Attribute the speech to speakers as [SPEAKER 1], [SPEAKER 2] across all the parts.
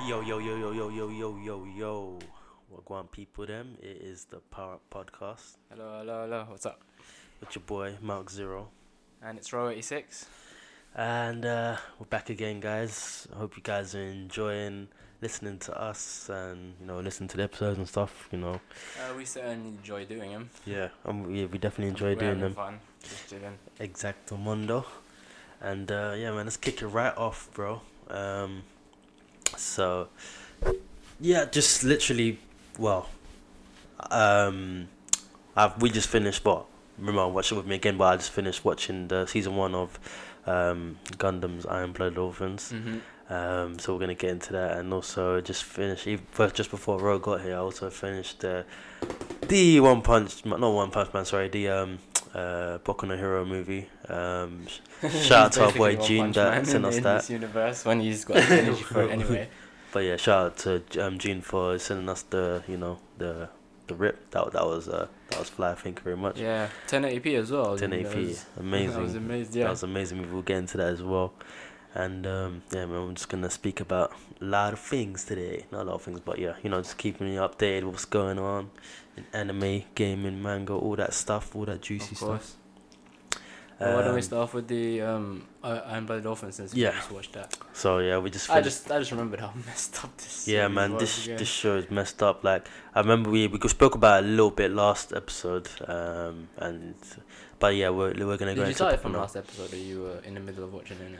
[SPEAKER 1] yo, yo, yo, yo, yo, yo, yo. Wagwan people, them. It is the Power Up Podcast.
[SPEAKER 2] Hello, hello, hello. What's up?
[SPEAKER 1] It's your boy, Mark Zero.
[SPEAKER 2] And it's row 86.
[SPEAKER 1] And uh, we're back again, guys. I hope you guys are enjoying listening to us and, you know, listening to the episodes and stuff, you know.
[SPEAKER 2] Uh, we certainly enjoy doing them.
[SPEAKER 1] Yeah, um, yeah we definitely enjoy
[SPEAKER 2] We're
[SPEAKER 1] doing
[SPEAKER 2] having
[SPEAKER 1] them.
[SPEAKER 2] fun. Just chilling.
[SPEAKER 1] Exacto Mundo. And uh, yeah, man, let's kick it right off, bro. Um, so, yeah, just literally, well, um, I've, we just finished, but remember, watch it with me again, but I just finished watching the season one of um, Gundam's Iron Blood Orphans.
[SPEAKER 2] Mm-hmm.
[SPEAKER 1] Um, so we're gonna get into that, and also just finish. ev- First, just before Ro got here, I also finished uh, the One Punch, Ma- not One Punch Man, sorry, the um, uh, Boku no Hero movie. Um, sh- Shout out to our boy Gene that sent us
[SPEAKER 2] in
[SPEAKER 1] that.
[SPEAKER 2] this universe when he's got the energy for it anyway.
[SPEAKER 1] but yeah, shout out to um, Gene for sending us the, you know, the the rip. That that was uh, that was fly. Thank you very much.
[SPEAKER 2] Yeah, 1080p as well.
[SPEAKER 1] 1080, amazing.
[SPEAKER 2] That was amazing.
[SPEAKER 1] That
[SPEAKER 2] Yeah.
[SPEAKER 1] was amazing. movie. We'll get into that as well. And um, yeah, man, I'm just gonna speak about a lot of things today. Not a lot of things, but yeah, you know, just keeping you updated what's going on in anime, gaming, manga, all that stuff, all that juicy
[SPEAKER 2] of
[SPEAKER 1] stuff.
[SPEAKER 2] course. Well, why don't we
[SPEAKER 1] Um,
[SPEAKER 2] start off with the um, uh, Iron Blooded Dolphin since
[SPEAKER 1] Yeah.
[SPEAKER 2] we just watched that?
[SPEAKER 1] So yeah, we just
[SPEAKER 2] I
[SPEAKER 1] finished-
[SPEAKER 2] just I just remembered how messed up this.
[SPEAKER 1] Yeah,
[SPEAKER 2] series
[SPEAKER 1] man,
[SPEAKER 2] was
[SPEAKER 1] this
[SPEAKER 2] again.
[SPEAKER 1] this show is messed up. Like I remember we we spoke about it a little bit last episode, um, and but yeah, we're we're gonna go
[SPEAKER 2] Did you
[SPEAKER 1] into
[SPEAKER 2] start it
[SPEAKER 1] Boku
[SPEAKER 2] from
[SPEAKER 1] no-
[SPEAKER 2] last episode or you were in the middle of watching it? You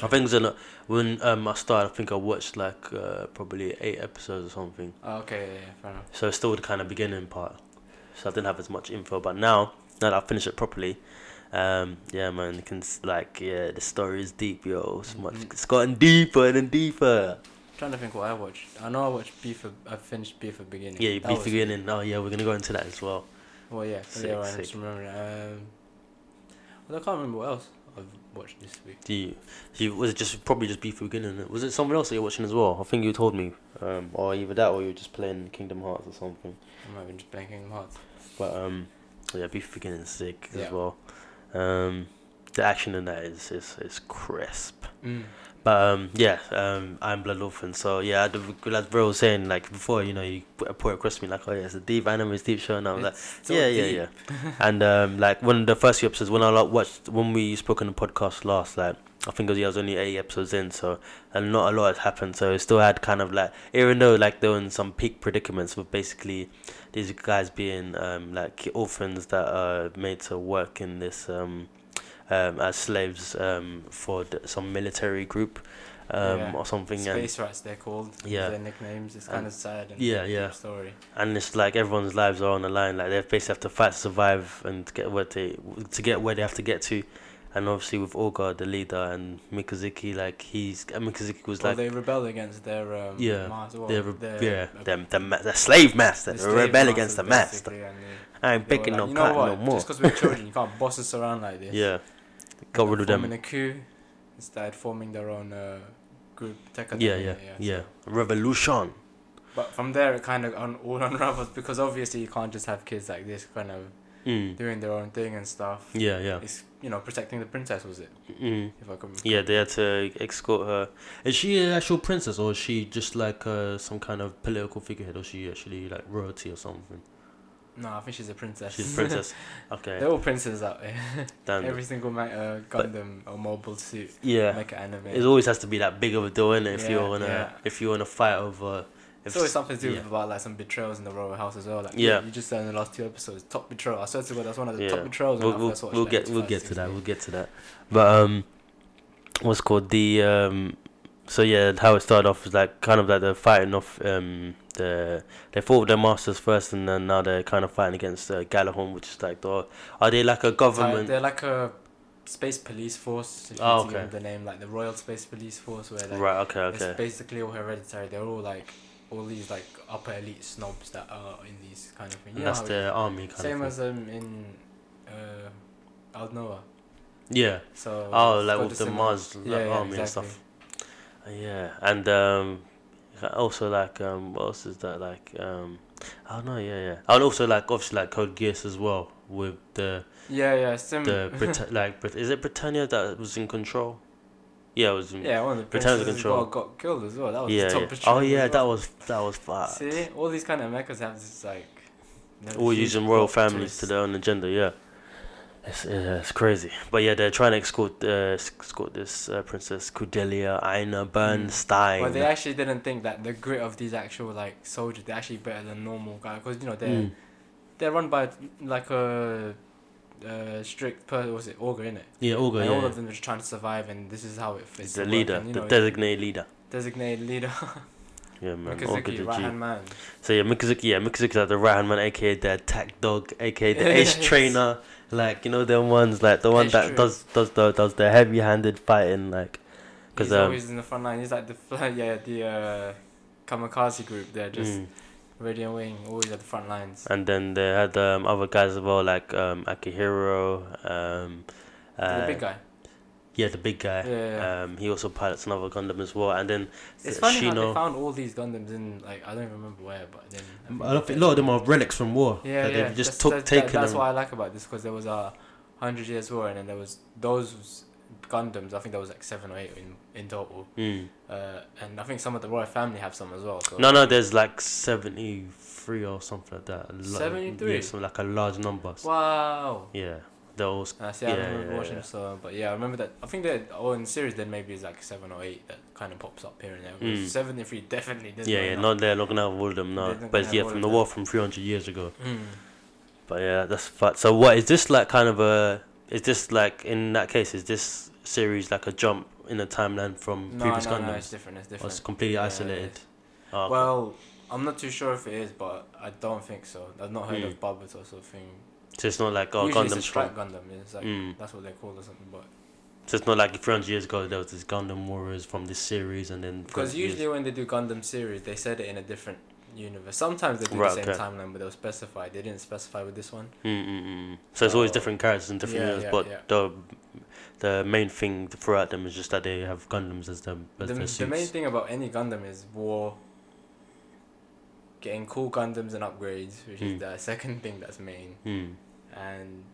[SPEAKER 1] I
[SPEAKER 2] were-
[SPEAKER 1] think it was a, when um I started, I think I watched like uh, probably eight episodes or something.
[SPEAKER 2] Oh, okay, yeah, yeah, fair enough.
[SPEAKER 1] So it's still the kind of beginning part. So I didn't have as much info, but now now that I finished it properly, um, yeah, man, you can s- like yeah, the story is deep, yo. It's much,
[SPEAKER 2] Mhm.
[SPEAKER 1] it's gotten deeper and deeper.
[SPEAKER 2] trying to think what I watched. I know I watched Beef. I finished Beef at beginning.
[SPEAKER 1] Yeah, you
[SPEAKER 2] That
[SPEAKER 1] be
[SPEAKER 2] was-
[SPEAKER 1] beginning. Oh yeah, we're gonna go into that as well.
[SPEAKER 2] Well, yeah,
[SPEAKER 1] Sick,
[SPEAKER 2] yeah. Right, I
[SPEAKER 1] sick.
[SPEAKER 2] just remember that. Um, well, I can't remember what else I've watched this week.
[SPEAKER 1] Do you, do you was it just probably just Beef Beginning? Was it someone else that you're watching as well? I think you told me, um, or either that or you were just playing Kingdom Hearts or something.
[SPEAKER 2] I might have been just playing Kingdom Hearts.
[SPEAKER 1] But um, yeah, Beef Beginning sick
[SPEAKER 2] Yeah.
[SPEAKER 1] as well. Um, the action in that is is, is crisp.
[SPEAKER 2] Mm.
[SPEAKER 1] But um, yeah, um, I'm Blood Orphan. So yeah, the, like Bro was saying, like before, you know, you put put it across to me like, oh yeah, it's a deep anime, it's deep show, and I was like,
[SPEAKER 2] It's so
[SPEAKER 1] yeah, yeah,
[SPEAKER 2] deep.
[SPEAKER 1] yeah. and um, like one of the first few episodes when I like, watched when we spoke on the podcast last, like I think it was, yeah, I was only eight episodes in, so and not a lot has happened. So it still had kind of like even though like they were in some peak predicaments with basically these guys being um, like orphans that are made to work in this um, um, as slaves um, for th- some military group um,
[SPEAKER 2] Yeah.
[SPEAKER 1] or something, and
[SPEAKER 2] Space rats, they're called.
[SPEAKER 1] Yeah.
[SPEAKER 2] Their nicknames. It's
[SPEAKER 1] And-
[SPEAKER 2] kind of sad. And
[SPEAKER 1] yeah,
[SPEAKER 2] deep
[SPEAKER 1] yeah.
[SPEAKER 2] Story.
[SPEAKER 1] and it's like everyone's lives are on the line. Like they basically have to fight, to survive, and to get where they to get where they have to get to. And obviously with Olga, the leader, and Mikazuki, like he's and Mikazuki was
[SPEAKER 2] well,
[SPEAKER 1] like
[SPEAKER 2] they rebel against their um,
[SPEAKER 1] Yeah,
[SPEAKER 2] master. Well,
[SPEAKER 1] they're
[SPEAKER 2] their,
[SPEAKER 1] yeah,
[SPEAKER 2] uh,
[SPEAKER 1] them the, ma- the slave master,
[SPEAKER 2] their
[SPEAKER 1] the,
[SPEAKER 2] slave
[SPEAKER 1] rebel
[SPEAKER 2] masters,
[SPEAKER 1] against the master.
[SPEAKER 2] basically, and they-
[SPEAKER 1] I ain't
[SPEAKER 2] they were
[SPEAKER 1] picking
[SPEAKER 2] like,
[SPEAKER 1] no
[SPEAKER 2] "You know
[SPEAKER 1] cut no
[SPEAKER 2] what?
[SPEAKER 1] more.
[SPEAKER 2] Just because we're children, you can't boss us around like this.
[SPEAKER 1] yeah, got rid of
[SPEAKER 2] forming
[SPEAKER 1] them.
[SPEAKER 2] a coup. They started forming their own uh, group. Tekka
[SPEAKER 1] Yeah,
[SPEAKER 2] Tekka,
[SPEAKER 1] yeah,
[SPEAKER 2] so-
[SPEAKER 1] yeah. Revolution.
[SPEAKER 2] But from there, it kind of un- all unravels because obviously you can't just have kids like this kind of
[SPEAKER 1] Mm.
[SPEAKER 2] doing their own thing and stuff.
[SPEAKER 1] Yeah, yeah.
[SPEAKER 2] It's you know protecting the princess was it?
[SPEAKER 1] Mm.
[SPEAKER 2] If I can.
[SPEAKER 1] Yeah, they had to escort her. Is she an actual princess, or is she just like uh, some kind of political figurehead, or is she actually like royalty or something?
[SPEAKER 2] No, I think she's a princess.
[SPEAKER 1] She's a princess. Okay.
[SPEAKER 2] They're all princes out there.
[SPEAKER 1] Damn.
[SPEAKER 2] Every single ma- uh,
[SPEAKER 1] But-
[SPEAKER 2] Gundam or mobile suit,
[SPEAKER 1] yeah.
[SPEAKER 2] mecha anime.
[SPEAKER 1] It always has to be that big of a deal, innit? If
[SPEAKER 2] Yeah,
[SPEAKER 1] you're on a
[SPEAKER 2] yeah.
[SPEAKER 1] if you're on a fight over. If
[SPEAKER 2] it's always something to do
[SPEAKER 1] yeah.
[SPEAKER 2] with about like some betrayals in the royal house as well. Like
[SPEAKER 1] Yeah.
[SPEAKER 2] you, you just said in the last two episodes, top betrayal. I swear to God, that's one of the
[SPEAKER 1] Yeah.
[SPEAKER 2] top betrayals. when
[SPEAKER 1] we'll,
[SPEAKER 2] I
[SPEAKER 1] we'll,
[SPEAKER 2] first watched
[SPEAKER 1] we'll
[SPEAKER 2] that
[SPEAKER 1] get
[SPEAKER 2] in
[SPEAKER 1] we'll get to that
[SPEAKER 2] 2016.
[SPEAKER 1] we'll get to that but um what's it called the um so yeah how it started off was like kind of like they're fighting off um the they fought with their masters first and then now they're kind of fighting against uh, Galahorn which is like the are they like a
[SPEAKER 2] Like,
[SPEAKER 1] government
[SPEAKER 2] they're like a space police force. If you
[SPEAKER 1] Oh,
[SPEAKER 2] want to give
[SPEAKER 1] okay.
[SPEAKER 2] them the name like the Royal Space Police Force, where like
[SPEAKER 1] right okay
[SPEAKER 2] it's
[SPEAKER 1] okay
[SPEAKER 2] basically all hereditary. They're all like all these like upper elite snobs that are in these kind of things.
[SPEAKER 1] and that's
[SPEAKER 2] how it-
[SPEAKER 1] their army kind
[SPEAKER 2] same
[SPEAKER 1] of
[SPEAKER 2] as um in uh, Aldnoa.
[SPEAKER 1] thing. yeah
[SPEAKER 2] So
[SPEAKER 1] Oh,
[SPEAKER 2] it's
[SPEAKER 1] like
[SPEAKER 2] got
[SPEAKER 1] with the
[SPEAKER 2] similar-
[SPEAKER 1] Mars like, army and stuff. Uh, Yeah, and um, also like um, what else is that like um, I don't know. Yeah, yeah, and also like obviously like Code Geass as well with the
[SPEAKER 2] Yeah, yeah, similar.
[SPEAKER 1] the Brit- like Brit- is it Britannia that was in control? Yeah, it was.
[SPEAKER 2] Yeah, one of the
[SPEAKER 1] Return of the
[SPEAKER 2] princesses
[SPEAKER 1] Control.
[SPEAKER 2] got, got killed as well. That was
[SPEAKER 1] yeah,
[SPEAKER 2] the top
[SPEAKER 1] yeah.
[SPEAKER 2] betrayal
[SPEAKER 1] Oh
[SPEAKER 2] as
[SPEAKER 1] yeah,
[SPEAKER 2] well.
[SPEAKER 1] that was that was fire.
[SPEAKER 2] See, all these kind of mechas have this like. no
[SPEAKER 1] All
[SPEAKER 2] huge
[SPEAKER 1] using royal
[SPEAKER 2] plot
[SPEAKER 1] families to
[SPEAKER 2] twist.
[SPEAKER 1] their own agenda. Yeah, it's, yeah, it's crazy. But yeah, they're trying to escort uh, escort this uh, princess Cordelia Aina Bernstein.
[SPEAKER 2] But Mm. they actually didn't think that the grit of these actual like soldiers, they're actually better than normal guys because you know they're
[SPEAKER 1] Mm.
[SPEAKER 2] they're run by like a, uh strict person. Was it Augur in it?
[SPEAKER 1] Yeah, all good.
[SPEAKER 2] and
[SPEAKER 1] Yeah,
[SPEAKER 2] all
[SPEAKER 1] yeah.
[SPEAKER 2] of them are just trying to survive, and this is how it fits.
[SPEAKER 1] the
[SPEAKER 2] to work,
[SPEAKER 1] leader,
[SPEAKER 2] and, you
[SPEAKER 1] the
[SPEAKER 2] know,
[SPEAKER 1] designated leader.
[SPEAKER 2] designated leader,
[SPEAKER 1] Yeah, man. all good
[SPEAKER 2] Mikazuki,
[SPEAKER 1] to
[SPEAKER 2] right
[SPEAKER 1] G.
[SPEAKER 2] hand man.
[SPEAKER 1] So yeah, Mikazuki, yeah, Mikazuki's like the right hand man, aka the attack dog, aka the ace
[SPEAKER 2] Yes.
[SPEAKER 1] trainer. Like you know them ones, like the one
[SPEAKER 2] Ace
[SPEAKER 1] that
[SPEAKER 2] trainer.
[SPEAKER 1] does does the does the heavy handed fighting, like because
[SPEAKER 2] He's
[SPEAKER 1] um
[SPEAKER 2] always in the front line. He's like the fl- yeah the uh, kamikaze group. They're just
[SPEAKER 1] mm.
[SPEAKER 2] radiant wing, always at the front lines.
[SPEAKER 1] and then they had um other guys as well, like um Akihiro, um
[SPEAKER 2] the
[SPEAKER 1] uh,
[SPEAKER 2] big guy.
[SPEAKER 1] yeah the big guy.
[SPEAKER 2] Yeah, yeah, yeah.
[SPEAKER 1] Um, he also pilots another Gundam as well, and then
[SPEAKER 2] It's
[SPEAKER 1] uh,
[SPEAKER 2] funny how they
[SPEAKER 1] Shino.
[SPEAKER 2] found all these Gundams in like I don't even remember where, but then
[SPEAKER 1] I don't think a lot of them are relics from war.
[SPEAKER 2] Yeah,
[SPEAKER 1] Like,
[SPEAKER 2] yeah.
[SPEAKER 1] They've just
[SPEAKER 2] that's,
[SPEAKER 1] took
[SPEAKER 2] that's, that-
[SPEAKER 1] taken
[SPEAKER 2] That's
[SPEAKER 1] them.
[SPEAKER 2] what I like about this because there was a hundred years war, and then there was those Gundams. I think there was like seven or eight in in total.
[SPEAKER 1] Mm.
[SPEAKER 2] Uh, and I think some of the royal family have some as well. So
[SPEAKER 1] No, no, there's like 73 or something like that. A lo-
[SPEAKER 2] 73?
[SPEAKER 1] Yeah, so like a large number.
[SPEAKER 2] Wow.
[SPEAKER 1] Yeah. Those.
[SPEAKER 2] And I see. I
[SPEAKER 1] Yeah,
[SPEAKER 2] don't remember
[SPEAKER 1] yeah,
[SPEAKER 2] watching
[SPEAKER 1] yeah.
[SPEAKER 2] so, but yeah, I remember that. I think that oh, in series then maybe it's like seven or eight that kind of pops up here and there. because
[SPEAKER 1] Mm.
[SPEAKER 2] Seventy-three definitely didn't.
[SPEAKER 1] Yeah, yeah, not there, not gonna have all of them,
[SPEAKER 2] They're
[SPEAKER 1] no.
[SPEAKER 2] not gonna
[SPEAKER 1] But
[SPEAKER 2] have
[SPEAKER 1] yeah,
[SPEAKER 2] all
[SPEAKER 1] from
[SPEAKER 2] of
[SPEAKER 1] the
[SPEAKER 2] them.
[SPEAKER 1] war from 300 years ago.
[SPEAKER 2] Mm.
[SPEAKER 1] But yeah, that's fat. So, what is this like kind of a. Is this like, in that case, is this series like a jump in the timeline from
[SPEAKER 2] No,
[SPEAKER 1] previous
[SPEAKER 2] no, no, it's
[SPEAKER 1] Gundams?
[SPEAKER 2] different. It's
[SPEAKER 1] or it's
[SPEAKER 2] different.
[SPEAKER 1] completely
[SPEAKER 2] Yeah, it
[SPEAKER 1] isolated?
[SPEAKER 2] is.
[SPEAKER 1] Oh, okay.
[SPEAKER 2] Well, I'm not too sure if it is, but I don't think so. I've not heard
[SPEAKER 1] Mm.
[SPEAKER 2] of Bubbles or something.
[SPEAKER 1] so it's not like, oh,
[SPEAKER 2] Usually it's a
[SPEAKER 1] Gundam's
[SPEAKER 2] strike
[SPEAKER 1] from.
[SPEAKER 2] Gundam. yeah, It's like
[SPEAKER 1] Mm.
[SPEAKER 2] that's what they're called or something. But
[SPEAKER 1] So it's not like 300 years ago there was this Gundam Warriors from this series and then.
[SPEAKER 2] because
[SPEAKER 1] 300 years-
[SPEAKER 2] usually when they do Gundam series, they said it in a different universe. Sometimes they do
[SPEAKER 1] Right,
[SPEAKER 2] the same
[SPEAKER 1] okay.
[SPEAKER 2] timeline, but they'll specify. They didn't specify with this one.
[SPEAKER 1] mm mm mm. So it's always
[SPEAKER 2] Oh.
[SPEAKER 1] different characters and different
[SPEAKER 2] Yeah,
[SPEAKER 1] years,
[SPEAKER 2] yeah,
[SPEAKER 1] but
[SPEAKER 2] yeah.
[SPEAKER 1] the the main thing throughout them is just that they have Gundams as them as
[SPEAKER 2] the,
[SPEAKER 1] their
[SPEAKER 2] the
[SPEAKER 1] suits.
[SPEAKER 2] main thing about any Gundam is war. Getting cool Gundams and upgrades, which
[SPEAKER 1] Mm.
[SPEAKER 2] is the second thing that's main,
[SPEAKER 1] Mm.
[SPEAKER 2] and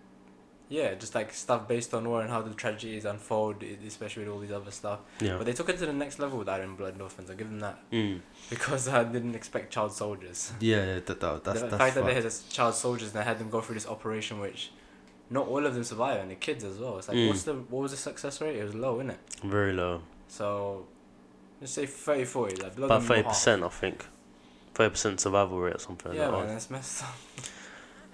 [SPEAKER 2] yeah, just like stuff based on war and how the tragedies unfold, e- especially with all these other stuff.
[SPEAKER 1] Yeah.
[SPEAKER 2] But they took it to the next level with Iron Blood Dolphins. I give them that
[SPEAKER 1] Mm.
[SPEAKER 2] because I didn't expect child soldiers.
[SPEAKER 1] Yeah, yeah, that, that, that's
[SPEAKER 2] the
[SPEAKER 1] that's
[SPEAKER 2] fact that
[SPEAKER 1] fucked.
[SPEAKER 2] they had as child soldiers and I had them go through this operation, which not all of them survive, and the kids as well. It's like,
[SPEAKER 1] Mm.
[SPEAKER 2] what's the what was the success rate? It was low, innit?
[SPEAKER 1] very low,
[SPEAKER 2] So let's say 30 40, like blood
[SPEAKER 1] about
[SPEAKER 2] and
[SPEAKER 1] thirty
[SPEAKER 2] more
[SPEAKER 1] percent, I think. Thirty percent survival rate or something.
[SPEAKER 2] half.
[SPEAKER 1] like
[SPEAKER 2] Yeah,
[SPEAKER 1] that.
[SPEAKER 2] man, that's messed up.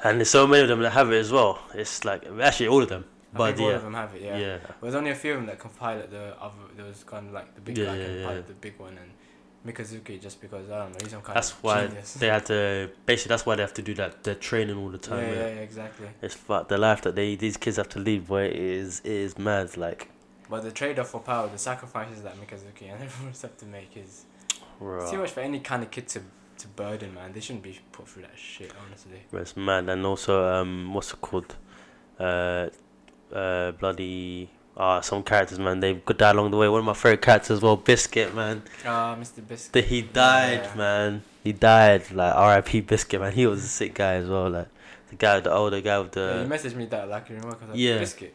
[SPEAKER 1] And there's so many of them that have it as well. It's like actually all of them,
[SPEAKER 2] I
[SPEAKER 1] but
[SPEAKER 2] think all
[SPEAKER 1] yeah,
[SPEAKER 2] of them have it. Yeah.
[SPEAKER 1] yeah, yeah,
[SPEAKER 2] There's only a few of them that can pilot the other. There was kind of like the big
[SPEAKER 1] Yeah,
[SPEAKER 2] guy
[SPEAKER 1] yeah,
[SPEAKER 2] can
[SPEAKER 1] yeah.
[SPEAKER 2] pilot the big one and. Mikazuki, just because I don't know, he's some kind
[SPEAKER 1] That's
[SPEAKER 2] of
[SPEAKER 1] why
[SPEAKER 2] genius.
[SPEAKER 1] they had to basically. That's why they have to do that. They're training all the
[SPEAKER 2] yeah,
[SPEAKER 1] time.
[SPEAKER 2] yeah,
[SPEAKER 1] innit?
[SPEAKER 2] yeah, exactly.
[SPEAKER 1] It's fuck the life that they these kids have to lead. Where it is it is mad. Like,
[SPEAKER 2] But the trade-off for power, the sacrifices that Mikazuki and everyone else have to make is It's too
[SPEAKER 1] bruh.
[SPEAKER 2] much for any kind of kid to to burden, man. They shouldn't be put through that shit, honestly.
[SPEAKER 1] It's mad, and also um, what's it called? Uh, uh, bloody ah, some characters, man. They could die along the way. One of my favorite characters, as well, Biscuit, man.
[SPEAKER 2] Ah, Mr. Biscuit.
[SPEAKER 1] That he died,
[SPEAKER 2] Yeah.
[SPEAKER 1] man. He died. Like R.I.P. Biscuit, man. He was a sick guy as well. Like the guy, the older guy with
[SPEAKER 2] Yeah, you
[SPEAKER 1] the
[SPEAKER 2] messaged me that like you remember 'cause I was
[SPEAKER 1] Yeah.
[SPEAKER 2] like, Biscuit.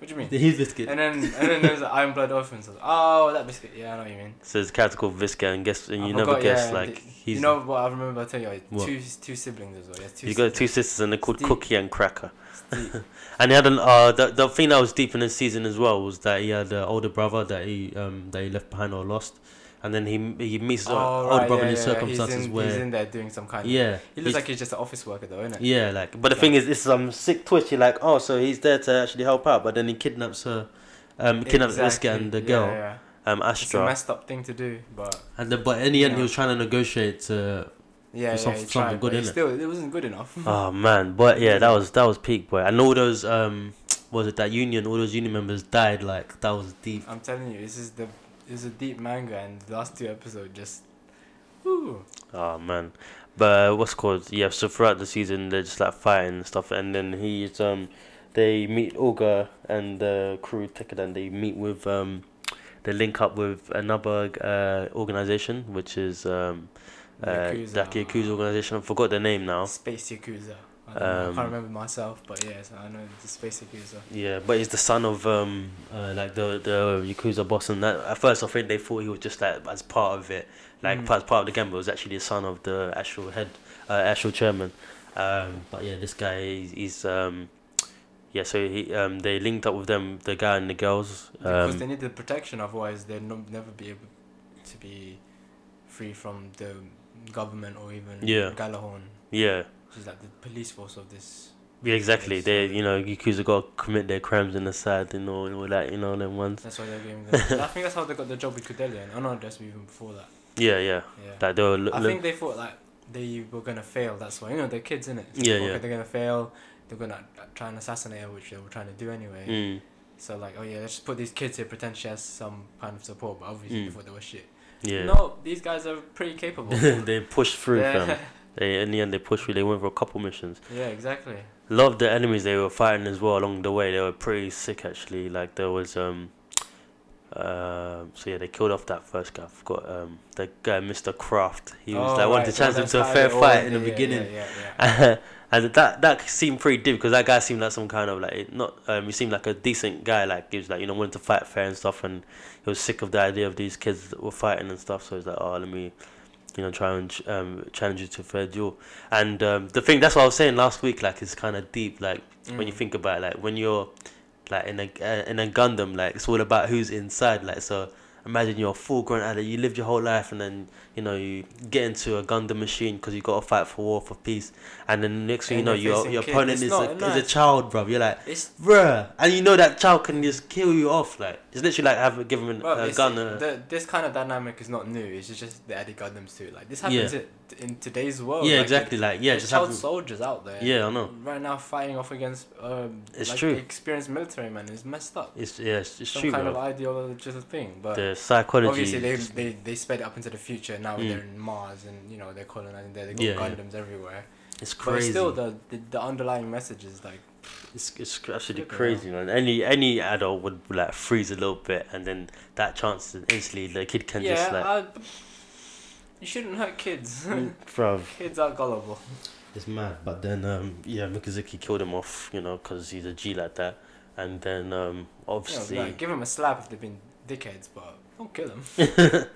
[SPEAKER 2] What do you mean?
[SPEAKER 1] yeah, he's Biscuit.
[SPEAKER 2] And then and then there's the Iron Blood Orphans. I was like, oh, that Biscuit. Yeah, I know what you mean.
[SPEAKER 1] so his character called Visca, and guess, and
[SPEAKER 2] I
[SPEAKER 1] you never
[SPEAKER 2] forgot,
[SPEAKER 1] guess,
[SPEAKER 2] yeah,
[SPEAKER 1] like
[SPEAKER 2] the-
[SPEAKER 1] he's
[SPEAKER 2] you know what I remember? I tell you, like,
[SPEAKER 1] What?
[SPEAKER 2] two two siblings as well. Yeah, two.
[SPEAKER 1] he got two sisters, and they're called
[SPEAKER 2] Steve.
[SPEAKER 1] Cookie and Cracker.
[SPEAKER 2] siblings.
[SPEAKER 1] And he had an uh the, the thing that was deep in his season as well was that he had an older brother that he um that he left behind or lost, and then he he meets his
[SPEAKER 2] oh,
[SPEAKER 1] older
[SPEAKER 2] right,
[SPEAKER 1] brother
[SPEAKER 2] yeah,
[SPEAKER 1] in
[SPEAKER 2] yeah,
[SPEAKER 1] circumstances
[SPEAKER 2] he's in,
[SPEAKER 1] where
[SPEAKER 2] he's in there doing some kind of.
[SPEAKER 1] yeah
[SPEAKER 2] He looks
[SPEAKER 1] he's-
[SPEAKER 2] like he's just an office worker though, isn't it?
[SPEAKER 1] yeah like but the thing is it's some sick twitch he like oh so he's there to actually help out but then he kidnaps her, um kidnaps this guy and the girl
[SPEAKER 2] Yeah, yeah.
[SPEAKER 1] um
[SPEAKER 2] It's a
[SPEAKER 1] Astra
[SPEAKER 2] messed up thing to do, but
[SPEAKER 1] and then but in the end he
[SPEAKER 2] Yeah.
[SPEAKER 1] was trying to negotiate to
[SPEAKER 2] yeah, yeah,
[SPEAKER 1] It's some-
[SPEAKER 2] he
[SPEAKER 1] something
[SPEAKER 2] tried,
[SPEAKER 1] good,
[SPEAKER 2] but he
[SPEAKER 1] innit?
[SPEAKER 2] Still, it wasn't good enough.
[SPEAKER 1] oh man but yeah that was that was peak boy and all those um was it that union all those union members died like that was deep
[SPEAKER 2] I'm telling you, this is the this is a deep manga, and the last two episodes just, woo.
[SPEAKER 1] Oh man, but uh, what's it called yeah. So throughout the season, they're just like fighting and stuff, and then he's um, they meet Olga and the crew ticket, and they meet with um, they link up with another uh organization, which is um, uh,
[SPEAKER 2] Yakuza.
[SPEAKER 1] that Yakuza organization. I forgot the name now.
[SPEAKER 2] Space Yakuza. I, don't know, I
[SPEAKER 1] Um,
[SPEAKER 2] can't remember myself, but yeah, so I know it's basically so.
[SPEAKER 1] Yeah, but he's the son of um uh, like the the Yakuza boss and that at first I think they thought he was just like as part of it. Like
[SPEAKER 2] Mm.
[SPEAKER 1] as part of the game, but it was actually the son of the actual head uh, actual chairman. Um but yeah, this guy he's, he's um yeah, so he um they linked up with them the guy and the girls.
[SPEAKER 2] because they
[SPEAKER 1] Um,
[SPEAKER 2] need the protection, otherwise they'd no, never be able to be free from the government or even
[SPEAKER 1] Yeah.
[SPEAKER 2] Galahorn,
[SPEAKER 1] yeah.
[SPEAKER 2] which is like the police force of this.
[SPEAKER 1] Yeah, exactly.
[SPEAKER 2] Yes.
[SPEAKER 1] They, you know, Yakuza got to commit their crimes in the side and all, and all that, you know, them ones.
[SPEAKER 2] That's why they're giving them. I think that's how they got the job with Kudelian. I know that's even before that.
[SPEAKER 1] Yeah, yeah.
[SPEAKER 2] Yeah.
[SPEAKER 1] Like they were look,
[SPEAKER 2] I
[SPEAKER 1] look-
[SPEAKER 2] think they thought like they were gonna fail. That's why you know they're kids, innit? So
[SPEAKER 1] Yeah,
[SPEAKER 2] okay,
[SPEAKER 1] yeah.
[SPEAKER 2] They're gonna fail. They're gonna try and assassinate her, which they were trying to do anyway.
[SPEAKER 1] Mm,
[SPEAKER 2] So like, oh yeah, let's just put these kids here, pretend she has some kind of support, but obviously
[SPEAKER 1] Mm.
[SPEAKER 2] they thought they were shit.
[SPEAKER 1] yeah.
[SPEAKER 2] No, these guys are pretty capable.
[SPEAKER 1] they pushed through, fam.
[SPEAKER 2] yeah,
[SPEAKER 1] They, in the end, they pushed through. They went for a couple missions.
[SPEAKER 2] yeah, exactly.
[SPEAKER 1] Love the enemies they were fighting as well along the way. They were pretty sick, actually. Like there was, um, uh, so yeah, they killed off that first guy. I forgot um, the guy, Mr. Kraft. He was
[SPEAKER 2] Oh,
[SPEAKER 1] like wanted
[SPEAKER 2] right,
[SPEAKER 1] to challenge
[SPEAKER 2] so
[SPEAKER 1] him to a
[SPEAKER 2] that's
[SPEAKER 1] fair
[SPEAKER 2] how they
[SPEAKER 1] fight
[SPEAKER 2] all-
[SPEAKER 1] in the
[SPEAKER 2] yeah, yeah,
[SPEAKER 1] beginning.
[SPEAKER 2] Yeah, yeah, yeah.
[SPEAKER 1] and that that seemed pretty deep because that guy seemed like some kind of like not um, he seemed like a decent guy like he was like you know wanted to fight fair and stuff and he was sick of the idea of these kids that were fighting and stuff so he's like oh let me you know try and ch- um, challenge you to a fair duel and um, the thing that's what I was saying last week like it's kind of deep like when you
[SPEAKER 2] Mm.
[SPEAKER 1] think about it, like when you're like in a uh, in a Gundam, like it's all about who's inside. Like so, imagine you're a full grown adult. You lived your whole life, and then you know you get into a Gundam machine because you got to fight for war for peace. And then next thing you
[SPEAKER 2] And
[SPEAKER 1] know,
[SPEAKER 2] you're
[SPEAKER 1] your
[SPEAKER 2] facing
[SPEAKER 1] your
[SPEAKER 2] kids.
[SPEAKER 1] opponent
[SPEAKER 2] It's
[SPEAKER 1] is
[SPEAKER 2] not
[SPEAKER 1] a, is a
[SPEAKER 2] nice.
[SPEAKER 1] child, bruv. You're like.
[SPEAKER 2] It's,
[SPEAKER 1] Bruh, and you know that child can just kill you off. Like it's literally like having given him
[SPEAKER 2] well,
[SPEAKER 1] a
[SPEAKER 2] it's-
[SPEAKER 1] gun. uh,
[SPEAKER 2] the, this kind of dynamic is not new. It's just, just the Eddie Gundams too. Like this happens
[SPEAKER 1] Yeah.
[SPEAKER 2] i- in today's world.
[SPEAKER 1] yeah,
[SPEAKER 2] like,
[SPEAKER 1] exactly. Like yeah,
[SPEAKER 2] there's
[SPEAKER 1] just
[SPEAKER 2] child
[SPEAKER 1] having.
[SPEAKER 2] soldiers out there.
[SPEAKER 1] Yeah, I know.
[SPEAKER 2] Right now, fighting off against um,
[SPEAKER 1] It's
[SPEAKER 2] like,
[SPEAKER 1] true.
[SPEAKER 2] experienced military men is messed up.
[SPEAKER 1] It's yeah, it's, it's
[SPEAKER 2] Some
[SPEAKER 1] true,
[SPEAKER 2] kind
[SPEAKER 1] bro.
[SPEAKER 2] of ideological thing, but
[SPEAKER 1] the psychology.
[SPEAKER 2] obviously they,
[SPEAKER 1] just-
[SPEAKER 2] they they sped it up into the future. Now
[SPEAKER 1] Mm.
[SPEAKER 2] they're in Mars and you know they're colonizing there. They got
[SPEAKER 1] Yeah, yeah.
[SPEAKER 2] Gundams everywhere.
[SPEAKER 1] it's crazy.
[SPEAKER 2] But it's still, the, the the underlying message is like
[SPEAKER 1] It's it's cr- absolutely
[SPEAKER 2] Flipping
[SPEAKER 1] crazy, man. Any any adult would like freeze a little bit, and then that chance to instantly the kid can
[SPEAKER 2] yeah,
[SPEAKER 1] just like,
[SPEAKER 2] uh, you shouldn't hurt kids.
[SPEAKER 1] Mm, bruv,
[SPEAKER 2] kids are gullible.
[SPEAKER 1] it's mad. But then um yeah, Mikazuki killed him off, you know, because he's a G like that. And then um
[SPEAKER 2] You know,
[SPEAKER 1] obviously
[SPEAKER 2] like, give them a slap if they've been dickheads, but don't kill them.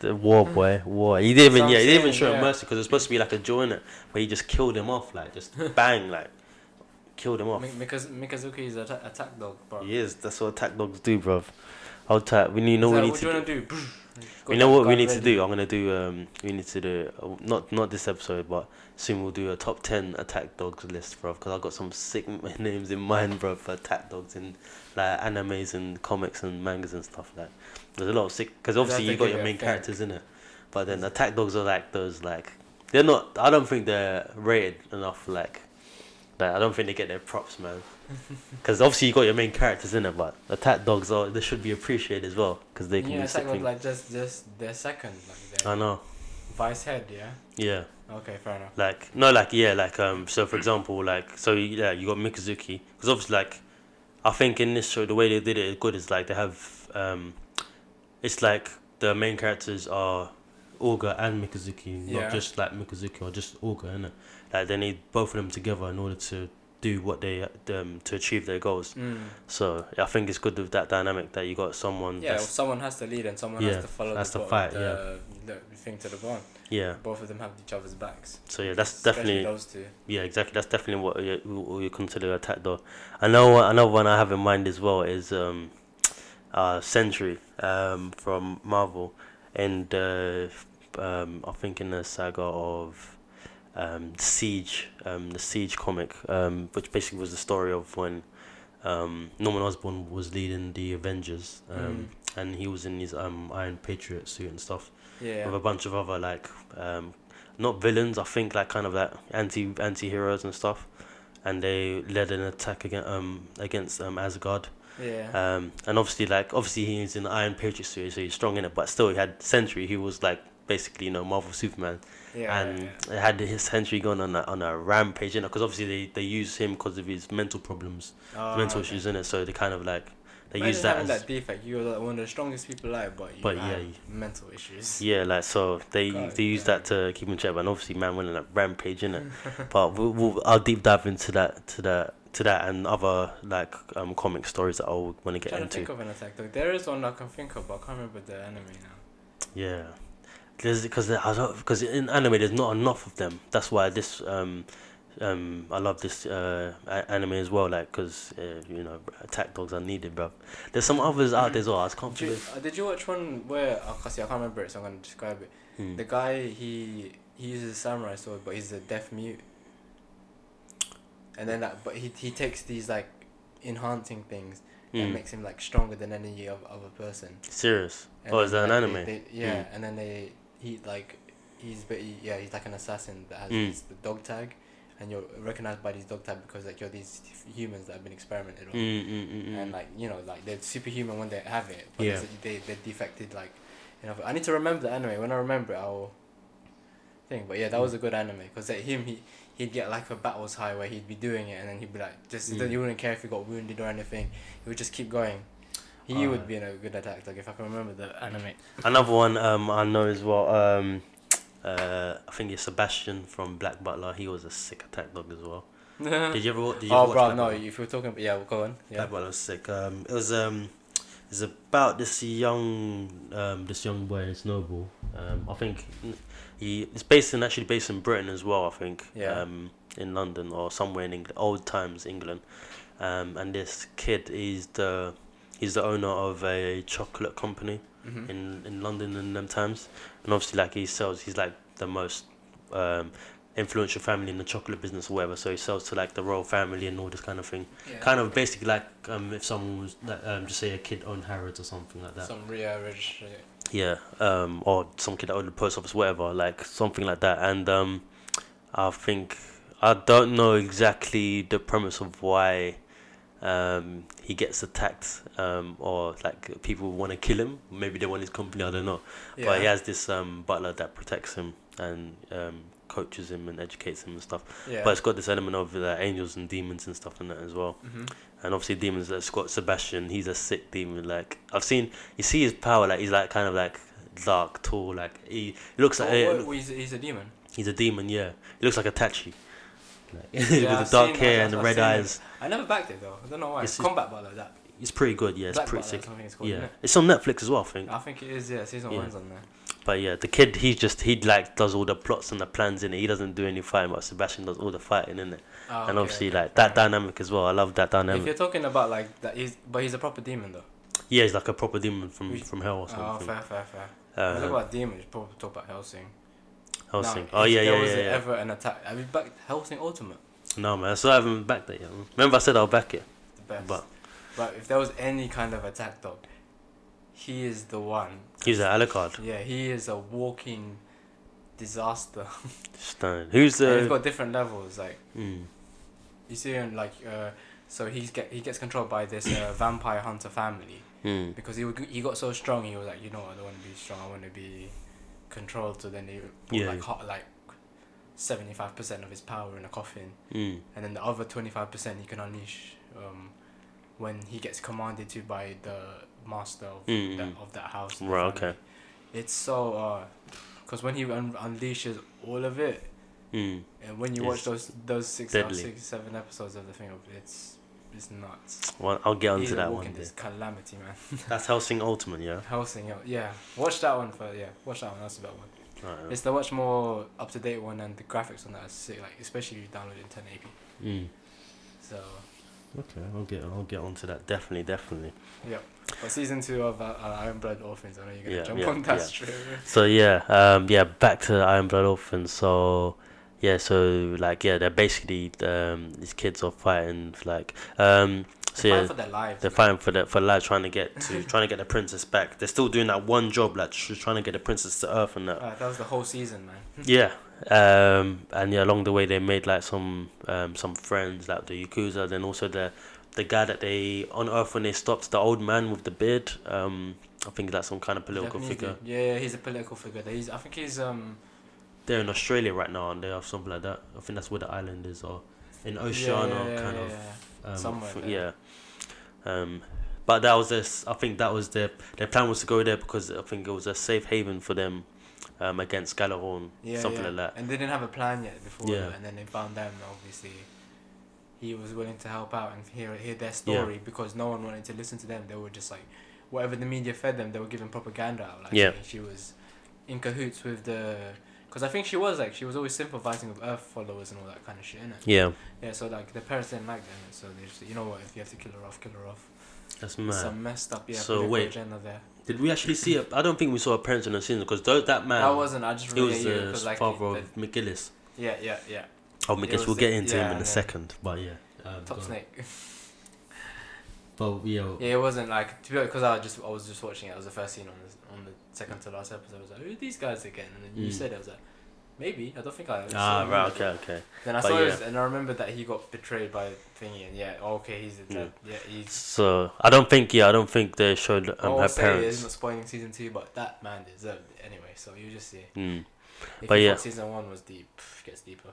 [SPEAKER 1] the war boy, war. He didn't
[SPEAKER 2] That's
[SPEAKER 1] even
[SPEAKER 2] what
[SPEAKER 1] yeah,
[SPEAKER 2] I'm
[SPEAKER 1] he didn't even
[SPEAKER 2] saying,
[SPEAKER 1] show him
[SPEAKER 2] Mm. yeah.
[SPEAKER 1] mercy because it was supposed to be like a joy in it, but he just killed him off, like just bang, like killed him off.
[SPEAKER 2] Because Mikazuki is an atta- attack dog, bro.
[SPEAKER 1] He is. That's what attack dogs do, bruv. Hold tight. We need know we need
[SPEAKER 2] what
[SPEAKER 1] to.
[SPEAKER 2] do you want to do?
[SPEAKER 1] You know what we need to do? I'm gonna do. Um, we need to do uh, not not this episode, but soon we'll do a top ten attack dogs list, bro. Because I've got some sick names in mind, bro, for attack dogs in like animes and comics and mangas and stuff like. There's a lot of sick because
[SPEAKER 2] Is
[SPEAKER 1] obviously
[SPEAKER 2] that
[SPEAKER 1] you
[SPEAKER 2] the
[SPEAKER 1] got your
[SPEAKER 2] bigger
[SPEAKER 1] main
[SPEAKER 2] thing?
[SPEAKER 1] characters in it, but then attack dogs are like those like they're not. I don't think they're rated enough. Like, like I don't think they get their props, man. Because obviously you got your main characters in it, but attack dogs are they should be appreciated as well because they can
[SPEAKER 2] yeah,
[SPEAKER 1] be
[SPEAKER 2] attack
[SPEAKER 1] sick.
[SPEAKER 2] dog
[SPEAKER 1] things.
[SPEAKER 2] like just just their second, like
[SPEAKER 1] I
[SPEAKER 2] their
[SPEAKER 1] know.
[SPEAKER 2] vice head, yeah.
[SPEAKER 1] Yeah.
[SPEAKER 2] Okay, fair enough.
[SPEAKER 1] Like no, like yeah, like um. So for example, like so yeah, you got Mikazuki because obviously like, I think in this show the way they did it good is like they have um, it's like the main characters are Olga and Mikazuki, not
[SPEAKER 2] Yeah.
[SPEAKER 1] just like Mikazuki or just Olga, innit? Like they need both of them together in order to do what they um to achieve their goals.
[SPEAKER 2] Mm.
[SPEAKER 1] So I think it's good with that dynamic that you got someone.
[SPEAKER 2] Yeah, well,
[SPEAKER 1] that's,
[SPEAKER 2] someone has to lead and someone
[SPEAKER 1] Yeah,
[SPEAKER 2] has to follow
[SPEAKER 1] has
[SPEAKER 2] the,
[SPEAKER 1] to
[SPEAKER 2] bot-
[SPEAKER 1] fight,
[SPEAKER 2] the, the thing to the bone.
[SPEAKER 1] yeah.
[SPEAKER 2] Both of them have each other's backs.
[SPEAKER 1] So yeah, that's definitely
[SPEAKER 2] Especially those two.
[SPEAKER 1] Yeah, exactly. That's definitely what you, what you consider attack dog. Another one, another one I have in mind as well is um, uh, Sentry um, from Marvel, and uh, um, I think in the saga of um, Siege, um, the Siege comic, um, which basically was the story of when um, Norman Osborn was leading the Avengers,
[SPEAKER 2] Mm.
[SPEAKER 1] um, and he was in his um, Iron Patriot suit and stuff
[SPEAKER 2] Yeah.
[SPEAKER 1] with a bunch of other like um, not villains, I think like kind of like anti anti heroes and stuff. And they led an attack against um against um Asgard.
[SPEAKER 2] Yeah.
[SPEAKER 1] Um and obviously like obviously he's in the Iron Patriot suit, so he's strong in it, but still he had Sentry who was like basically you know Marvel Superman
[SPEAKER 2] yeah.
[SPEAKER 1] and
[SPEAKER 2] yeah.
[SPEAKER 1] it had his Sentry going on a, on a rampage you know because obviously they, they use him because of his mental problems
[SPEAKER 2] Oh,
[SPEAKER 1] mental
[SPEAKER 2] okay.
[SPEAKER 1] issues in it so they kind of like they
[SPEAKER 2] Imagine
[SPEAKER 1] use that
[SPEAKER 2] having
[SPEAKER 1] as
[SPEAKER 2] that defect. You are like one of the strongest people alive, but you
[SPEAKER 1] But yeah,
[SPEAKER 2] have
[SPEAKER 1] you-
[SPEAKER 2] mental issues.
[SPEAKER 1] Yeah, like so they
[SPEAKER 2] God
[SPEAKER 1] they use
[SPEAKER 2] damn.
[SPEAKER 1] that to keep in check, and obviously man went on that rampage, innit? but we'll, we'll, I'll deep dive into that to that to that and other like um comic stories that I would want to get
[SPEAKER 2] trying to
[SPEAKER 1] into.
[SPEAKER 2] think of an attack though. There is one I can think of, but I can't remember the anime now.
[SPEAKER 1] yeah, there's because I don't because in anime there's not enough of them. That's why this um um I love this uh a- anime as well, like because uh, you know attack dogs are needed, bro. There's some others out there as well. I just can't
[SPEAKER 2] Did you,
[SPEAKER 1] believe.
[SPEAKER 2] uh, did you watch one where? Oh, 'cause see, I can't remember it, so I'm gonna describe it.
[SPEAKER 1] Hmm.
[SPEAKER 2] The guy he he uses a samurai sword, but he's a deaf mute. And then that, but he he takes these like enhancing things and
[SPEAKER 1] Hmm.
[SPEAKER 2] makes him like stronger than any of other person.
[SPEAKER 1] Serious.
[SPEAKER 2] And
[SPEAKER 1] Oh, is
[SPEAKER 2] then,
[SPEAKER 1] that an
[SPEAKER 2] like, they-
[SPEAKER 1] anime?
[SPEAKER 2] they- yeah,
[SPEAKER 1] Mm.
[SPEAKER 2] and then they he like he's but he, yeah he's like an assassin that has
[SPEAKER 1] Mm.
[SPEAKER 2] this, the dog tag, and you're recognized by these dog tag because like you're these humans that have been experimented on,
[SPEAKER 1] Mm, mm, mm, mm.
[SPEAKER 2] and like you know like they're superhuman when they have it, but
[SPEAKER 1] Yeah.
[SPEAKER 2] there's- they they defected like, you know. I need to remember the anime. When I remember it, I'll thing. But yeah, that
[SPEAKER 1] Mm.
[SPEAKER 2] was a good anime because like, him he. He'd get like a battles high where he'd be doing it, and then he'd be like, just
[SPEAKER 1] Mm.
[SPEAKER 2] you wouldn't care if he got wounded or anything. He would just keep going. He
[SPEAKER 1] Ah.
[SPEAKER 2] would be in a good attack. Like if I can remember the anime.
[SPEAKER 1] Another one um, I know as well. Um, uh, I think it's Sebastian from Black Butler. He was a sick attack dog as well. Did you ever? wa- Did you ever
[SPEAKER 2] oh,
[SPEAKER 1] watch
[SPEAKER 2] bro,
[SPEAKER 1] Black
[SPEAKER 2] no.
[SPEAKER 1] Butler?
[SPEAKER 2] If you're talking, yeah, well, go on. Yeah.
[SPEAKER 1] Black Butler was sick. Um, it was um, it's about this young um, this young boy, this noble. Um, I think he it's based in actually based in Britain as well. I think
[SPEAKER 2] Yeah.
[SPEAKER 1] um, in London or somewhere in England, old times England. Um, and this kid is the he's the owner of a chocolate company.
[SPEAKER 2] Mhm.
[SPEAKER 1] in in London in them times, and obviously like he sells, he's like the most um, influential family in the chocolate business or whatever. So he sells to like the royal family and all this kind of thing.
[SPEAKER 2] Yeah.
[SPEAKER 1] Kind of basically like um, if someone was like, um, just say a kid owned Harrods or something like that.
[SPEAKER 2] Some Rio registry.
[SPEAKER 1] Yeah, um, or some kid that owned the post office, whatever, like something like that. And um, I think I don't know exactly the premise of why um, he gets attacked, um, or like people want to kill him. Maybe they want his company. I don't know.
[SPEAKER 2] Yeah.
[SPEAKER 1] But he has this um, butler that protects him and um, coaches him and educates him and stuff.
[SPEAKER 2] Yeah.
[SPEAKER 1] But it's got this element of the angels and demons and stuff in that as well.
[SPEAKER 2] hmm
[SPEAKER 1] And obviously, demons that's got Sebastian. He's a sick demon. Like I've seen, you see his power. Like he's like kind of like dark, tall. Like he, he looks like
[SPEAKER 2] oh,
[SPEAKER 1] eh,
[SPEAKER 2] wait, wait, he's, he's a demon.
[SPEAKER 1] he's a demon. Yeah, he looks like a Tachi. Like, with
[SPEAKER 2] I've
[SPEAKER 1] the dark
[SPEAKER 2] seen that,
[SPEAKER 1] hair
[SPEAKER 2] that's
[SPEAKER 1] and the
[SPEAKER 2] what I've
[SPEAKER 1] red
[SPEAKER 2] seen.
[SPEAKER 1] eyes.
[SPEAKER 2] I never backed it though. I don't know why.
[SPEAKER 1] It's just-
[SPEAKER 2] Combat Butler, that.
[SPEAKER 1] It's pretty good. Yeah, it's
[SPEAKER 2] Black
[SPEAKER 1] pretty
[SPEAKER 2] Butler,
[SPEAKER 1] sick.
[SPEAKER 2] something it's called.
[SPEAKER 1] Yeah,
[SPEAKER 2] innit?
[SPEAKER 1] it's on Netflix as well. I think.
[SPEAKER 2] I think it is. Yeah, season
[SPEAKER 1] Yeah.
[SPEAKER 2] one's on there.
[SPEAKER 1] But yeah, the kid, he just he like does all the plots and the plans in it. He doesn't do any fighting, but Sebastian does all the fighting in it.
[SPEAKER 2] Oh,
[SPEAKER 1] and
[SPEAKER 2] okay,
[SPEAKER 1] obviously,
[SPEAKER 2] okay,
[SPEAKER 1] like
[SPEAKER 2] fair
[SPEAKER 1] that
[SPEAKER 2] enough.
[SPEAKER 1] dynamic as well. I love that
[SPEAKER 2] If
[SPEAKER 1] dynamic.
[SPEAKER 2] you're talking about like that, he's but he's a proper demon though.
[SPEAKER 1] Yeah, he's like a proper demon from
[SPEAKER 2] Which-
[SPEAKER 1] from hell or
[SPEAKER 2] Oh,
[SPEAKER 1] something.
[SPEAKER 2] fair, fair, fair. If you
[SPEAKER 1] Uh,
[SPEAKER 2] talk about demons, you probably talk about Helsing.
[SPEAKER 1] Helsing.
[SPEAKER 2] Now,
[SPEAKER 1] oh
[SPEAKER 2] if
[SPEAKER 1] yeah,
[SPEAKER 2] there
[SPEAKER 1] yeah,
[SPEAKER 2] was
[SPEAKER 1] yeah. yeah.
[SPEAKER 2] Ever an attack? Have you backed Helsing Ultimate?
[SPEAKER 1] No man, I still haven't backed that yet. man. Remember I said I'll back it,
[SPEAKER 2] The best.
[SPEAKER 1] but
[SPEAKER 2] But if there was any kind of attack dog, he is the one.
[SPEAKER 1] he's an Alucard.
[SPEAKER 2] Yeah, he is a walking disaster.
[SPEAKER 1] Stone. Who's
[SPEAKER 2] and he's
[SPEAKER 1] the?
[SPEAKER 2] got different levels. Like
[SPEAKER 1] Mm,
[SPEAKER 2] you see him like uh, so he's get he gets controlled by this uh, vampire hunter family
[SPEAKER 1] mm,
[SPEAKER 2] because he would, he got so strong he was like you know what, I don't want to be strong I want to be controlled. So then he put
[SPEAKER 1] Yeah.
[SPEAKER 2] like hot, like seventy five percent of his power in a coffin,
[SPEAKER 1] mm.
[SPEAKER 2] and then the other twenty five percent he can unleash. Um, when he gets commanded to by the master of
[SPEAKER 1] Mm,
[SPEAKER 2] that,
[SPEAKER 1] mm.
[SPEAKER 2] of that house. and the
[SPEAKER 1] Right,
[SPEAKER 2] family.
[SPEAKER 1] okay.
[SPEAKER 2] It's so, because when he un- unleashes all of it,
[SPEAKER 1] Mm.
[SPEAKER 2] and when you
[SPEAKER 1] It's
[SPEAKER 2] watch those those six, or
[SPEAKER 1] deadly.
[SPEAKER 2] six seven episodes of the thing, it's it's nuts.
[SPEAKER 1] Well, I'll get
[SPEAKER 2] He's
[SPEAKER 1] onto
[SPEAKER 2] a
[SPEAKER 1] that
[SPEAKER 2] walking
[SPEAKER 1] one. day.
[SPEAKER 2] this calamity, man.
[SPEAKER 1] That's Helsing Ultimate, yeah.
[SPEAKER 2] Helsing, yeah, yeah. Watch that one for yeah. Watch that one. That's about one.
[SPEAKER 1] Right.
[SPEAKER 2] It's the much more up to date one, and the graphics on that are sick. Like especially if you download it in ten eighty.
[SPEAKER 1] Mm.
[SPEAKER 2] So
[SPEAKER 1] Okay, I'll get I'll get onto that. Definitely, definitely.
[SPEAKER 2] but season two of uh, uh, Iron Blood Orphans, I know you're gonna
[SPEAKER 1] Yeah,
[SPEAKER 2] jump
[SPEAKER 1] yeah,
[SPEAKER 2] on that
[SPEAKER 1] yeah.
[SPEAKER 2] straight away.
[SPEAKER 1] So yeah, um, yeah, back to Iron Blood Orphan. So yeah, so like yeah, they're basically um, these kids are fighting like um, so
[SPEAKER 2] They're
[SPEAKER 1] yeah,
[SPEAKER 2] fighting for their lives.
[SPEAKER 1] they're fighting for their for life, trying to get to trying to get the princess back. They're still doing that one job, like tr- trying to get the princess to Earth and that.
[SPEAKER 2] Uh, that was the whole season, man.
[SPEAKER 1] Yeah, um, and yeah, along the way they made like some um, some friends, like the Yakuza. Then also the the guy that they on Earth when they stopped, the old man with the beard. Um, I think that's some kind of political
[SPEAKER 2] Japanese
[SPEAKER 1] figure.
[SPEAKER 2] dude. Yeah, yeah, he's a political figure. He's, I think he's um.
[SPEAKER 1] they're in Australia right now and they have something like that. I think that's where the island is or in Oceania
[SPEAKER 2] yeah, yeah,
[SPEAKER 1] kind
[SPEAKER 2] yeah,
[SPEAKER 1] of
[SPEAKER 2] yeah.
[SPEAKER 1] um,
[SPEAKER 2] Somewhere
[SPEAKER 1] f-
[SPEAKER 2] there.
[SPEAKER 1] yeah. Um, But that was this. I think that was their their plan was to go there because I think it was a safe haven for them, um, against Gallahorn,
[SPEAKER 2] Yeah,
[SPEAKER 1] something
[SPEAKER 2] yeah.
[SPEAKER 1] like that.
[SPEAKER 2] And they didn't have a plan yet before,
[SPEAKER 1] Yeah.
[SPEAKER 2] and then they found them. and Obviously, he was willing to help out and hear hear their story because no one wanted to listen to them. They were just like, whatever the media fed them, they were giving propaganda out. Like,
[SPEAKER 1] Yeah.
[SPEAKER 2] saying she was in cahoots with the, because I think she was like she was always sympathizing with Earth followers and all that kind of shit, innit?
[SPEAKER 1] Yeah,
[SPEAKER 2] Yeah. So like the parents didn't like them, and so they just you know what if you have to kill her off, kill her off.
[SPEAKER 1] that's mad.
[SPEAKER 2] Some messed up yeah
[SPEAKER 1] So
[SPEAKER 2] political
[SPEAKER 1] wait.
[SPEAKER 2] agenda there.
[SPEAKER 1] Did we actually see? A, I don't think we saw a parents in the scene because those that man.
[SPEAKER 2] I wasn't. I just
[SPEAKER 1] It
[SPEAKER 2] really
[SPEAKER 1] was
[SPEAKER 2] you
[SPEAKER 1] the
[SPEAKER 2] because like
[SPEAKER 1] father
[SPEAKER 2] the-
[SPEAKER 1] of McGillis.
[SPEAKER 2] yeah yeah yeah
[SPEAKER 1] Oh,
[SPEAKER 2] It
[SPEAKER 1] McGillis.
[SPEAKER 2] was
[SPEAKER 1] We'll
[SPEAKER 2] the-
[SPEAKER 1] get into
[SPEAKER 2] yeah,
[SPEAKER 1] him in
[SPEAKER 2] yeah.
[SPEAKER 1] a second. But yeah. Um,
[SPEAKER 2] top
[SPEAKER 1] go on.
[SPEAKER 2] snake.
[SPEAKER 1] But yeah.
[SPEAKER 2] Yeah, it wasn't like to be because I just I was just watching it. It was the first scene on the on the second to last episode. I was like, who are these guys again? And then you
[SPEAKER 1] Mm.
[SPEAKER 2] said it. I was like, maybe I don't think I.
[SPEAKER 1] Ah
[SPEAKER 2] saw
[SPEAKER 1] right.
[SPEAKER 2] him.
[SPEAKER 1] Okay. Okay.
[SPEAKER 2] Then I
[SPEAKER 1] But
[SPEAKER 2] saw
[SPEAKER 1] yeah.
[SPEAKER 2] his, and I remember that he got betrayed by thingy, and yeah, oh, okay, he's the
[SPEAKER 1] Yeah.
[SPEAKER 2] yeah, yeah he's.
[SPEAKER 1] So I don't think. Yeah, I don't think they showed um,
[SPEAKER 2] oh,
[SPEAKER 1] her
[SPEAKER 2] I'll say it, it's
[SPEAKER 1] parents.
[SPEAKER 2] not spoiling season two, but that man deserved it anyway. So you just see.
[SPEAKER 1] Mm.
[SPEAKER 2] If
[SPEAKER 1] But
[SPEAKER 2] you
[SPEAKER 1] yeah.
[SPEAKER 2] thought season one was deep, pff, gets deeper.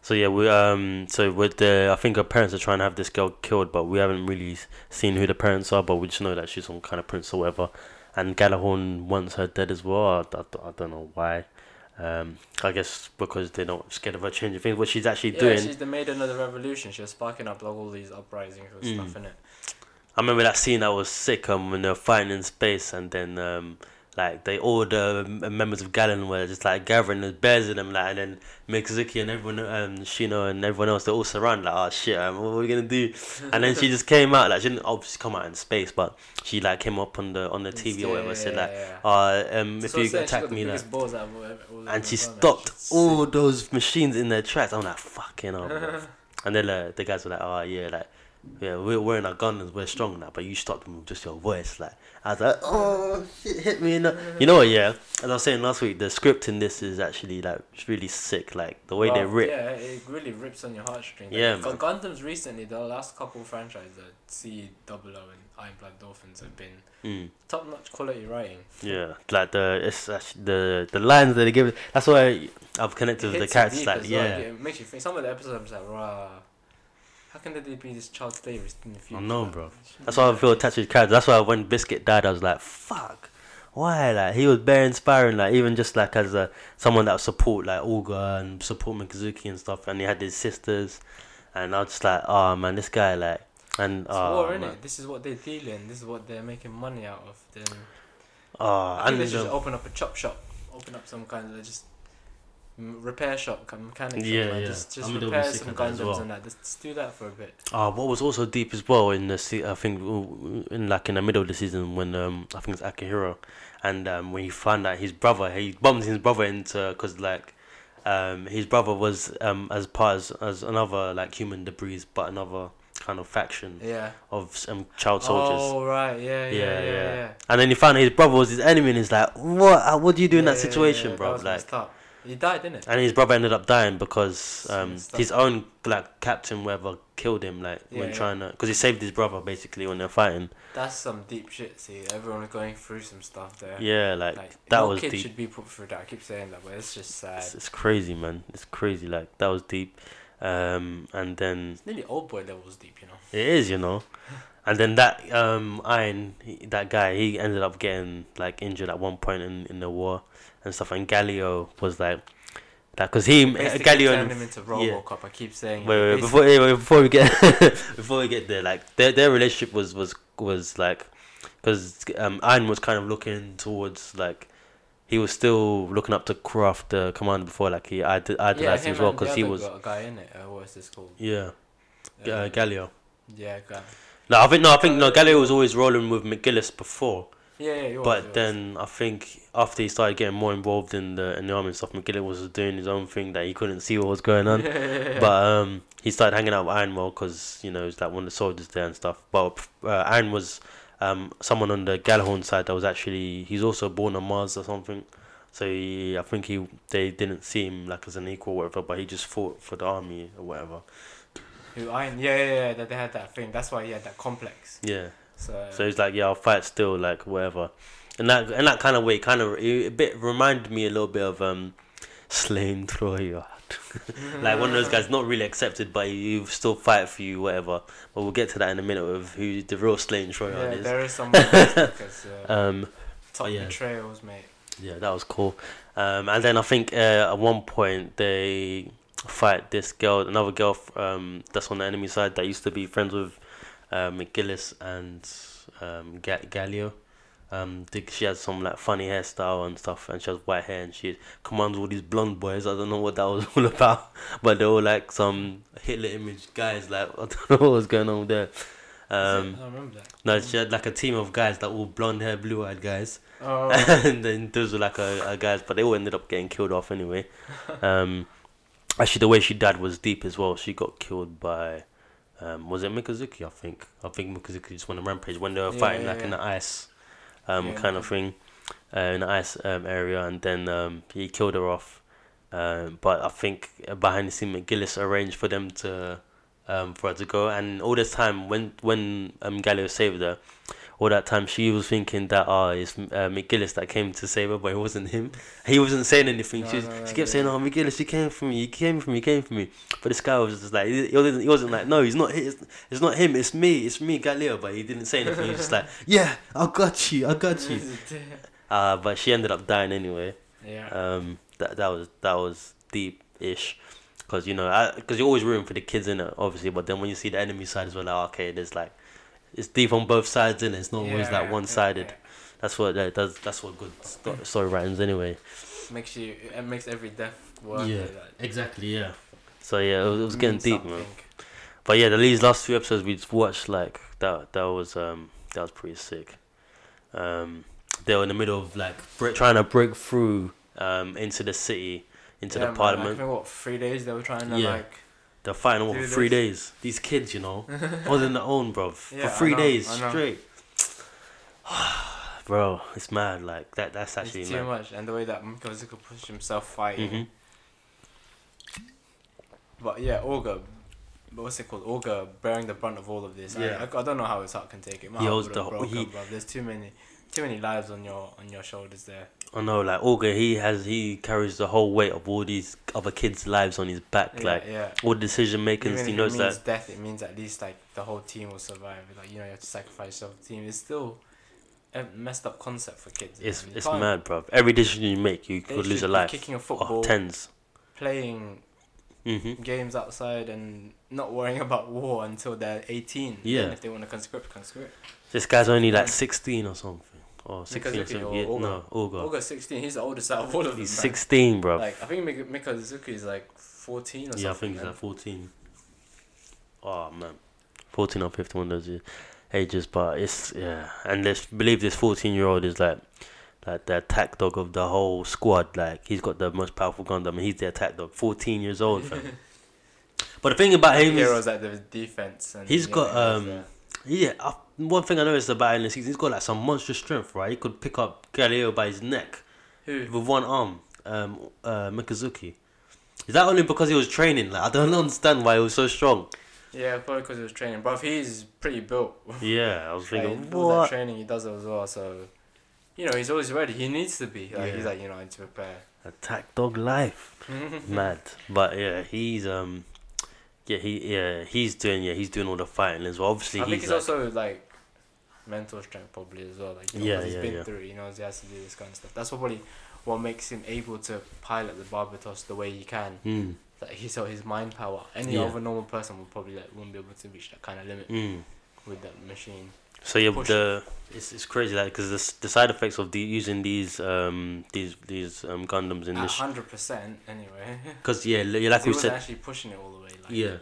[SPEAKER 1] So yeah, we um. So with the, I think her parents are trying to have this girl killed, but we haven't really s- seen who the parents are. But we just know that she's some kind of prince or whatever. And Galahorn wants her dead as well. I, I- I don't know why. Um, I guess because they're not scared of her changing things. What she's actually
[SPEAKER 2] yeah,
[SPEAKER 1] doing.
[SPEAKER 2] she's the maid another revolution. She was sparking up like all these uprisings and
[SPEAKER 1] Mm.
[SPEAKER 2] stuff in it.
[SPEAKER 1] I remember that scene. I was sick. Um, when they were fighting in space, and then um, like they all the um, members of Galen were just like gathering and bears in them, like, and then Mikazuki and everyone, um, Shino and everyone else, they all surround like, oh shit, um, what are we gonna do? And then she just came out, like she didn't obviously come out in space, but she like came up on the on the TV or whatever, said like,
[SPEAKER 2] yeah.
[SPEAKER 1] uh, um, if
[SPEAKER 2] So
[SPEAKER 1] you
[SPEAKER 2] saying she got
[SPEAKER 1] attack
[SPEAKER 2] the
[SPEAKER 1] me, like,
[SPEAKER 2] biggest balls out of all- all
[SPEAKER 1] and
[SPEAKER 2] the
[SPEAKER 1] she
[SPEAKER 2] women.
[SPEAKER 1] stopped
[SPEAKER 2] She's
[SPEAKER 1] all those machines in their tracks. I'm like, fucking up. bruv." and then uh, the guys were like, oh yeah, like, yeah, we're wearing our guns, we're strong now, but you stopped them with just your voice. Like, I was like, oh shit, hit me in the. You know what? Yeah, as I was saying last week, the script in this is actually like it's really sick. Like the way they
[SPEAKER 2] Well,
[SPEAKER 1] rip.
[SPEAKER 2] Yeah, it really rips on your heartstrings.
[SPEAKER 1] Yeah,
[SPEAKER 2] Like, Gu- Gundams recently, the last couple franchises, the C Double O and Iron Blood Dolphins have been
[SPEAKER 1] Mm.
[SPEAKER 2] top notch quality writing.
[SPEAKER 1] Yeah, like the it's actually the the lines that they give. That's why I've connected
[SPEAKER 2] It
[SPEAKER 1] with the
[SPEAKER 2] hits you
[SPEAKER 1] characters.
[SPEAKER 2] deep
[SPEAKER 1] Like,
[SPEAKER 2] as well.
[SPEAKER 1] yeah,
[SPEAKER 2] It makes you think. Some of the episodes, I'm just like, rah. How can there be this child slavery in the future?
[SPEAKER 1] know, bro. That's why I feel attached to his character. That's why when Biscuit died, I was like, "Fuck, why?" Like he was very inspiring. Like even just like as a someone that would support like Olga and support Mikazuki and stuff, and he had his sisters, and I was just like, "Oh man, this guy like." And
[SPEAKER 2] It's
[SPEAKER 1] oh,
[SPEAKER 2] war,
[SPEAKER 1] man.
[SPEAKER 2] innit? This is what they're dealing. This is what they're making money out of. Then
[SPEAKER 1] oh,
[SPEAKER 2] I think
[SPEAKER 1] and
[SPEAKER 2] they should just
[SPEAKER 1] um,
[SPEAKER 2] open up a chop shop, open up some kind of just m- repair shop, kind of mechanic
[SPEAKER 1] Yeah,
[SPEAKER 2] shop. Like,
[SPEAKER 1] yeah.
[SPEAKER 2] Just,
[SPEAKER 1] I
[SPEAKER 2] just
[SPEAKER 1] mean, they'll be
[SPEAKER 2] repair
[SPEAKER 1] sick
[SPEAKER 2] some
[SPEAKER 1] of that as
[SPEAKER 2] Gundams
[SPEAKER 1] well.
[SPEAKER 2] and that. Just, just do that for a bit.
[SPEAKER 1] oh, what was also deep as well in the se- I think in like in the middle of the season when um I think it's Akihiro, and um when he found out his brother, he bumped his brother into because like um, his brother was um, as part as, as another like human debris, but another kind of faction
[SPEAKER 2] Yeah.
[SPEAKER 1] of some child Mm. soldiers.
[SPEAKER 2] Oh right,
[SPEAKER 1] Yeah,
[SPEAKER 2] yeah, yeah, yeah,
[SPEAKER 1] yeah.
[SPEAKER 2] yeah.
[SPEAKER 1] And then he found out his brother was his enemy, and he's like, "What? uh, What do you do in
[SPEAKER 2] Yeah,
[SPEAKER 1] that
[SPEAKER 2] yeah,
[SPEAKER 1] situation,
[SPEAKER 2] yeah,
[SPEAKER 1] bro?"
[SPEAKER 2] that was
[SPEAKER 1] like,
[SPEAKER 2] messed up. he died, didn't it?
[SPEAKER 1] and his brother ended up dying because
[SPEAKER 2] It's
[SPEAKER 1] um,
[SPEAKER 2] messed up.
[SPEAKER 1] his own like captain, whatever, killed him. Like
[SPEAKER 2] Yeah,
[SPEAKER 1] when
[SPEAKER 2] yeah.
[SPEAKER 1] trying to, because he saved his brother basically when they're fighting.
[SPEAKER 2] That's some deep shit. See, everyone was going through some stuff there.
[SPEAKER 1] Yeah, like,
[SPEAKER 2] Like,
[SPEAKER 1] that
[SPEAKER 2] no
[SPEAKER 1] was
[SPEAKER 2] kid
[SPEAKER 1] deep.
[SPEAKER 2] should be put through that. I keep saying that, but it's just sad.
[SPEAKER 1] it's,
[SPEAKER 2] It's
[SPEAKER 1] it's crazy, man. It's crazy. Like that was deep. Um, and then
[SPEAKER 2] nearly old boy levels deep, you know.
[SPEAKER 1] It is, you know. And then that um Iron, he, that guy, he ended up getting like injured at one point in, in the war and stuff. And Gallio was like, that because he
[SPEAKER 2] Basically
[SPEAKER 1] Gallio. and-
[SPEAKER 2] turned him into
[SPEAKER 1] yeah.
[SPEAKER 2] RoboCop. I keep saying.
[SPEAKER 1] Wait,
[SPEAKER 2] it.
[SPEAKER 1] wait, wait,
[SPEAKER 2] Basically-
[SPEAKER 1] before, wait, wait, before we get before we get there, like their their relationship was was was like, because um Iron was kind of looking towards like. He was still looking up to Croft, the commander, before like he ide- idolized him
[SPEAKER 2] him
[SPEAKER 1] as well
[SPEAKER 2] and the
[SPEAKER 1] because he
[SPEAKER 2] other
[SPEAKER 1] was
[SPEAKER 2] gu- guy in it. Uh, what is this called?
[SPEAKER 1] yeah,
[SPEAKER 2] Uh,
[SPEAKER 1] uh, Gallio.
[SPEAKER 2] yeah, guy.
[SPEAKER 1] No, I think no, I think no. Gallio was always rolling with McGillis before,
[SPEAKER 2] Yeah, yeah. he was, he
[SPEAKER 1] but
[SPEAKER 2] was.
[SPEAKER 1] then I think after he started getting more involved in the in the army and stuff, McGillis was doing his own thing that he couldn't see what was going on.
[SPEAKER 2] Yeah, yeah, yeah.
[SPEAKER 1] But um, he started hanging out with Ironwell because you know it's like one of the soldiers there and stuff. But uh, Iron was um someone on the Gallahorn side that was actually he's also born on Mars or something. So he, I think he they didn't see him like as an equal or whatever, but he just fought for the army or whatever.
[SPEAKER 2] Who Iron? Yeah, yeah, yeah. That they had that thing. That's why he had that complex.
[SPEAKER 1] Yeah.
[SPEAKER 2] So,
[SPEAKER 1] So he's like, yeah, I'll fight still, like whatever, and that in that kind of way, kind of it, a bit reminded me a little bit of um, slain Troya. like one of those guys not really accepted, but you still fight for you, whatever. But we'll get to that in a minute of who the real slain Troya
[SPEAKER 2] Yeah,
[SPEAKER 1] is.
[SPEAKER 2] there is some because uh,
[SPEAKER 1] Um,
[SPEAKER 2] top
[SPEAKER 1] yeah.
[SPEAKER 2] betrayals, mate.
[SPEAKER 1] yeah, that was cool. Um, and then I think uh, at one point they fight this girl, another girl f- um, that's on the enemy side that used to be friends with uh, McGillis and um, Ga- Gallio. Um, the- she has some like funny hairstyle and stuff, and she has white hair, and she commands all these blonde boys. I don't know what that was all about, but they were like some Hitler image guys. Like I don't know what was going on there.
[SPEAKER 2] I
[SPEAKER 1] Um,
[SPEAKER 2] don't remember that.
[SPEAKER 1] no, she had like a team of guys that all blonde hair, blue eyed guys
[SPEAKER 2] Oh,
[SPEAKER 1] and then those were like a, a guys, but they all ended up getting killed off anyway. Um, actually, the way she died was deep as well. She got killed by, um, was it Mikazuki? I think. I think Mikazuki just went on rampage when they were
[SPEAKER 2] Yeah,
[SPEAKER 1] fighting,
[SPEAKER 2] yeah,
[SPEAKER 1] like in
[SPEAKER 2] yeah.
[SPEAKER 1] the ice, um,
[SPEAKER 2] Yeah.
[SPEAKER 1] kind of thing, uh, in the ice um, area, and then um, he killed her off. Um, but I think uh, behind the scene, McGillis arranged for them to, um, for her to go. And all this time, when when um, Galileo saved her, all that time she was thinking that oh it's uh, McGillis that came to save her but it wasn't him he wasn't saying anything she,
[SPEAKER 2] No,
[SPEAKER 1] was,
[SPEAKER 2] no,
[SPEAKER 1] she
[SPEAKER 2] no,
[SPEAKER 1] kept
[SPEAKER 2] yeah.
[SPEAKER 1] saying oh McGillis he came for me he came for me he came for me but this guy was just like he he wasn't, he wasn't like no he's not it's, it's not him it's me it's me Galileo but he didn't say anything he was just like yeah I got you I got you uh, but she ended up dying anyway
[SPEAKER 2] yeah.
[SPEAKER 1] um, that that was that was deep ish, because you know because you're always rooting for the kids in it obviously, but then when you see the enemy side as well, like okay, there's like it's deep on both sides and it's not always
[SPEAKER 2] Yeah,
[SPEAKER 1] like
[SPEAKER 2] yeah,
[SPEAKER 1] one sided.
[SPEAKER 2] yeah.
[SPEAKER 1] That's what that does. That's what good sto- story writing's anyway.
[SPEAKER 2] Makes you. It makes every death worth
[SPEAKER 1] Yeah,
[SPEAKER 2] it. Like,
[SPEAKER 1] Exactly. Yeah. So yeah, it was, it was getting
[SPEAKER 2] means
[SPEAKER 1] deep, man.
[SPEAKER 2] Mm, something.
[SPEAKER 1] But yeah, the these last few episodes we just watched like that. That was um that was pretty sick. Um, they were in the middle of like bre- trying to break through um into the city, into
[SPEAKER 2] Yeah,
[SPEAKER 1] the
[SPEAKER 2] man,
[SPEAKER 1] parliament.
[SPEAKER 2] Like, I think, what three days they were trying to
[SPEAKER 1] Yeah.
[SPEAKER 2] like.
[SPEAKER 1] They're fighting over
[SPEAKER 2] Three
[SPEAKER 1] three days. These kids, you know, all on their own, bro.
[SPEAKER 2] Yeah,
[SPEAKER 1] for
[SPEAKER 2] I
[SPEAKER 1] three
[SPEAKER 2] know,
[SPEAKER 1] days
[SPEAKER 2] I know.
[SPEAKER 1] straight. bro, it's mad. Like that. That's actually
[SPEAKER 2] it's too
[SPEAKER 1] mad.
[SPEAKER 2] much, and the way that Mikazuka pushed himself fighting.
[SPEAKER 1] Mhm.
[SPEAKER 2] But yeah, Olga, but what's it called? Olga bearing the brunt of all of this.
[SPEAKER 1] Yeah.
[SPEAKER 2] Yeah. I, I, don't know how his heart can take it. My
[SPEAKER 1] He
[SPEAKER 2] heart
[SPEAKER 1] owes
[SPEAKER 2] would've
[SPEAKER 1] the-
[SPEAKER 2] broke
[SPEAKER 1] he-
[SPEAKER 2] up, bruv. There's too many, too many lives on your on your shoulders there.
[SPEAKER 1] I know. Like Olga, he has he carries the whole weight of all these other kids' lives on his back.
[SPEAKER 2] Yeah,
[SPEAKER 1] like
[SPEAKER 2] yeah.
[SPEAKER 1] all decision
[SPEAKER 2] Even
[SPEAKER 1] makings.
[SPEAKER 2] if
[SPEAKER 1] He
[SPEAKER 2] it
[SPEAKER 1] knows
[SPEAKER 2] means
[SPEAKER 1] that.
[SPEAKER 2] death, it means at least like the whole team will survive. Like you know, you have to sacrifice your team. It's still a messed up concept for kids. you
[SPEAKER 1] It's
[SPEAKER 2] know, you
[SPEAKER 1] it's
[SPEAKER 2] can't-
[SPEAKER 1] mad, bro. Every decision you make, you
[SPEAKER 2] they
[SPEAKER 1] could lose
[SPEAKER 2] should
[SPEAKER 1] a
[SPEAKER 2] be
[SPEAKER 1] life.
[SPEAKER 2] Kicking a football,
[SPEAKER 1] Oh, tens.
[SPEAKER 2] playing
[SPEAKER 1] Mm-hmm.
[SPEAKER 2] games outside, and not worrying about war until they're eighteen. Then
[SPEAKER 1] Yeah.
[SPEAKER 2] if they want to conscript, conscript.
[SPEAKER 1] This guy's only like sixteen or something, or sixteen or
[SPEAKER 2] Mikazuki
[SPEAKER 1] something.
[SPEAKER 2] or
[SPEAKER 1] Yeah,
[SPEAKER 2] Olga?
[SPEAKER 1] no, Olga.
[SPEAKER 2] August 16, he's the oldest out of all of them.
[SPEAKER 1] He's
[SPEAKER 2] man.
[SPEAKER 1] sixteen, bro.
[SPEAKER 2] Like, I think Mika, Mika Suzuki is like 14 or
[SPEAKER 1] yeah, I
[SPEAKER 2] something.
[SPEAKER 1] think it's like 14. Oh man, 14 or 15, one of those ages. But it's yeah, and let's believe this 14 year old is like like the attack dog of the whole squad. Like he's got the most powerful gun. I mean, he's the attack dog. 14 years old, fam. but the thing about him is,
[SPEAKER 2] Heroes at the defense. And
[SPEAKER 1] He's
[SPEAKER 2] yeah,
[SPEAKER 1] got, um,
[SPEAKER 2] yeah.
[SPEAKER 1] yeah, I, one thing I noticed about him in the season, he's got like some monstrous strength, right? He could pick up Galileo by his neck
[SPEAKER 2] Who?
[SPEAKER 1] with one arm, um, uh, Mikazuki. Is that only because he was training? Like I don't understand why he was so strong.
[SPEAKER 2] Yeah, probably because he was training. But he's pretty built.
[SPEAKER 1] Yeah, I was
[SPEAKER 2] Like,
[SPEAKER 1] thinking,
[SPEAKER 2] all that
[SPEAKER 1] what?
[SPEAKER 2] training he does it as well. So, you know, he's always ready. He needs to be. Like, He's
[SPEAKER 1] Yeah.
[SPEAKER 2] like, you know, I need to prepare.
[SPEAKER 1] Attack dog life, mad. But yeah, he's um, yeah he yeah he's doing yeah he's doing all the fighting as well. Obviously
[SPEAKER 2] I think
[SPEAKER 1] he's
[SPEAKER 2] he's
[SPEAKER 1] like,
[SPEAKER 2] also like mental strength probably as well. Like you know,
[SPEAKER 1] Yeah,
[SPEAKER 2] 'cause he's
[SPEAKER 1] yeah,
[SPEAKER 2] been
[SPEAKER 1] yeah.
[SPEAKER 2] through, it, he knows he has to do this kind of stuff. That's probably what makes him able to pilot the Barbatos the way he can.
[SPEAKER 1] mm,
[SPEAKER 2] Like he saw his mind power. Any
[SPEAKER 1] Yeah.
[SPEAKER 2] other normal person would probably like wouldn't be able to reach that kind of limit
[SPEAKER 1] mm.
[SPEAKER 2] with that machine.
[SPEAKER 1] So yeah,
[SPEAKER 2] Push.
[SPEAKER 1] the it's, it's crazy like because the the side effects of the, using these um these these um Gundams in
[SPEAKER 2] At
[SPEAKER 1] this
[SPEAKER 2] hundred percent, anyway.
[SPEAKER 1] because yeah li- like
[SPEAKER 2] he
[SPEAKER 1] we
[SPEAKER 2] was
[SPEAKER 1] said
[SPEAKER 2] actually pushing it all the way. Like,
[SPEAKER 1] yeah,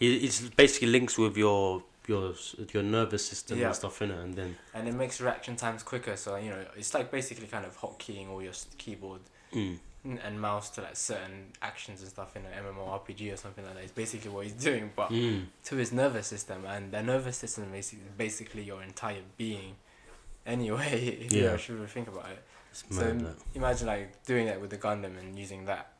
[SPEAKER 1] it, it's basically links with your your s- your nervous system
[SPEAKER 2] Yeah.
[SPEAKER 1] and stuff in it, and then
[SPEAKER 2] And it makes reaction times quicker. So you know, it's like basically kind of hotkeying all your s- keyboard
[SPEAKER 1] mm,
[SPEAKER 2] n- and mouse to like certain actions and stuff in an MMORPG or something like that. It's basically what he's doing, but
[SPEAKER 1] mm,
[SPEAKER 2] to his nervous system, and the nervous system is basically your entire being. Anyway, if you
[SPEAKER 1] Yeah.
[SPEAKER 2] actually think about it.
[SPEAKER 1] it's
[SPEAKER 2] So
[SPEAKER 1] mad.
[SPEAKER 2] im-
[SPEAKER 1] like.
[SPEAKER 2] imagine like doing that with the Gundam and using that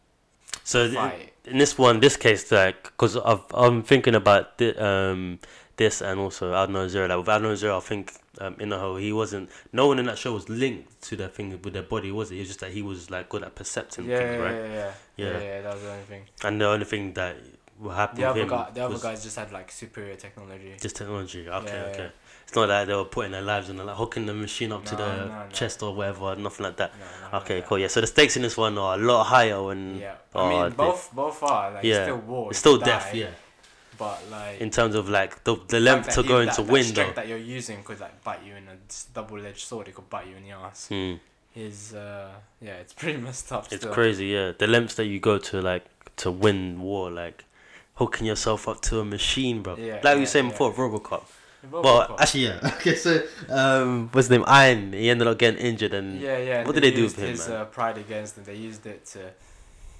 [SPEAKER 1] So th-
[SPEAKER 2] fight.
[SPEAKER 1] in this one, this case, like, because I'm thinking about thi- um, this and also Adno Zero. Like, with Adno Zero, I think um, Inaho, he wasn't. No one in that show was linked to their thing with their body, was it? It's just that he was like good at percepting
[SPEAKER 2] yeah,
[SPEAKER 1] things,
[SPEAKER 2] yeah,
[SPEAKER 1] right?
[SPEAKER 2] yeah, yeah, yeah,
[SPEAKER 1] Yeah.
[SPEAKER 2] yeah, That was the only thing.
[SPEAKER 1] And the only thing that will happen
[SPEAKER 2] The
[SPEAKER 1] with
[SPEAKER 2] other
[SPEAKER 1] him
[SPEAKER 2] guy, the other
[SPEAKER 1] was
[SPEAKER 2] guys just had like superior technology.
[SPEAKER 1] just technology. Okay,
[SPEAKER 2] Yeah,
[SPEAKER 1] okay.
[SPEAKER 2] yeah.
[SPEAKER 1] It's not that they were putting their lives in, like hooking the machine up to
[SPEAKER 2] No,
[SPEAKER 1] the
[SPEAKER 2] no, no.
[SPEAKER 1] chest or whatever, nothing like that.
[SPEAKER 2] No, no, no,
[SPEAKER 1] Okay,
[SPEAKER 2] no.
[SPEAKER 1] cool. Yeah, so the stakes in this one are a lot higher when
[SPEAKER 2] Yeah,
[SPEAKER 1] Oh,
[SPEAKER 2] I
[SPEAKER 1] I
[SPEAKER 2] mean
[SPEAKER 1] did.
[SPEAKER 2] both both are like
[SPEAKER 1] Yeah.
[SPEAKER 2] still war.
[SPEAKER 1] it's still
[SPEAKER 2] you
[SPEAKER 1] death.
[SPEAKER 2] die,
[SPEAKER 1] Yeah,
[SPEAKER 2] but like
[SPEAKER 1] in terms of like the the
[SPEAKER 2] fact
[SPEAKER 1] length
[SPEAKER 2] that
[SPEAKER 1] to
[SPEAKER 2] you-
[SPEAKER 1] go
[SPEAKER 2] that,
[SPEAKER 1] into
[SPEAKER 2] that
[SPEAKER 1] window.
[SPEAKER 2] strength that you're using could like bite you in a double-edged sword. It could bite you in the ass.
[SPEAKER 1] Hmm.
[SPEAKER 2] Is uh yeah, it's pretty messed up.
[SPEAKER 1] It's
[SPEAKER 2] still.
[SPEAKER 1] crazy, yeah. The lengths that you go to, like, to win war, like, hooking yourself up to a machine, bro.
[SPEAKER 2] Yeah,
[SPEAKER 1] like we were
[SPEAKER 2] yeah,
[SPEAKER 1] saying
[SPEAKER 2] yeah.
[SPEAKER 1] before, Robocop.
[SPEAKER 2] Robocop.
[SPEAKER 1] Well, actually, yeah. Okay, so, um, what's his name? Iron. He ended up getting injured, and
[SPEAKER 2] yeah, yeah.
[SPEAKER 1] Mm. what
[SPEAKER 2] they
[SPEAKER 1] did they do
[SPEAKER 2] used
[SPEAKER 1] with him,
[SPEAKER 2] His
[SPEAKER 1] man?
[SPEAKER 2] uh, pride against him. They used it to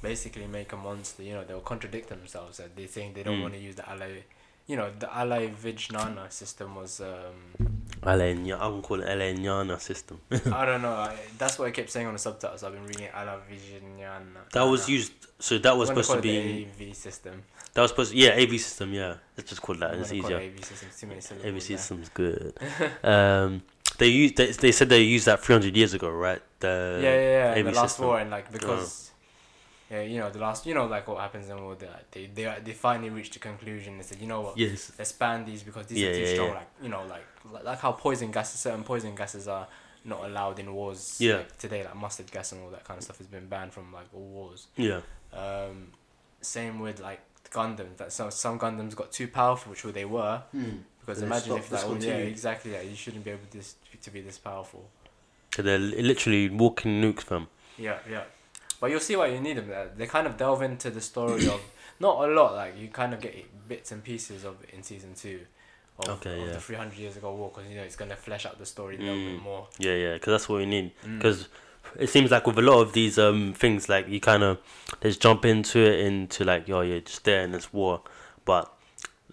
[SPEAKER 2] basically make a monster. You know, they'll contradict themselves. That they think they don't
[SPEAKER 1] Mm.
[SPEAKER 2] want to use the ally. You know, the ally Vijnana system was. Um,
[SPEAKER 1] Alenya, Uncle Elenyana system.
[SPEAKER 2] I don't know. I, that's what I kept saying on the subtitles. I've been reading ally Vijnana.
[SPEAKER 1] That was used. So that was
[SPEAKER 2] I'm gonna
[SPEAKER 1] supposed to
[SPEAKER 2] call it
[SPEAKER 1] be.
[SPEAKER 2] the AV system.
[SPEAKER 1] That was supposed. yeah, AV system. Yeah, let's just call it that.
[SPEAKER 2] I'm
[SPEAKER 1] It's
[SPEAKER 2] gonna call it
[SPEAKER 1] easier.
[SPEAKER 2] AV system. Too many syllables
[SPEAKER 1] AV
[SPEAKER 2] there.
[SPEAKER 1] system's good. um, they used. They, they said they used that 300 years ago, right? The
[SPEAKER 2] yeah, yeah, yeah.
[SPEAKER 1] AV
[SPEAKER 2] the last
[SPEAKER 1] uh, system. Uh-huh.
[SPEAKER 2] war and like because yeah, you know the last you know like what happens in war they they they, they finally reached the conclusion they said you know what
[SPEAKER 1] Yes.
[SPEAKER 2] let's ban these because these
[SPEAKER 1] Yeah,
[SPEAKER 2] are too
[SPEAKER 1] yeah,
[SPEAKER 2] strong
[SPEAKER 1] yeah.
[SPEAKER 2] like you know like li- like how poison gases certain poison gases are not allowed in wars
[SPEAKER 1] Yeah.
[SPEAKER 2] like today like mustard gas and all that kind of stuff has been banned from like all wars
[SPEAKER 1] Yeah.
[SPEAKER 2] um same with like Gundams that some some Gundams got too powerful which they were because
[SPEAKER 1] Hmm. They
[SPEAKER 2] imagine
[SPEAKER 1] stopped
[SPEAKER 2] if
[SPEAKER 1] this
[SPEAKER 2] that was yeah
[SPEAKER 1] continuing.
[SPEAKER 2] exactly that you shouldn't be able to this, to be this powerful
[SPEAKER 1] So they're li- literally walking nukes, fam.
[SPEAKER 2] Yeah, yeah. But you'll see why you need them. uh, They kind of delve into the story of not a lot. Like you kind of get bits and pieces of it in season two, of,
[SPEAKER 1] Okay,
[SPEAKER 2] of
[SPEAKER 1] yeah.
[SPEAKER 2] the three hundred years ago war, because you know it's gonna flesh out the story a little
[SPEAKER 1] Mm.
[SPEAKER 2] bit more.
[SPEAKER 1] Yeah, yeah, because that's what we need.
[SPEAKER 2] Mm.
[SPEAKER 1] Because it seems like with a lot of these um things, like you kind of just jump into it into like, oh, you're just there and it's war, but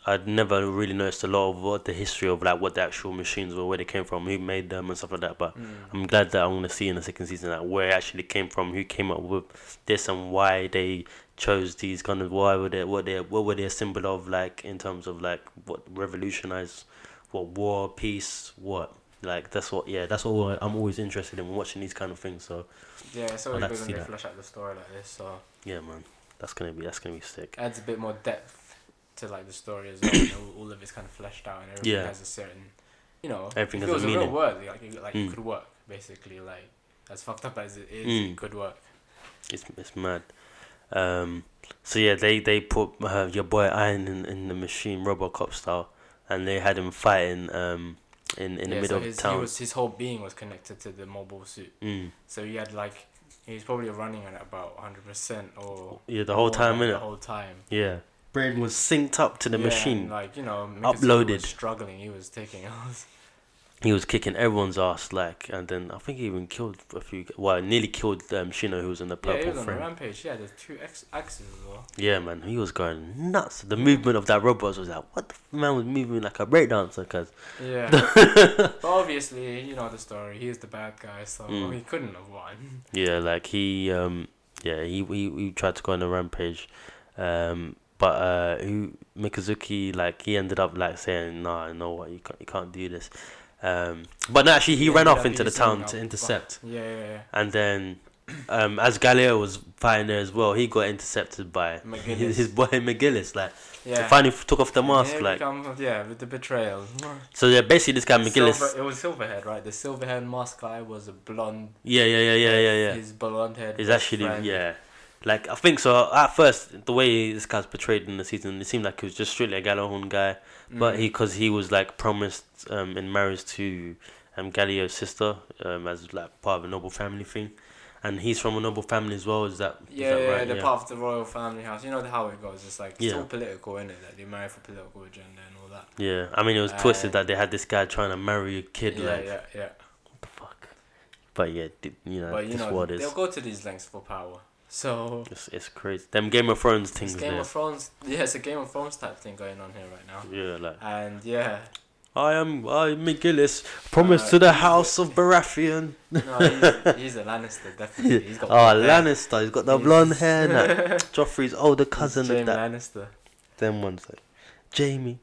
[SPEAKER 1] I'd never really noticed a lot of what the history of like what the actual machines were, where they came from, who made them, and stuff like that. But
[SPEAKER 2] Mm.
[SPEAKER 1] I'm glad that I'm gonna see in the second season like where it actually came from, who came up with this, and why they chose these kind of why were they what they what were they a symbol of like in terms of like what revolutionized what war peace what like that's what yeah that's what I'm always interested in watching these kind of things. So
[SPEAKER 2] Yeah, it's
[SPEAKER 1] I'd
[SPEAKER 2] always
[SPEAKER 1] like
[SPEAKER 2] good
[SPEAKER 1] to
[SPEAKER 2] when
[SPEAKER 1] see
[SPEAKER 2] they
[SPEAKER 1] that.
[SPEAKER 2] flesh out the story like this. So
[SPEAKER 1] yeah, man, that's gonna be that's gonna be sick.
[SPEAKER 2] adds a bit more depth to like the story as well. and all- all of it's kind of fleshed out, and everything
[SPEAKER 1] Yeah.
[SPEAKER 2] has a certain, you know,
[SPEAKER 1] Everything has
[SPEAKER 2] if it
[SPEAKER 1] a
[SPEAKER 2] was a, real
[SPEAKER 1] meaning.
[SPEAKER 2] word, like it- like
[SPEAKER 1] Mm.
[SPEAKER 2] it could work basically. Like as fucked up as it is,
[SPEAKER 1] Mm.
[SPEAKER 2] it could work.
[SPEAKER 1] It's it's mad. Um, so yeah, they they put uh, your boy Iron in, in the machine, RoboCop style, and they had him fighting um in in the
[SPEAKER 2] Yeah,
[SPEAKER 1] middle
[SPEAKER 2] so
[SPEAKER 1] of
[SPEAKER 2] his,
[SPEAKER 1] town.
[SPEAKER 2] He was, his whole being was connected to the mobile suit.
[SPEAKER 1] mm.
[SPEAKER 2] So he had like he was probably running at about hundred percent or
[SPEAKER 1] Yeah, the whole
[SPEAKER 2] or,
[SPEAKER 1] time,
[SPEAKER 2] like, the
[SPEAKER 1] innit?
[SPEAKER 2] whole time.
[SPEAKER 1] Yeah. Brain was synced up to the
[SPEAKER 2] Yeah, and,
[SPEAKER 1] machine.
[SPEAKER 2] like you know, Mikazuki
[SPEAKER 1] Uploaded.
[SPEAKER 2] was struggling. He was taking us.
[SPEAKER 1] He was kicking everyone's ass, like, and then I think he even killed a few. Well, nearly killed um, Shino, who was in the
[SPEAKER 2] Yeah, he
[SPEAKER 1] purple
[SPEAKER 2] was on a
[SPEAKER 1] frame.
[SPEAKER 2] rampage. Yeah, there's two ex- axes as well.
[SPEAKER 1] Yeah, man, he was going nuts. The movement of that robot was like, what the f- man was moving like a breakdancer, cause
[SPEAKER 2] Yeah, but obviously you know the story. He is the bad guy, so
[SPEAKER 1] Mm.
[SPEAKER 2] he couldn't have won.
[SPEAKER 1] yeah, like he um, yeah, he he, he tried to go on a rampage, um, but uh, who Mikazuki like he ended up like saying, nah, you know what, you can't you can't do this, um, but no, actually he ran
[SPEAKER 2] ended
[SPEAKER 1] off
[SPEAKER 2] up
[SPEAKER 1] into the
[SPEAKER 2] using
[SPEAKER 1] town
[SPEAKER 2] a
[SPEAKER 1] to
[SPEAKER 2] bu-
[SPEAKER 1] intercept.
[SPEAKER 2] Yeah, yeah, yeah.
[SPEAKER 1] And then, um, as Galileo was fighting there as well, he got intercepted by
[SPEAKER 2] McGillis.
[SPEAKER 1] his, his boy McGillis. Like,
[SPEAKER 2] yeah.
[SPEAKER 1] they finally f- took off the mask.
[SPEAKER 2] Here we
[SPEAKER 1] like,
[SPEAKER 2] come, yeah, with the betrayal.
[SPEAKER 1] so yeah, basically this guy McGillis.
[SPEAKER 2] Silver, it was Silverhead, right? The Silverhead mask guy was a blonde
[SPEAKER 1] Yeah, yeah, yeah, yeah, yeah, yeah.
[SPEAKER 2] His blonde head.
[SPEAKER 1] Is
[SPEAKER 2] was
[SPEAKER 1] actually
[SPEAKER 2] friend.
[SPEAKER 1] yeah. Like I think so. At first, the way this guy's portrayed in the season, it seemed like he was just strictly a Galahorn guy. But
[SPEAKER 2] Mm.
[SPEAKER 1] he, because he was like promised um, in marriage to um, Galileo's sister um, as like part of a noble family thing, and he's from a noble family as well. Is that is
[SPEAKER 2] Yeah,
[SPEAKER 1] that
[SPEAKER 2] yeah,
[SPEAKER 1] right?
[SPEAKER 2] the part of the royal family house. You know how it goes. It's like it's
[SPEAKER 1] Yeah.
[SPEAKER 2] all political, isn't it? That they marry for political agenda and all that.
[SPEAKER 1] Yeah, I mean it was twisted
[SPEAKER 2] Uh,
[SPEAKER 1] that they had this guy trying to marry a kid.
[SPEAKER 2] yeah,
[SPEAKER 1] like
[SPEAKER 2] yeah, yeah.
[SPEAKER 1] what the fuck? But yeah, di- you know
[SPEAKER 2] but you
[SPEAKER 1] this
[SPEAKER 2] know,
[SPEAKER 1] world
[SPEAKER 2] they'll
[SPEAKER 1] is
[SPEAKER 2] go to these lengths for power. So
[SPEAKER 1] it's, it's crazy. Them Game of Thrones
[SPEAKER 2] it's
[SPEAKER 1] things
[SPEAKER 2] Game
[SPEAKER 1] there.
[SPEAKER 2] of Thrones. Yeah, it's a Game of Thrones type thing going on here right now.
[SPEAKER 1] yeah, like
[SPEAKER 2] And yeah,
[SPEAKER 1] I am I McGillis, promised
[SPEAKER 2] Uh,
[SPEAKER 1] to the
[SPEAKER 2] he's-
[SPEAKER 1] House of Baratheon.
[SPEAKER 2] no, he's, he's a Lannister definitely. He's
[SPEAKER 1] oh,
[SPEAKER 2] got blonde hair.
[SPEAKER 1] Lannister, he's got the blonde hair. Now. Joffrey's older cousin
[SPEAKER 2] Jaime
[SPEAKER 1] of that.
[SPEAKER 2] Lannister.
[SPEAKER 1] Them ones like Jamie.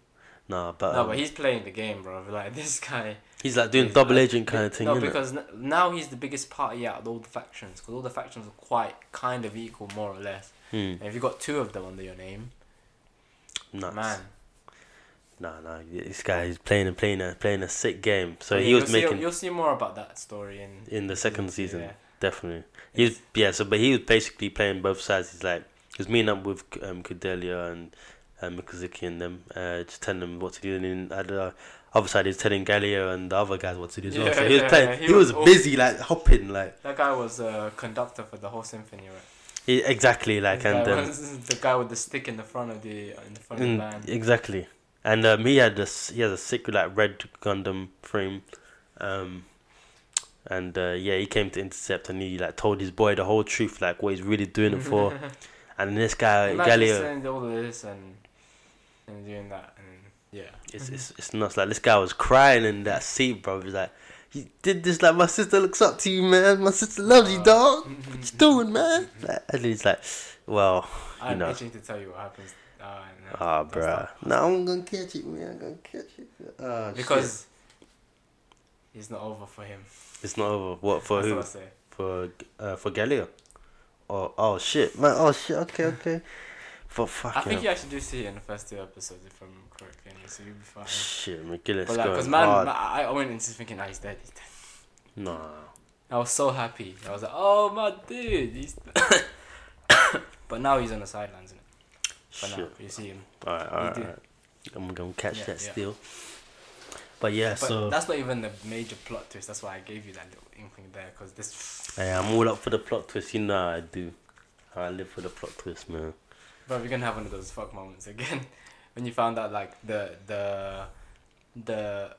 [SPEAKER 1] Nah, but
[SPEAKER 2] No,
[SPEAKER 1] um,
[SPEAKER 2] but he's playing the game, bro. Like this guy,
[SPEAKER 1] He's like doing
[SPEAKER 2] He's
[SPEAKER 1] double
[SPEAKER 2] like-
[SPEAKER 1] agent kind of thing,
[SPEAKER 2] No,
[SPEAKER 1] innit?
[SPEAKER 2] because n- now he's the biggest party out of all the factions, because all the factions are quite kind of equal, more or less.
[SPEAKER 1] Hmm,
[SPEAKER 2] And if you got two of them under your name,
[SPEAKER 1] nuts.
[SPEAKER 2] man.
[SPEAKER 1] Nah, nah. This guy is playing and playing a playing a sick game. So
[SPEAKER 2] Yeah,
[SPEAKER 1] he was
[SPEAKER 2] you'll
[SPEAKER 1] making
[SPEAKER 2] See, you'll see more about that story in
[SPEAKER 1] in the second season,
[SPEAKER 2] Yeah.
[SPEAKER 1] definitely. He was,
[SPEAKER 2] It's-
[SPEAKER 1] yeah. So, but he was basically playing both sides. He's like, he was meeting up with um, Kudelia and um, Mikazuki and them, uh, just telling them what to do. And then at the other side, he was telling Galileo and the other guys what to do as well.
[SPEAKER 2] Yeah,
[SPEAKER 1] So he was
[SPEAKER 2] yeah,
[SPEAKER 1] playing.
[SPEAKER 2] yeah.
[SPEAKER 1] He,
[SPEAKER 2] He
[SPEAKER 1] was,
[SPEAKER 2] was all-
[SPEAKER 1] busy, like hopping, like
[SPEAKER 2] That guy was a conductor for the whole symphony, right?
[SPEAKER 1] he, exactly, like
[SPEAKER 2] That
[SPEAKER 1] and
[SPEAKER 2] guy
[SPEAKER 1] um,
[SPEAKER 2] was the guy with the stick in the front of the in the front of the
[SPEAKER 1] mm,
[SPEAKER 2] band.
[SPEAKER 1] exactly. And um, he had this. He has a sick like red Gundam frame. Um, and uh, yeah, he came to intercept, and he like told his boy the whole truth, like what he's really doing it for. uh, And this guy,
[SPEAKER 2] Imagine
[SPEAKER 1] Galileo,
[SPEAKER 2] saying all of this and and doing that and yeah.
[SPEAKER 1] It's it's it's nuts. Like this guy was crying in that seat, bro. He's like, "You did this. Like my sister looks up to you, man. My sister loves
[SPEAKER 2] Uh,
[SPEAKER 1] you, dog.
[SPEAKER 2] mm-hmm.
[SPEAKER 1] What you doing, man?" Like, and he's like, "Well,
[SPEAKER 2] I'm
[SPEAKER 1] know.
[SPEAKER 2] itching to tell you what happens. Oh, no,
[SPEAKER 1] ah,
[SPEAKER 2] that's
[SPEAKER 1] bruh.
[SPEAKER 2] not-
[SPEAKER 1] No, I'm gonna catch it, man. I'm gonna catch it. Ah, shit.
[SPEAKER 2] Because it's not over for him.
[SPEAKER 1] it's not over. What for
[SPEAKER 2] That's
[SPEAKER 1] who?
[SPEAKER 2] what I say.
[SPEAKER 1] For uh, for Galileo? Oh oh shit, man. Oh shit. Okay okay. For
[SPEAKER 2] I
[SPEAKER 1] fucking
[SPEAKER 2] think you actually do see it in the first two episodes, if I'm correct, anyway, so you'll be fine.
[SPEAKER 1] shit, McGillis
[SPEAKER 2] But like,
[SPEAKER 1] going
[SPEAKER 2] cause man,
[SPEAKER 1] hard.
[SPEAKER 2] man, I I went into thinking, ah, he's dead, he's dead.
[SPEAKER 1] Nah.
[SPEAKER 2] I was so happy. I was like, oh my dude, he's. but now he's on the sidelines, isn't it? But now
[SPEAKER 1] Shit.
[SPEAKER 2] you see him.
[SPEAKER 1] Alright, alright,
[SPEAKER 2] did.
[SPEAKER 1] alright. I'm gonna catch
[SPEAKER 2] Yeah,
[SPEAKER 1] that
[SPEAKER 2] yeah.
[SPEAKER 1] still. But yeah,
[SPEAKER 2] But
[SPEAKER 1] so
[SPEAKER 2] that's not even the major plot twist. That's why I gave you that little inkling there, cause this.
[SPEAKER 1] hey, I'm all up for the plot twist. You know how I do. I live for the plot twist, man.
[SPEAKER 2] Bro, we're gonna have one of those fuck moments again. when you found out like the the the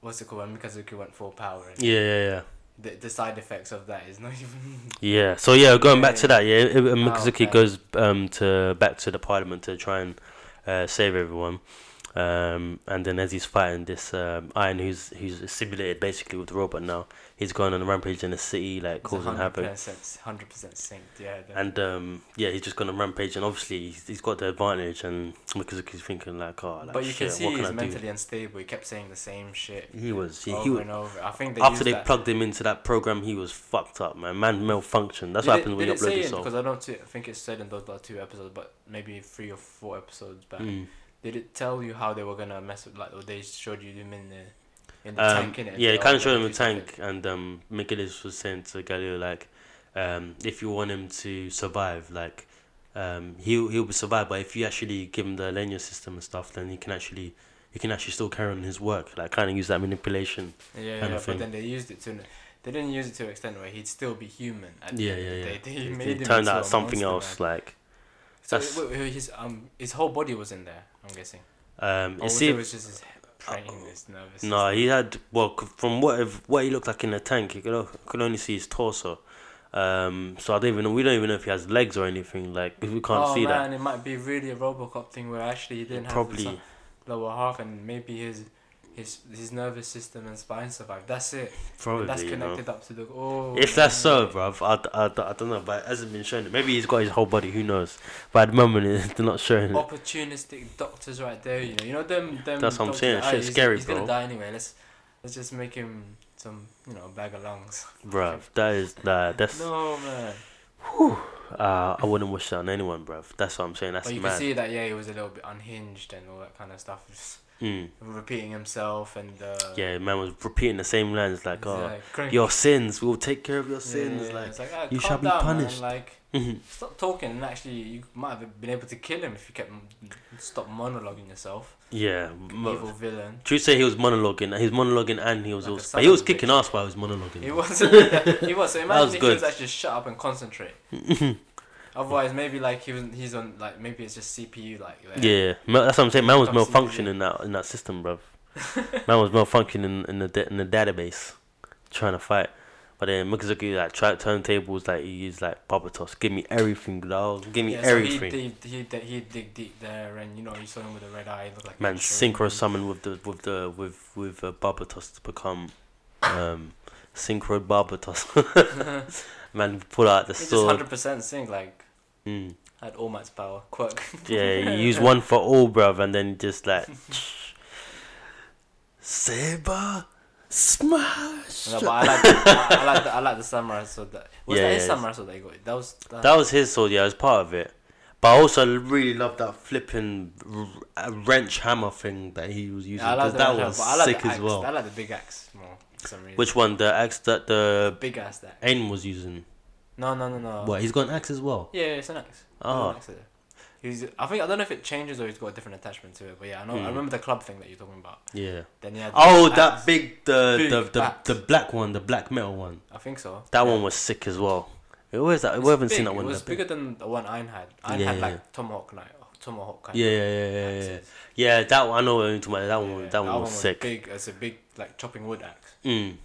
[SPEAKER 2] what's it called when Mikazuki went full power and
[SPEAKER 1] Yeah, yeah, yeah.
[SPEAKER 2] the, the side effects of that is not even
[SPEAKER 1] Yeah. So yeah, going back
[SPEAKER 2] Yeah,
[SPEAKER 1] to that, yeah, it- it-
[SPEAKER 2] Oh, okay.
[SPEAKER 1] Mikazuki goes um to back to the parliament to try and uh, save everyone. Um, and then as he's fighting this um, Iron, who's who's simulated basically with the robot now, he's going on a rampage in the city, like causing havoc.
[SPEAKER 2] Hundred percent synced, yeah. the-
[SPEAKER 1] And um, yeah, he's just gone on rampage, and obviously he's, he's got the advantage, and Mikazuki's thinking like, "Oh, like,
[SPEAKER 2] but you
[SPEAKER 1] shit,
[SPEAKER 2] can see
[SPEAKER 1] what
[SPEAKER 2] he's
[SPEAKER 1] can I
[SPEAKER 2] mentally unstable. He kept saying the same shit.
[SPEAKER 1] do?" He was, he,
[SPEAKER 2] over
[SPEAKER 1] he was.
[SPEAKER 2] and over. I think they
[SPEAKER 1] After
[SPEAKER 2] used
[SPEAKER 1] they
[SPEAKER 2] that.
[SPEAKER 1] plugged him into that program, he was fucked up, man. Man malfunctioned. That's what
[SPEAKER 2] Did it-
[SPEAKER 1] happens when
[SPEAKER 2] did
[SPEAKER 1] you
[SPEAKER 2] it say
[SPEAKER 1] upload
[SPEAKER 2] in-
[SPEAKER 1] yourself.
[SPEAKER 2] Because I don't t- think it's said in those last two episodes, but maybe three or four episodes back.
[SPEAKER 1] Mm.
[SPEAKER 2] Did it tell you how they were gonna mess with like? Or they showed you them in the in the
[SPEAKER 1] Um,
[SPEAKER 2] tank in it.
[SPEAKER 1] yeah, he kind of showed him a tank, and um, Michaelis was saying to Galileo like, um, if you want him to survive, like, um, he'll he'll survive. But if you actually give him the Lenya system and stuff, then he can actually he can actually still carry on his work. Like, kind of use that manipulation.
[SPEAKER 2] Yeah, yeah,
[SPEAKER 1] kind of thing.
[SPEAKER 2] but then they used it to. an- They didn't use it to an extent where he'd still be human. At
[SPEAKER 1] Yeah,
[SPEAKER 2] the
[SPEAKER 1] yeah,
[SPEAKER 2] end
[SPEAKER 1] yeah.
[SPEAKER 2] of the day. They,
[SPEAKER 1] It-
[SPEAKER 2] made
[SPEAKER 1] it
[SPEAKER 2] him
[SPEAKER 1] turned
[SPEAKER 2] into
[SPEAKER 1] out
[SPEAKER 2] a
[SPEAKER 1] something
[SPEAKER 2] monster,
[SPEAKER 1] else.
[SPEAKER 2] man.
[SPEAKER 1] Like,
[SPEAKER 2] So
[SPEAKER 1] that's-
[SPEAKER 2] wait, wait, his um his whole body was in there. I'm guessing.
[SPEAKER 1] um,
[SPEAKER 2] Or
[SPEAKER 1] it
[SPEAKER 2] Oh, was it
[SPEAKER 1] seemed
[SPEAKER 2] was just his brain,
[SPEAKER 1] uh,
[SPEAKER 2] his nervous.
[SPEAKER 1] no,
[SPEAKER 2] system?
[SPEAKER 1] he had well c- from what if, what he looked like in the tank, you could o- could only see his torso. Um, so I don't even know. We don't even know if he has legs or anything. Like, 'cause we can't
[SPEAKER 2] oh,
[SPEAKER 1] see
[SPEAKER 2] man, it might be really a RoboCop thing where actually he didn't
[SPEAKER 1] that.
[SPEAKER 2] have uh,
[SPEAKER 1] Probably.
[SPEAKER 2] the si- lower half and maybe his his his nervous system and spine survived. That's it.
[SPEAKER 1] Probably.
[SPEAKER 2] That's
[SPEAKER 1] you know.
[SPEAKER 2] connected up to the. Oh.
[SPEAKER 1] If that's so,
[SPEAKER 2] man.
[SPEAKER 1] bruv, I, I, I don't know, but it hasn't been shown. Maybe he's got his whole body, who knows? But at the moment, it- they're not showing
[SPEAKER 2] Oh.
[SPEAKER 1] it.
[SPEAKER 2] Opportunistic doctors, right there. You know, you know them. them
[SPEAKER 1] That's what I'm
[SPEAKER 2] doctors
[SPEAKER 1] saying,
[SPEAKER 2] that,
[SPEAKER 1] shit's
[SPEAKER 2] "Ah, he's-
[SPEAKER 1] scary,
[SPEAKER 2] he's
[SPEAKER 1] bro."
[SPEAKER 2] gonna die anyway. Let's let's just make him some, you know, bag of lungs.
[SPEAKER 1] Bruv, that is, nah, that's,
[SPEAKER 2] No man.
[SPEAKER 1] uh, I wouldn't wish that on anyone, bruv. That's what I'm saying, that's
[SPEAKER 2] but you can
[SPEAKER 1] mad.
[SPEAKER 2] see that yeah, he was a little bit unhinged and all that kind of stuff, just
[SPEAKER 1] Mm.
[SPEAKER 2] repeating himself and. Uh,
[SPEAKER 1] Yeah, man was repeating the same lines, like,
[SPEAKER 2] he's
[SPEAKER 1] oh,
[SPEAKER 2] crank-
[SPEAKER 1] your sins, we'll take care of your
[SPEAKER 2] Yeah,
[SPEAKER 1] sins.
[SPEAKER 2] yeah,
[SPEAKER 1] like,
[SPEAKER 2] it's like "Ah,
[SPEAKER 1] you
[SPEAKER 2] calm
[SPEAKER 1] shall be
[SPEAKER 2] down, man,"
[SPEAKER 1] punished.
[SPEAKER 2] Like
[SPEAKER 1] mhm.
[SPEAKER 2] stop talking and actually you might have been able to kill him if you kept stop monologuing yourself
[SPEAKER 1] yeah. mo-
[SPEAKER 2] evil villain
[SPEAKER 1] True say he was monologuing, he was monologuing and he was
[SPEAKER 2] Like a
[SPEAKER 1] also,
[SPEAKER 2] son
[SPEAKER 1] but he
[SPEAKER 2] of
[SPEAKER 1] was
[SPEAKER 2] a
[SPEAKER 1] kicking
[SPEAKER 2] bitch.
[SPEAKER 1] ass while he was monologuing.
[SPEAKER 2] he was he was so imagine
[SPEAKER 1] was
[SPEAKER 2] if
[SPEAKER 1] good.
[SPEAKER 2] he was actually shut up and concentrate otherwise maybe like he was he's on like maybe it's just cpu like there.
[SPEAKER 1] Yeah, ma- that's what I'm saying. Man was
[SPEAKER 2] Comes to
[SPEAKER 1] malfunctioning
[SPEAKER 2] the
[SPEAKER 1] in that in that system, bruv. Man was malfunctioning in, in the da- in the database, trying to fight. But then Mikazuki like tried turntables, like he used like Barbatos. Give me everything, dog. Give me
[SPEAKER 2] Yeah, so he,
[SPEAKER 1] everything.
[SPEAKER 2] he, he, he, he dig deep there and you know you saw him with a red eye look like
[SPEAKER 1] Man,
[SPEAKER 2] a shrimp.
[SPEAKER 1] synchro summon with the with the with with uh, Barbatos to become, um, synchro Barbatos. Man, pull out the
[SPEAKER 2] he just
[SPEAKER 1] sword.
[SPEAKER 2] 100% sync like
[SPEAKER 1] Mm.
[SPEAKER 2] had all might's power quirk
[SPEAKER 1] Yeah, you use one for all, bruv, and then just like. Saber, Smash.
[SPEAKER 2] No, but I like, I, I like, the, I like the samurai sword. That was
[SPEAKER 1] Yeah,
[SPEAKER 2] that his
[SPEAKER 1] yeah,
[SPEAKER 2] samurai sword that he got? That was that,
[SPEAKER 1] That was his sword, yeah, it was part of it. But I also really love that flipping r- wrench hammer thing that he was using.
[SPEAKER 2] Yeah, I like
[SPEAKER 1] 'cause
[SPEAKER 2] the
[SPEAKER 1] that
[SPEAKER 2] Naruto,
[SPEAKER 1] was
[SPEAKER 2] but I like
[SPEAKER 1] sick
[SPEAKER 2] the
[SPEAKER 1] as
[SPEAKER 2] axe.
[SPEAKER 1] well.
[SPEAKER 2] I like the big axe more for some reason.
[SPEAKER 1] Which one? The axe that the
[SPEAKER 2] big axe that?
[SPEAKER 1] Aiden was using.
[SPEAKER 2] No, no, no, no.
[SPEAKER 1] What? He's got an axe as well.
[SPEAKER 2] Yeah, yeah, it's an axe.
[SPEAKER 1] Oh.
[SPEAKER 2] It's an axe. He's, I think I don't know if it changes or he's got a different attachment to it, but yeah, I know.
[SPEAKER 1] Hmm.
[SPEAKER 2] I remember the club thing that you're talking about.
[SPEAKER 1] Yeah.
[SPEAKER 2] Then yeah.
[SPEAKER 1] Oh,
[SPEAKER 2] the
[SPEAKER 1] that
[SPEAKER 2] axe.
[SPEAKER 1] big the
[SPEAKER 2] Big
[SPEAKER 1] the, the,
[SPEAKER 2] axe.
[SPEAKER 1] the black one, the black metal one.
[SPEAKER 2] I think so.
[SPEAKER 1] That
[SPEAKER 2] Yeah.
[SPEAKER 1] one was sick as well. Where's that?
[SPEAKER 2] It's
[SPEAKER 1] We haven't
[SPEAKER 2] big.
[SPEAKER 1] seen that one.
[SPEAKER 2] It was
[SPEAKER 1] that big.
[SPEAKER 2] bigger than the one Iron had. Iron
[SPEAKER 1] Yeah,
[SPEAKER 2] had
[SPEAKER 1] yeah,
[SPEAKER 2] like
[SPEAKER 1] yeah.
[SPEAKER 2] tomahawk knife, tomahawk kind
[SPEAKER 1] Yeah,
[SPEAKER 2] of
[SPEAKER 1] yeah, yeah, yeah, yeah, yeah.
[SPEAKER 2] axes.
[SPEAKER 1] Yeah, that one. I know what you're talking about. That one.
[SPEAKER 2] Yeah,
[SPEAKER 1] That, one was sick.
[SPEAKER 2] Big, it's a big like chopping wood axe.
[SPEAKER 1] Mm.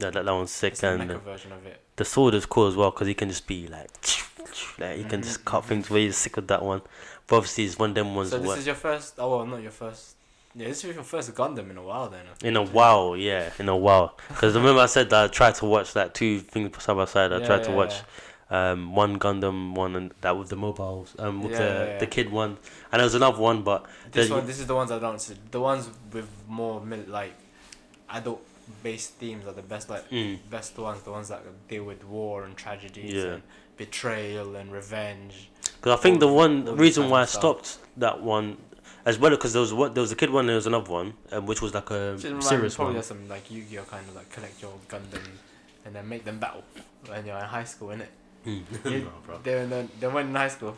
[SPEAKER 1] Yeah, that that one's sick
[SPEAKER 2] It's the
[SPEAKER 1] and.
[SPEAKER 2] mecha version of it.
[SPEAKER 1] The sword is cool as well because he can just be like, like he can just cut things where you're sick of that one. But obviously, it's one of them ones
[SPEAKER 2] So this
[SPEAKER 1] where,
[SPEAKER 2] is your first. Oh, well, not your first. Yeah, this is your first Gundam in a while then. I think.
[SPEAKER 1] in a while, yeah, in a while. Because remember, I said that I tried to watch like two things side by side. I
[SPEAKER 2] Yeah,
[SPEAKER 1] tried to
[SPEAKER 2] yeah,
[SPEAKER 1] watch um, one Gundam one and that with the mobiles, um, with
[SPEAKER 2] Yeah,
[SPEAKER 1] the,
[SPEAKER 2] yeah,
[SPEAKER 1] the
[SPEAKER 2] yeah.
[SPEAKER 1] kid one, and there was another one, but
[SPEAKER 2] This
[SPEAKER 1] the-
[SPEAKER 2] one, this is the ones I don't see. The ones with more mil- like adult based themes are the best like
[SPEAKER 1] mm,
[SPEAKER 2] best ones. The ones that deal with war and tragedies
[SPEAKER 1] Yeah.
[SPEAKER 2] and betrayal and revenge.
[SPEAKER 1] Because I think the
[SPEAKER 2] All-
[SPEAKER 1] one
[SPEAKER 2] all the
[SPEAKER 1] reason
[SPEAKER 2] time
[SPEAKER 1] why I
[SPEAKER 2] and stuff.
[SPEAKER 1] stopped that one, as well, because there was one, there was a kid one, and there was another one, um, which was like a
[SPEAKER 2] Which is
[SPEAKER 1] serious
[SPEAKER 2] probably
[SPEAKER 1] one.
[SPEAKER 2] has some like Yu-Gi-Oh kind of like collect your Gundam and then make them battle when you're in high school, innit?
[SPEAKER 1] Mm.
[SPEAKER 2] You- they, they, they went in high school.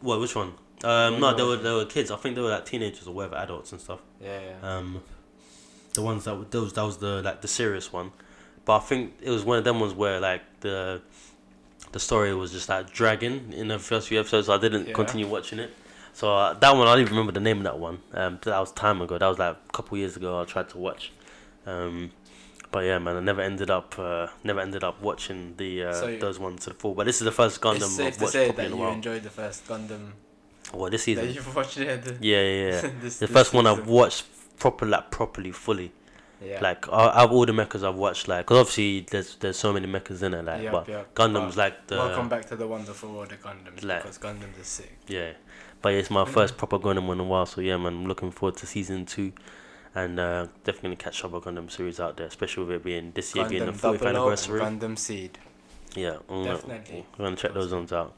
[SPEAKER 1] What? Which one? Um, no,
[SPEAKER 2] no,
[SPEAKER 1] they were
[SPEAKER 2] no.
[SPEAKER 1] they were kids. I think they were like teenagers or whatever, adults and stuff.
[SPEAKER 2] Yeah, yeah.
[SPEAKER 1] Um, the ones that were those that was the like the serious one, but I think it was one of them ones where like the the story was just like dragging in the first few episodes. So I didn't
[SPEAKER 2] Yeah.
[SPEAKER 1] continue watching it. So uh, that one I don't even remember the name of that one. Um, that was time ago. That was like a couple years ago. I tried to watch. Um, but yeah, man, I never ended up uh, never ended up watching the uh,
[SPEAKER 2] So you-
[SPEAKER 1] those ones to the full. But this is the first Gundam
[SPEAKER 2] it's safe
[SPEAKER 1] I've
[SPEAKER 2] to
[SPEAKER 1] watched
[SPEAKER 2] say
[SPEAKER 1] probably
[SPEAKER 2] that
[SPEAKER 1] in a
[SPEAKER 2] you
[SPEAKER 1] while.
[SPEAKER 2] enjoyed the first Gundam
[SPEAKER 1] well, this
[SPEAKER 2] that
[SPEAKER 1] season.
[SPEAKER 2] you've watched. Yeah, the,
[SPEAKER 1] Yeah, yeah, yeah.
[SPEAKER 2] this-
[SPEAKER 1] The
[SPEAKER 2] this
[SPEAKER 1] first one I've
[SPEAKER 2] season.
[SPEAKER 1] watched proper like properly fully.
[SPEAKER 2] Yeah.
[SPEAKER 1] Like I, out of all the mechas I've watched, like because obviously there's there's so many mechas in it, like
[SPEAKER 2] Yep,
[SPEAKER 1] but
[SPEAKER 2] yep.
[SPEAKER 1] Gundam's like the
[SPEAKER 2] Welcome back to the wonderful world of Gundams
[SPEAKER 1] Like-
[SPEAKER 2] because Gundams is sick.
[SPEAKER 1] yeah. But it's my first proper Gundam in a while, so yeah, man, I'm looking forward to season two, and uh, definitely gonna catch up on Gundam series out there, especially with it being this year being the
[SPEAKER 2] Gundam
[SPEAKER 1] 40th
[SPEAKER 2] Double O and
[SPEAKER 1] anniversary.
[SPEAKER 2] Gundam Seed.
[SPEAKER 1] yeah, I'm gonna-
[SPEAKER 2] Definitely.
[SPEAKER 1] We're gonna check those ones out.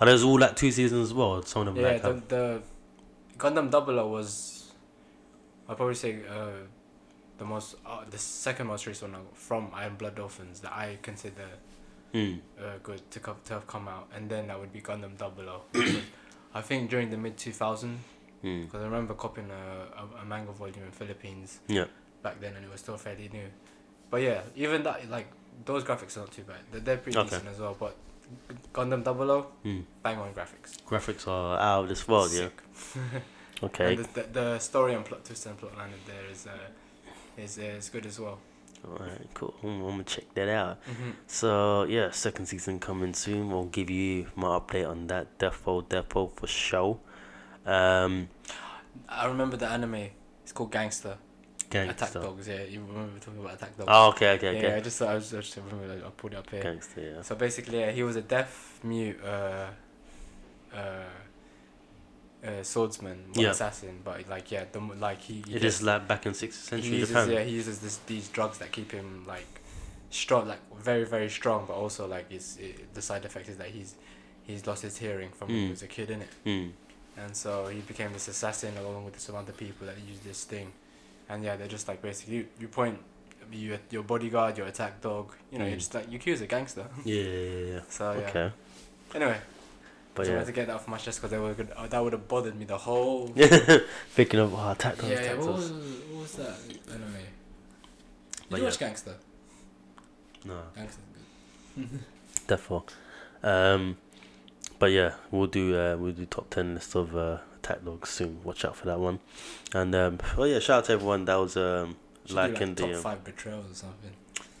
[SPEAKER 1] And there's all like two seasons as well. Some of them
[SPEAKER 2] Yeah,
[SPEAKER 1] like
[SPEAKER 2] the,
[SPEAKER 1] have,
[SPEAKER 2] the Gundam Double O was, I'd probably say, uh, the most, uh, the second most recent one from Iron Blood Dolphins that I consider
[SPEAKER 1] Hmm.
[SPEAKER 2] uh, good to, co- to have come out, and then that would be Gundam Double O. I think during the mid 2000s,
[SPEAKER 1] Hmm.
[SPEAKER 2] because I remember copying a, a, a manga volume in Philippines
[SPEAKER 1] yeah,
[SPEAKER 2] back then, and it was still fairly new. But yeah, even that like those graphics are not too bad. They're, they're pretty
[SPEAKER 1] Okay.
[SPEAKER 2] decent as well. But Gundam Double O,
[SPEAKER 1] Hmm.
[SPEAKER 2] bang on graphics.
[SPEAKER 1] graphics are out of this world. Yeah,
[SPEAKER 2] Sick.
[SPEAKER 1] okay.
[SPEAKER 2] And the, the, the story and plot twist and plot line in there is uh, is uh, is good as well.
[SPEAKER 1] Alright, cool. I'm, gonna check that out. So yeah, second season coming soon. We'll give you my update on that. Defo, Defo for show. Um,
[SPEAKER 2] I remember the anime. It's called Gangster. Attack
[SPEAKER 1] gangster.
[SPEAKER 2] Dogs. Yeah, you remember talking about Attack Dogs.
[SPEAKER 1] Oh, okay, okay,
[SPEAKER 2] Yeah, I
[SPEAKER 1] okay.
[SPEAKER 2] just thought I was I just remember like, I pulled it up here.
[SPEAKER 1] Gangster. Yeah.
[SPEAKER 2] So basically, yeah, he was a deaf mute uh, uh, uh, swordsman, well,
[SPEAKER 1] Yeah.
[SPEAKER 2] assassin, but like yeah, the, m- like he. he
[SPEAKER 1] It
[SPEAKER 2] gets-
[SPEAKER 1] is like back in sixth
[SPEAKER 2] he
[SPEAKER 1] century
[SPEAKER 2] uses
[SPEAKER 1] Japan.
[SPEAKER 2] yeah he uses this these drugs that keep him like strong like very very strong but also like it's it, the side effect is that he's he's lost his hearing from when
[SPEAKER 1] Mm.
[SPEAKER 2] he was a kid in it
[SPEAKER 1] Mm.
[SPEAKER 2] and so he became this assassin along with some other people that use this thing and yeah they're just like basically you, you point you your bodyguard your attack dog you know
[SPEAKER 1] Mm.
[SPEAKER 2] you're just like you accuse a gangster
[SPEAKER 1] Yeah, yeah, yeah, yeah.
[SPEAKER 2] so Oh, yeah
[SPEAKER 1] Okay,
[SPEAKER 2] anyway
[SPEAKER 1] but
[SPEAKER 2] so I
[SPEAKER 1] yeah.
[SPEAKER 2] had to get that off my chest because were good, oh, that would have bothered me the whole
[SPEAKER 1] Thinking of oh, attack on
[SPEAKER 2] yeah, yeah
[SPEAKER 1] attack
[SPEAKER 2] what,
[SPEAKER 1] on-
[SPEAKER 2] was, what was that anime did
[SPEAKER 1] But
[SPEAKER 2] you
[SPEAKER 1] yeah.
[SPEAKER 2] watch gangster
[SPEAKER 1] No,
[SPEAKER 2] gangster's good
[SPEAKER 1] Defo. Um, but yeah, we'll do uh, we'll do top ten list of uh, attack dogs soon. Watch out for that one. And um, oh yeah, shout out to everyone that was um,
[SPEAKER 2] Should do,
[SPEAKER 1] liking
[SPEAKER 2] top
[SPEAKER 1] the um,
[SPEAKER 2] five betrayals or something.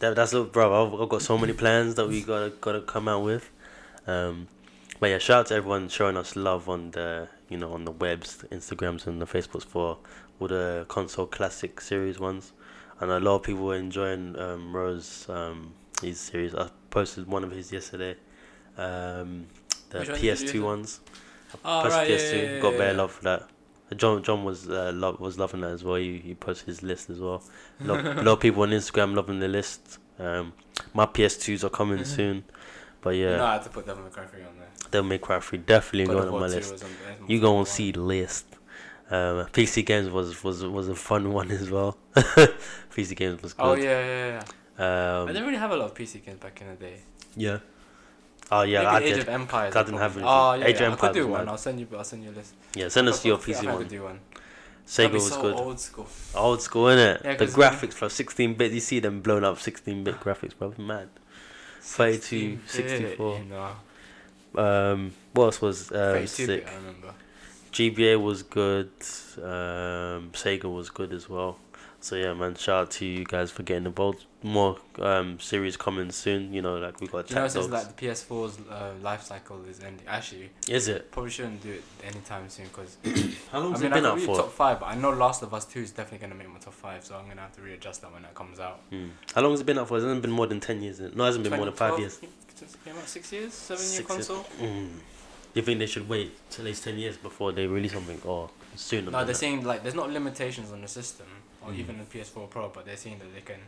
[SPEAKER 1] That, that's it, bro. I've, I've got so many plans that we gotta gotta come out with. Um, but yeah, shout out to everyone showing us love on the you know on the webs, the Instagrams, and the Facebooks for all the console classic series ones. And a lot of people were enjoying um, Rose um, his series. I posted one of his yesterday. Um, the
[SPEAKER 2] Which one did you
[SPEAKER 1] PS2
[SPEAKER 2] do?
[SPEAKER 1] ones.
[SPEAKER 2] Oh,
[SPEAKER 1] Plus
[SPEAKER 2] right, yeah,
[SPEAKER 1] PS2
[SPEAKER 2] yeah,
[SPEAKER 1] got
[SPEAKER 2] yeah,
[SPEAKER 1] bare
[SPEAKER 2] yeah.
[SPEAKER 1] love for that. John John was uh, lo- was loving that as well. He he posted his list as well. A lot, a lot of people on Instagram loving the list. Um, my PS2s are coming
[SPEAKER 2] Mm-hmm.
[SPEAKER 1] soon, but yeah,
[SPEAKER 2] No, I had to put Devil May Cry 3 on there.
[SPEAKER 1] they'll make cry free definitely
[SPEAKER 2] God
[SPEAKER 1] going
[SPEAKER 2] of
[SPEAKER 1] on
[SPEAKER 2] War
[SPEAKER 1] my
[SPEAKER 2] 2
[SPEAKER 1] list.
[SPEAKER 2] was on- that's my
[SPEAKER 1] You
[SPEAKER 2] favorite
[SPEAKER 1] go
[SPEAKER 2] one.
[SPEAKER 1] and see the list. Um, PC games was was was a fun one as well. PC games was good.
[SPEAKER 2] Oh, yeah, yeah, yeah.
[SPEAKER 1] Um,
[SPEAKER 2] I didn't really have a lot of PC games back in the day.
[SPEAKER 1] yeah. Oh yeah,
[SPEAKER 2] Maybe
[SPEAKER 1] I
[SPEAKER 2] Age
[SPEAKER 1] did.
[SPEAKER 2] of Empires.
[SPEAKER 1] I didn't have
[SPEAKER 2] probably.
[SPEAKER 1] anything.
[SPEAKER 2] Oh, yeah,
[SPEAKER 1] Age of
[SPEAKER 2] yeah. I
[SPEAKER 1] Empires
[SPEAKER 2] could do
[SPEAKER 1] was
[SPEAKER 2] one.
[SPEAKER 1] mad.
[SPEAKER 2] I'll send you. I'll send you a list.
[SPEAKER 1] Yeah, send us your
[SPEAKER 2] I think
[SPEAKER 1] PC
[SPEAKER 2] I
[SPEAKER 1] one.
[SPEAKER 2] could do one.
[SPEAKER 1] Sega
[SPEAKER 2] That'd be
[SPEAKER 1] was
[SPEAKER 2] so
[SPEAKER 1] good. Old,
[SPEAKER 2] Old school.
[SPEAKER 1] school, innit?
[SPEAKER 2] Yeah,
[SPEAKER 1] the
[SPEAKER 2] 'cause, um,
[SPEAKER 1] graphics, bro. 16 bit. You see them blown up 16 bit graphics, bro. Mad. 32, 64.
[SPEAKER 2] You know,
[SPEAKER 1] Um, what else was um,
[SPEAKER 2] 32
[SPEAKER 1] sick?
[SPEAKER 2] bit, I remember.
[SPEAKER 1] GBA was good. Um, Sega was good as well. So yeah, man. Shout out to you guys for getting involved. More um series coming soon. You know, like we got
[SPEAKER 2] You know,
[SPEAKER 1] Attack
[SPEAKER 2] since
[SPEAKER 1] Dogs.
[SPEAKER 2] like the PS4's uh, life cycle is ending, actually,
[SPEAKER 1] Is it?
[SPEAKER 2] probably shouldn't do it anytime soon because
[SPEAKER 1] How
[SPEAKER 2] I
[SPEAKER 1] long's
[SPEAKER 2] mean,
[SPEAKER 1] it been
[SPEAKER 2] I
[SPEAKER 1] out
[SPEAKER 2] could
[SPEAKER 1] for?
[SPEAKER 2] read top five, but I know Last of Us Two is definitely gonna make my top five, so I'm gonna have to readjust that when that comes out.
[SPEAKER 1] Hmm. How long has it been out for? It hasn't been more than 10 years. is it? No, it hasn't been more than five
[SPEAKER 2] 2012
[SPEAKER 1] years.
[SPEAKER 2] Since it came out, six years, seven year
[SPEAKER 1] Six years.
[SPEAKER 2] console.
[SPEAKER 1] Mm. You think they should wait till it's 10 years before they release something or sooner?
[SPEAKER 2] No,
[SPEAKER 1] than
[SPEAKER 2] they're
[SPEAKER 1] that?
[SPEAKER 2] saying like there's not limitations on the system or
[SPEAKER 1] Mm.
[SPEAKER 2] even the PS4 Pro, but they're saying that they can,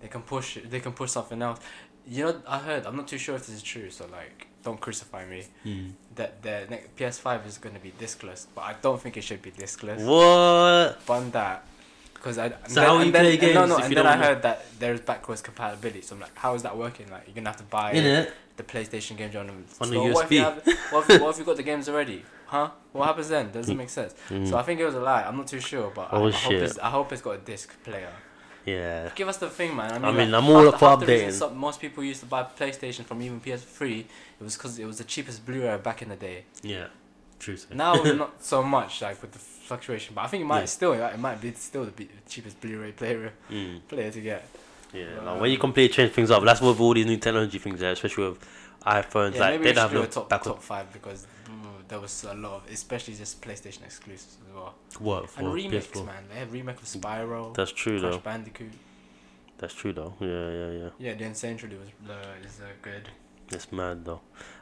[SPEAKER 2] they can push they can push something else. You know, I heard I'm not too sure if this is true, so like don't crucify me.
[SPEAKER 1] Hmm.
[SPEAKER 2] That the ne- PS5 is gonna be discless, but I don't think it should be discless.
[SPEAKER 1] What?
[SPEAKER 2] Fun that. Because I and
[SPEAKER 1] So how will you
[SPEAKER 2] and then,
[SPEAKER 1] play
[SPEAKER 2] and no,
[SPEAKER 1] games
[SPEAKER 2] no,
[SPEAKER 1] if
[SPEAKER 2] and
[SPEAKER 1] you
[SPEAKER 2] then
[SPEAKER 1] don't
[SPEAKER 2] I
[SPEAKER 1] know?
[SPEAKER 2] heard that there's backwards compatibility. So I'm like, how is that working? Like you're gonna have to buy
[SPEAKER 1] In it?
[SPEAKER 2] the PlayStation games on the
[SPEAKER 1] On a
[SPEAKER 2] store. What if, you have,
[SPEAKER 1] USB.
[SPEAKER 2] what, if, what if you got the games already? Huh? What happens then? Doesn't make sense.
[SPEAKER 1] Mm.
[SPEAKER 2] So I think it was a lie. I'm not too sure, but I-
[SPEAKER 1] Oh,
[SPEAKER 2] I, hope
[SPEAKER 1] shit.
[SPEAKER 2] it's, I hope it's got a disc player.
[SPEAKER 1] yeah.
[SPEAKER 2] Give us the thing, man. I mean,
[SPEAKER 1] I mean,
[SPEAKER 2] like,
[SPEAKER 1] I'm all
[SPEAKER 2] half
[SPEAKER 1] up
[SPEAKER 2] the-
[SPEAKER 1] for
[SPEAKER 2] half the reason
[SPEAKER 1] updating.
[SPEAKER 2] some- most people used to buy PlayStation from even PS3. It was because it was the cheapest Blu-ray back in the day.
[SPEAKER 1] Yeah. True. so.
[SPEAKER 2] Now not so much like with the fluctuation, but I think it might
[SPEAKER 1] Yeah.
[SPEAKER 2] still it might be still the be- cheapest Blu-ray player
[SPEAKER 1] Mm.
[SPEAKER 2] player to get.
[SPEAKER 1] Yeah.
[SPEAKER 2] Well,
[SPEAKER 1] like, when you completely change things up, that's with all these new technology things, like, especially with iPhones,
[SPEAKER 2] Yeah,
[SPEAKER 1] like
[SPEAKER 2] maybe
[SPEAKER 1] they
[SPEAKER 2] we
[SPEAKER 1] don't
[SPEAKER 2] should do a
[SPEAKER 1] have no
[SPEAKER 2] top
[SPEAKER 1] backward.
[SPEAKER 2] top five because mm, there was a lot of especially just PlayStation exclusives as well.
[SPEAKER 1] What for
[SPEAKER 2] And remakes,
[SPEAKER 1] PS4?
[SPEAKER 2] man. They had remake of Spyro,
[SPEAKER 1] That's true
[SPEAKER 2] Crash
[SPEAKER 1] though.
[SPEAKER 2] Bandicoot.
[SPEAKER 1] That's true though. Yeah, yeah, yeah.
[SPEAKER 2] Yeah, the Insane Trilogy was uh, is uh, good.
[SPEAKER 1] It's mad though.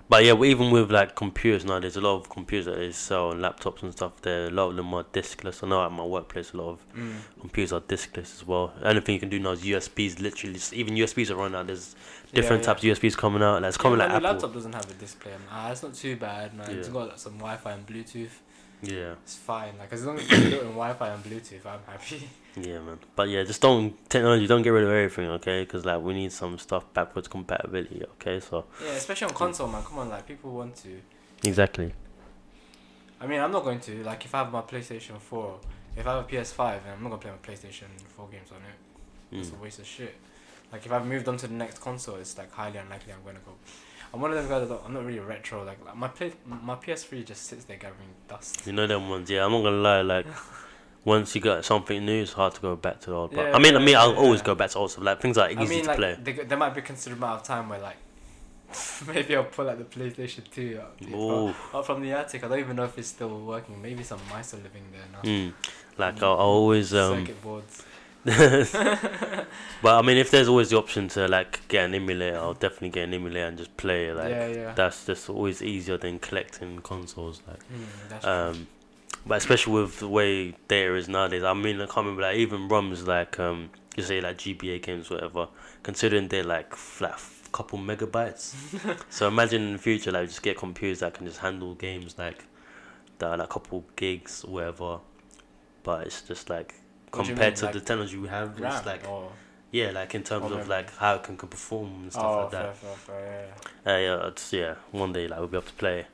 [SPEAKER 1] But yeah, well, even with like computers now, there's a lot of computers that they sell and laptops and stuff. There, a lot of them are diskless. I know at my workplace, a lot of
[SPEAKER 2] Mm.
[SPEAKER 1] computers are diskless as well. Anything you can do now is USBs. Literally, just- even USBs are running out. There's different types of USBs coming out. Like, it's coming
[SPEAKER 2] yeah,
[SPEAKER 1] like
[SPEAKER 2] my new
[SPEAKER 1] Apple.
[SPEAKER 2] laptop doesn't have a display. Man. Ah, it's not too bad, man. It's
[SPEAKER 1] Yeah.
[SPEAKER 2] got like, some Wi-Fi and Bluetooth.
[SPEAKER 1] Yeah,
[SPEAKER 2] It's fine. Like as long as it's built in Wi-Fi and Bluetooth, I'm happy.
[SPEAKER 1] yeah, man. But yeah, just don't technology. Don't get rid of everything, okay? Because like we need some stuff backwards compatibility, okay? So
[SPEAKER 2] yeah, especially on console, man. Come on, like people want to.
[SPEAKER 1] exactly.
[SPEAKER 2] I mean, I'm not going to. Like if I have my PlayStation Four, if I have a PS5, and I'm not gonna play my PlayStation Four games on it. It's
[SPEAKER 1] Mm.
[SPEAKER 2] a waste of shit. Like if I've moved on to the next console, it's like highly unlikely I'm gonna go. I'm one of them guys that I'm not really retro. Like, like my play, my PS3 just sits there gathering dust.
[SPEAKER 1] You know them ones, yeah. I'm not gonna lie, like. Once you got something new, it's hard to go back to the old. But
[SPEAKER 2] Yeah,
[SPEAKER 1] I mean, I mean, I'll
[SPEAKER 2] yeah,
[SPEAKER 1] always
[SPEAKER 2] yeah.
[SPEAKER 1] go back to old stuff. Like things like
[SPEAKER 2] I
[SPEAKER 1] easy
[SPEAKER 2] mean,
[SPEAKER 1] to
[SPEAKER 2] like
[SPEAKER 1] play.
[SPEAKER 2] They, there might be a considerable amount of time where like maybe I'll pull out the PlayStation 2 up,
[SPEAKER 1] Ooh.
[SPEAKER 2] up, up from the attic. I don't even know if it's still working. Maybe some mice are living there now.
[SPEAKER 1] Mm. Like I I always um,
[SPEAKER 2] Circuit boards.
[SPEAKER 1] But I mean, if there's always the option to like get an emulator, I'll definitely get an emulator and just play it. Like
[SPEAKER 2] yeah, yeah.
[SPEAKER 1] that's just always easier than collecting consoles. Like,
[SPEAKER 2] Mm, that's true.
[SPEAKER 1] um, but especially with the way data is nowadays, I mean, I can't remember like even ROMs like um, you say like GBA games, whatever. Considering they're like flat couple megabytes, so imagine in the future like just get computers that can just handle games like that are like couple gigs, whatever. But it's just like
[SPEAKER 2] What do you
[SPEAKER 1] compared
[SPEAKER 2] mean,
[SPEAKER 1] to
[SPEAKER 2] like
[SPEAKER 1] the technology we have,
[SPEAKER 2] RAM
[SPEAKER 1] it's like.
[SPEAKER 2] or-
[SPEAKER 1] Yeah, like in terms
[SPEAKER 2] Or
[SPEAKER 1] of
[SPEAKER 2] memory.
[SPEAKER 1] like how it can, can perform and stuff
[SPEAKER 2] oh,
[SPEAKER 1] like
[SPEAKER 2] fair,
[SPEAKER 1] that.
[SPEAKER 2] fair, fair, yeah.
[SPEAKER 1] Uh, yeah, it's, yeah. One day like we'll be able to play,